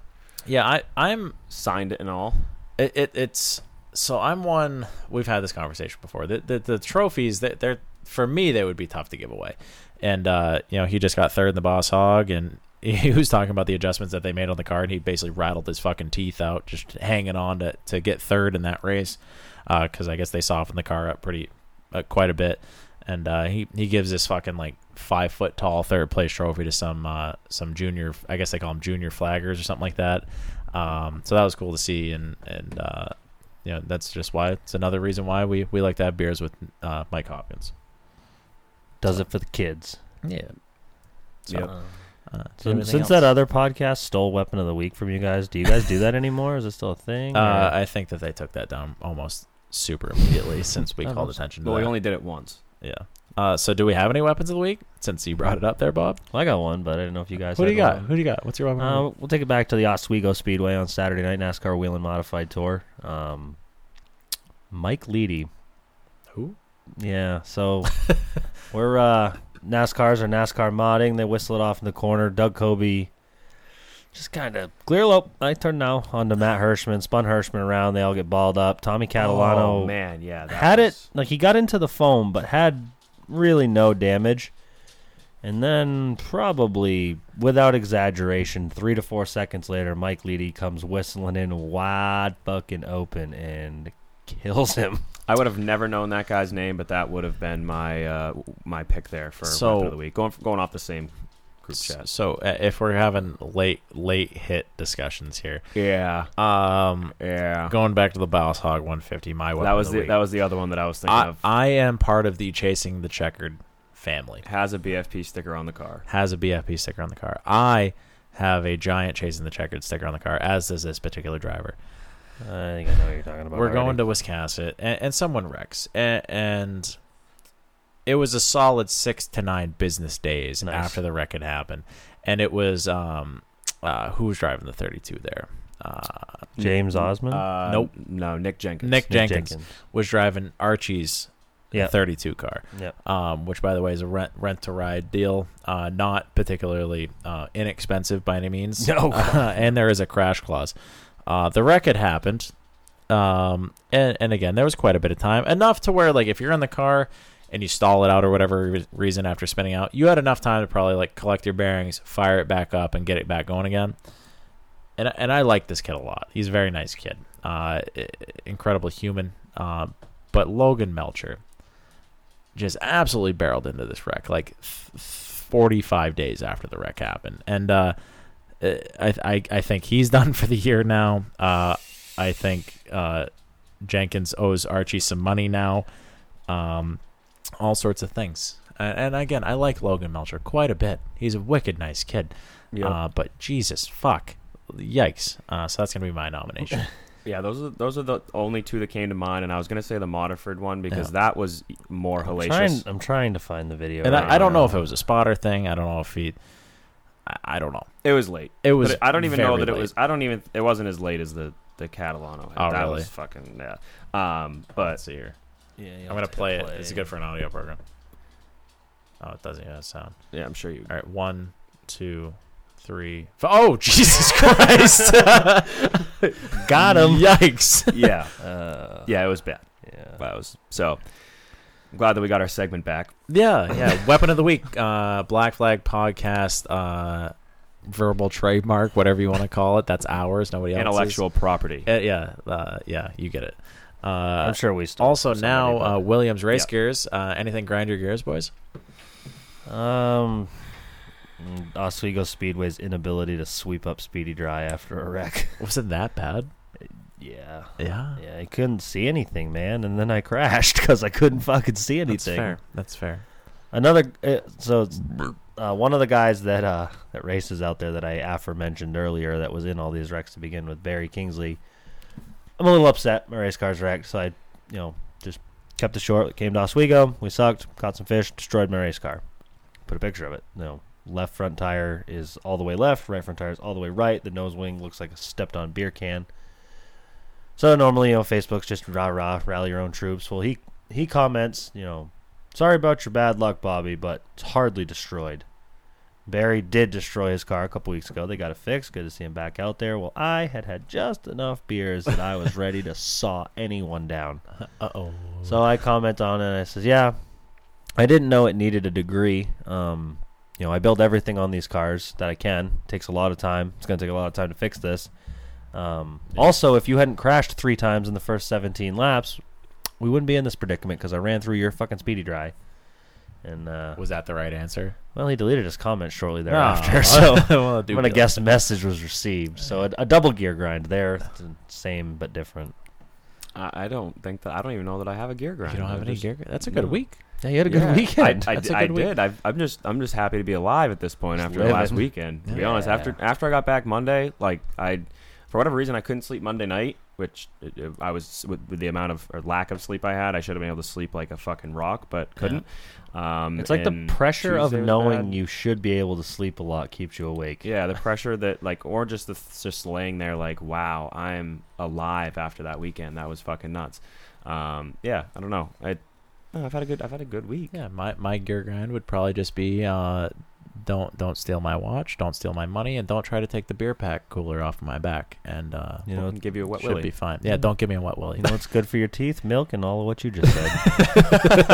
Yeah. I I'm
signed it and all.
it, it it's so I'm one we've had this conversation before. The the, the trophies that they're for me they would be tough to give away, and uh, you know he just got third in the Boss Hog, and he was talking about the adjustments that they made on the car, and he basically rattled his fucking teeth out just hanging on to, to get third in that race, because I guess they softened the car up pretty uh, quite a bit, and uh, he he gives this fucking like five foot tall third place trophy to some uh, some junior, I guess they call them junior flaggers or something like that. Um, so that was cool to see, and and uh, you know that's just why it's another reason why we we like to have beers with uh, Mike Hopkins.
Does it for the kids. Yeah.
So,
Yep.
uh,
Since, since that other podcast stole Weapon of the Week from you guys, do you guys do that anymore? Is it still a thing?
Uh, I think that they took that down almost super immediately since we
Oh,
called
that's-
attention to
Well, we
that.
only did it once.
Yeah. Uh, so do we have any weapons of the week? Since you brought it up there, Bob.
I got one, but I didn't know if you guys.
Who do
had
you got?
one.
Who do you got? What's your weapon? of the
Uh, we'll take it back to the Oswego Speedway on Saturday night NASCAR Wheel and Modified Tour. Um, Mike Leedy.
Who?
Yeah. So we're uh, NASCARs are NASCAR modding. They whistle it off in the corner. Doug Kobe just kind of clear lope. I turn now onto Matt Hirschman. Spun Hirschman around. They all get balled up. Tommy Catalano.
Oh, man, yeah, that
Had it like he got into the foam, but had really no damage. And then, probably without exaggeration, three to four seconds later, Mike Leedy comes whistling in wide fucking open and kills him.
I would have never known that guy's name, but that would have been my uh, my pick there for
So-
weapon of the week. Going going off the same group
S-
chat.
So uh, if we're having late late hit discussions here,
Yeah,
um,
yeah.
going back to the Bows Hog 150, my weapon
that was
of
the,
the, week.
that was the other one that I was thinking
I,
of.
I am part of the chasing the checkered family.
Has a BFP sticker on the car.
Has a BFP sticker on the car. I have a giant chasing the checkered sticker on the car, as does this particular driver.
I think I know what you're talking about.
We're going to Wisconsin, and, and someone wrecks, and, and it was a solid six to nine business days
Nice.
after the wreck had happened, and it was um, uh, who was driving the thirty-two there? Uh,
James Osmond.
Uh,
Nope.
No, Nick Jenkins.
Nick, Jenkins,
Jenkins.
was driving Archie's
Yep.
32 car,
Yep.
um, which, by the way, is a rent rent to ride deal. Uh, not particularly uh, inexpensive by any means.
No.
Uh, and there is a crash clause. Uh, the wreck had happened. Um, and, and again, there was quite a bit of time. Enough to where, like, if you're in the car and you stall it out or whatever re- reason after spinning out, you had enough time to probably, like, collect your bearings, fire it back up, and get it back going again and and I like this kid a lot. He's a very nice kid, uh, i- incredible human. Uh, but Logan Melcher just absolutely barreled into this wreck, like f- forty five days after the wreck happened, and uh, I, I I think he's done for the year now. Uh, I think uh, Jenkins owes Archie some money now. Um, all sorts of things. And, and again, I like Logan Melcher quite a bit. He's a wicked nice kid.
Yeah.
Uh, but Jesus fuck, yikes! Uh, so that's gonna be my nomination.
Yeah, those are those are the only two that came to mind, and I was gonna say the Modiford one because that was e, more
I'm
hellacious.
trying, I'm trying to find the video.
and
right
I, I don't
now.
know if it was a spotter thing. I don't know if he. I, I don't know.
It was late.
It was
But I don't even know
very
that it was. I don't even. It wasn't as late as the the Catalano. hit.
Oh,
that
really?
was fucking yeah. Um,
Let's
but
see here.
Yeah, yeah,
I'm gonna
let's
play it. It's good for an audio program. Oh, it doesn't even have sound.
yeah, I'm sure you.
All right, one, two, three. F- oh, Jesus Christ! Got him! Yikes!
Yeah,
Uh,
yeah, it was bad.
yeah.
That was so. I'm glad that we got our segment back.
Yeah, yeah. Weapon of the week, uh, Black Flag podcast, uh, verbal trademark, whatever you want to call it. That's ours. Nobody else's.
Intellectual property.
Uh, yeah, uh, yeah. You get it. Uh,
I'm sure we still
also,
somebody,
now
but-
uh, Williams race
Yeah.
gears. Uh, anything grind your gears, boys?
Um, mm, Oswego Speedway's inability to sweep up Speedy Dry after a wreck.
Was it that bad?
yeah.
Yeah,
Yeah, I couldn't see anything, man, and then I crashed because I couldn't fucking see anything.
that's fair. That's fair.
Another uh, so it's, uh, one of the guys that uh, that races out there that I aforementioned earlier that was in all these wrecks to begin with, Barry Kingsley. I'm a little upset. My race car's wrecked, so I, you know, just kept it short. Came to Oswego, we sucked, caught some fish, destroyed my race car. Put a picture of it. You know, left front tire is all the way left, right front tire is all the way right. The nose wing looks like a stepped on beer can. So normally, you know, Facebook's just rah rah, rally your own troops. Well, he he comments, you know, sorry about your bad luck, Bobby, but it's hardly destroyed. Barry did destroy his car a couple weeks ago. They got it fixed. Good to see him back out there. Well, I had had just enough beers that I was ready to saw anyone down.
Uh oh.
So I comment on it and I says, "Yeah, I didn't know it needed a degree. Um, you know, I build everything on these cars that I can. takes a lot of time. It's going to take a lot of time to fix this. Um, Also, if you hadn't crashed three times in the first 17 laps, we wouldn't be in this predicament because I ran through your fucking speedy dry. And uh,
was that the right answer?
Well, he deleted his comment shortly
No.
thereafter, so
Well, uh,
I'm
do
gonna
be
guess message was received. So a, a double gear grind there, It's the same but different.
I, I don't think that I don't even know that I have a gear grind.
don't have
I
any
just-
gear gr- that's a good
no.
week.
Yeah, you had a good weekend.
I, I,
That's
d-
a
I
good week.
did. I've, I'm just I'm just happy to be alive at this point
Just
after
living.
last weekend. To be honest,
Yeah.
after after I got back Monday, like I, for whatever reason, I couldn't sleep Monday night, which uh, uh, I was with, with the amount of or lack of sleep I had, I should have been able to sleep like a fucking rock, but couldn't. Um,
It's like
and
the pressure of
Tuesday was
knowing
bad.
you should be able to sleep a lot keeps you awake.
Yeah, the pressure that like, or just the just laying there like, wow, I'm alive after that weekend. That was fucking nuts. Um, yeah, I don't know. I, no, I've had a good I've had a good week.
Yeah, my my gear grind would probably just be uh, don't don't steal my watch, don't steal my money, and don't try to take the beer pack cooler off my back, and uh,
You know,
give you a wet
should
willy.
be fine. Mm-hmm. Yeah, don't give me a wet willy.
You know what's good for your teeth? Milk and all of what you just said.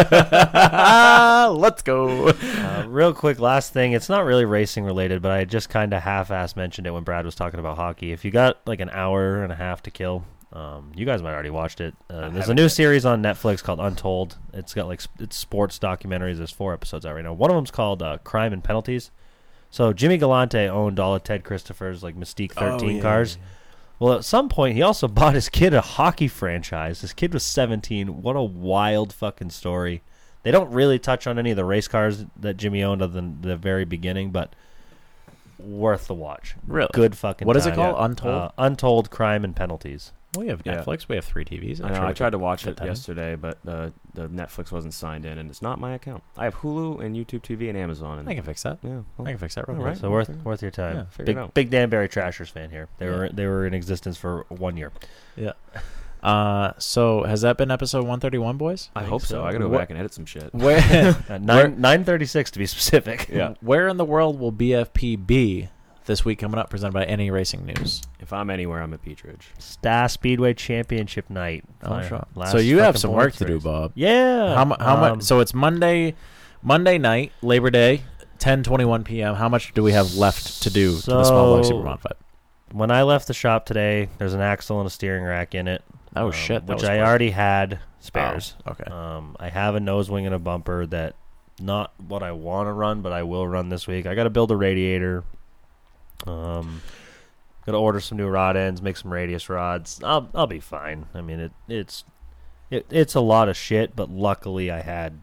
Let's go.
Uh, real quick, last thing. It's not really racing related, but I just kind of half-ass mentioned it when Brad was talking about hockey. If you got like an hour and a half to kill, um, you guys might already watched it. Uh, there's a new series on Netflix called Untold. It's got like sp- it's sports documentaries. There's four episodes out right now. One of them's called uh, Crime and Penalties. So Jimmy Galante owned all of Ted Christopher's like Mystique 13
Oh, yeah,
cars. Well, at some point, he also bought his kid a hockey franchise. His kid was 17. What a wild fucking story. They don't really touch on any of the race cars that Jimmy owned other than the very beginning, but worth the watch.
Really?
Good fucking
What is it
time.
called? Untold?
Uh, untold Crime and Penalties.
We have
Yeah.
Netflix. We have three TVs.
I
I'm
know.
sure
I
we
tried
could
to watch
fit
it
that in.
yesterday, but the the Netflix wasn't signed in, and it's not my account. I have Hulu and YouTube TV and Amazon. And
I can fix that.
Yeah, well,
I can fix that real
all
quick.
right.
So worth worth your time.
Yeah,
figure
big
it out.
big Dan Barry Trashers fan here. They
Yeah.
were they were in existence for one year.
Yeah. Uh, so has that been episode 131, boys?
I hope so. I gotta go
Wh-
back and edit some shit.
Where,
Uh,
where,
nine nine thirty six to be specific.
Yeah.
where in the world will BFP be this week coming up? Presented by Any Racing News.
If I'm anywhere, I'm at Peatridge.
Star Speedway Championship night.
Oh,
Fire-
sure.
last
So you have
fucking
some work
points
to do,
race.
Bob.
Yeah.
How, mu- how
Um,
much? So it's Monday, Monday night, Labor Day, 10:21 p.m. How much do we have left to do to the small block
So-
super modified?
when I left the shop today, there's an axle and a steering rack in it.
Oh
um,
shit! that
Which
was
I
quick.
already had spares.
Oh, okay.
Um, I have a nose wing and a bumper that not what I want to run, but I will run this week. I got to build a radiator. Um, got to order some new rod ends, make some radius rods. I'll I'll be fine. I mean it it's it, it's a lot of shit, but luckily I had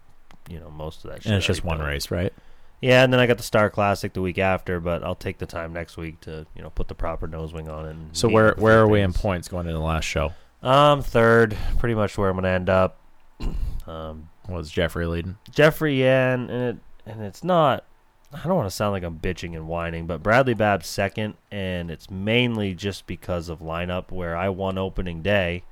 you know most of that Oh, shit.
and it's just
already
one
built.
race, right?
Yeah, and then I got the Star Classic the week after, but I'll take the time next week to you know put the proper nosewing on and.
So
meet
where
with a
where
few
are we in
things.
points going into the last show?
Um, third, pretty much where I'm gonna end up. Um,
Was Jeffrey leading?
Jeffrey Yan, and it and it's not. I don't want to sound like I'm bitching and whining, but Bradley Babb's second, and it's mainly just because of lineup where I won opening day.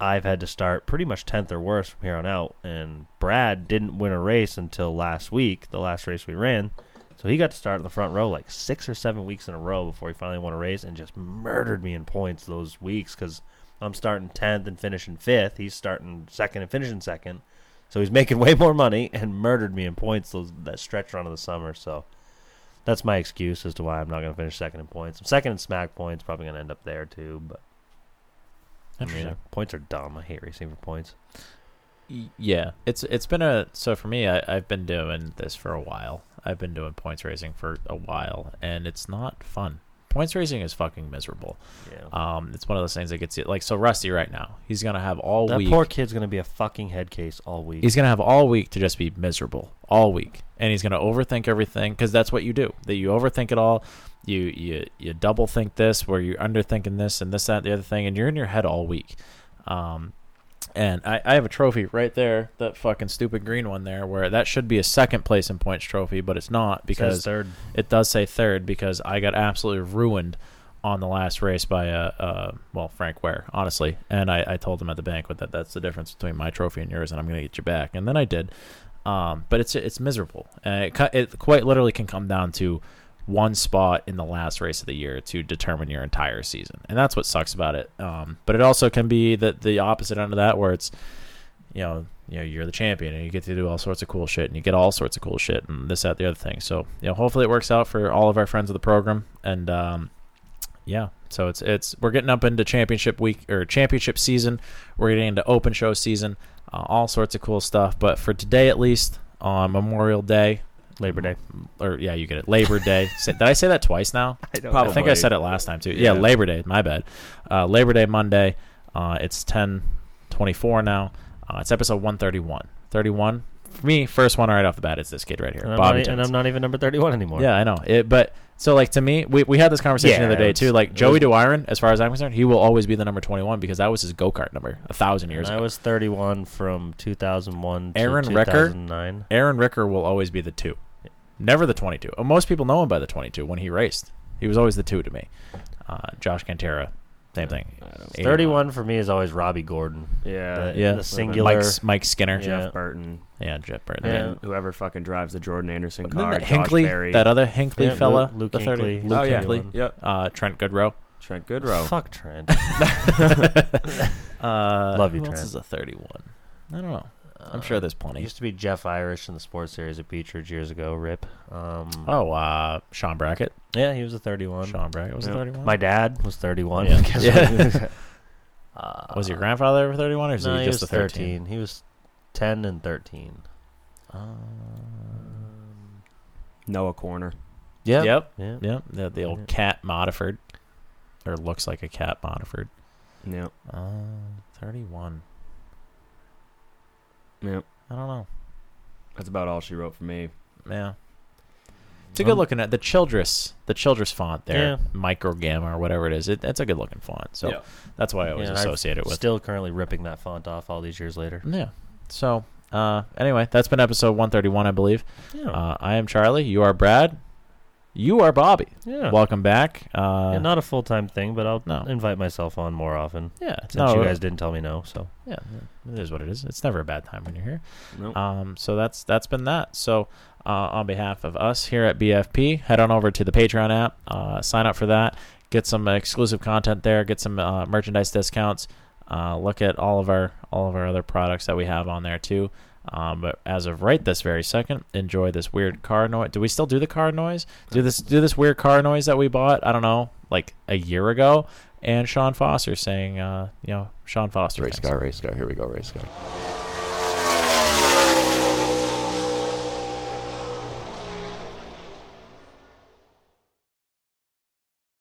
I've had to start pretty much tenth or worse from here on out, and Brad didn't win a race until last week, the last race we ran. So he got to start in the front row like six or seven weeks in a row before he finally won a race, and just murdered me in points those weeks because I'm starting tenth and finishing fifth. He's starting second and finishing second. So he's making way more money and murdered me in points those, that stretch run of the summer. So that's my excuse as to why I'm not going to finish second in points. I'm second in smack points, probably going to end up there too. But I mean,
Interesting.
points are dumb. I hate racing for points.
Y- Yeah, it's it's been a so for me. I, I've been doing this for a while. I've been doing points racing for a while, and it's not fun. Points racing is fucking miserable.
Yeah.
Um, it's one of those things that gets you like so rusty right now. He's gonna have all
that
week.
poor kid's going to be a fucking head case all week.
He's gonna have all week to just be miserable all week, and he's gonna overthink everything because that's what you do. That you overthink it all. You you you double think this, where you're underthinking this and this that the other thing, and you're in your head all week. Um, and I, I have a trophy right there, that fucking stupid green one there, where that should be a second place in points trophy, but it's not because
third.
it does say third because I got absolutely ruined on the last race by uh, uh well Frank Ware honestly and I, I told him at the banquet that that's the difference between my trophy and yours and I'm gonna get you back and then I did um but it's it's miserable and it, cu- it quite literally can come down to one spot in the last race of the year to determine your entire season and that's what sucks about it um but it also can be the the opposite end of that where it's you know, you know, you're the champion and you get to do all sorts of cool shit and you get all sorts of cool shit and this, that, the other thing. So, you know, hopefully it works out for all of our friends of the program. And um, yeah, so it's it's we're getting up into championship week or championship season. We're getting into open show season, uh, all sorts of cool stuff. But for today, at least on Memorial Day, Labor Day, or yeah, you get it, Labor Day. Say- Did I say that twice now?
I don't
I think I
know.
said it last time too. Yeah,
Yeah.
Labor Day. My bad. Uh, Labor Day Monday. Uh, it's ten twenty four now. Uh, it's episode one thirty one. Thirty one. For me, first one right off the bat is this kid right here,
And I'm,
Bobby.
not, e-, and
Jones.
I'm not even number 31 anymore.
Yeah, I know. It, but so like to me, we, we had this conversation
Yeah,
the other day
it's-
too. Like
it
Joey
was-
Dwyron, as far as I'm concerned, he will always be the number 21 because that was his go kart number a thousand years
And I
ago.
was 31 from 2001
Aaron
to
Ricker,
2009.
Aaron Ricker will always be the two, never the 22. Uh, Most people know him by the 22 when he raced. He was always the two to me. Uh, Josh Cantera, same thing.
31 for me is always Robbie Gordon.
Yeah.
The,
Yeah.
The singular.
Mike, S- Mike Skinner,
Yeah.
Jeff Burton.
yeah, Jeff Burton.
And
Yeah.
then whoever fucking drives the Jordan Anderson
Then
car.
that
Josh
Uh, Hinckley,
Berry.
that other Hinckley
Yeah, Lu-
fella,
Luke
the 30,
Hinckley.
Luke
Oh, yeah.
Hinckley,
Hinckley. Yep.
uh, Trent Goodrow.
Trent Goodrow.
Fuck Trent.
Uh,
Love you,
who else
Trent.
is a 31? I don't know. I'm sure there's plenty.
It used to be Jeff Irish in the sports series at Beechridge years ago. Rip. Um,
Oh, uh, Sean Brackett.
Yeah, he was a 31.
Sean Brackett was a
Yeah.
31.
My dad was 31.
Yeah.
Guess
Yeah.
what? uh,
was your grandfather ever 31 or is
no,
he
he
just
was
a 13?
13. He was 10 and 13. Um,
Oh. Um,
Noah Corner.
yeah.
Yep.
Yeah.
Yep. The, the old
Yeah.
Cat Modiford. Or looks like a Cat Modiford.
Yep.
Uh, 31.
Yep.
I don't know.
That's about all she wrote for me.
Yeah. It's a good looking at the Childress, the Childress font there,
Um, Yeah.
micro gamma or whatever it is. It, that's a good looking font, so
Yeah.
that's why I always
Yeah, I'm
associate it with.
Still currently ripping that font off all these years later.
Yeah. So, uh, anyway, that's been episode 131, I believe.
Yeah.
Uh, I am Charlie. You are Brad. You are Bobby.
Yeah.
Welcome back. Uh,
Yeah, not a full time thing, but I'll
No.
invite myself on more often.
Yeah,
Since
no,
you
uh,
guys didn't tell me no, so.
yeah, it is what it is. It's never a bad time when you're here.
Nope.
Um, so that's that's been that. So uh, on behalf of us here at BFP, head on over to the Patreon app, uh, sign up for that, get some exclusive content there, get some uh, merchandise discounts. Uh, look at all of our all of our other products that we have on there too. Um, but as of right this very second, enjoy this weird car noise. Do we still do the car noise? Do this do this weird car noise that we bought? I don't know, like a year ago. And Sean Foster saying, uh, you know, Sean Foster.
Race
thanks.
car, race car. Here we go, race car.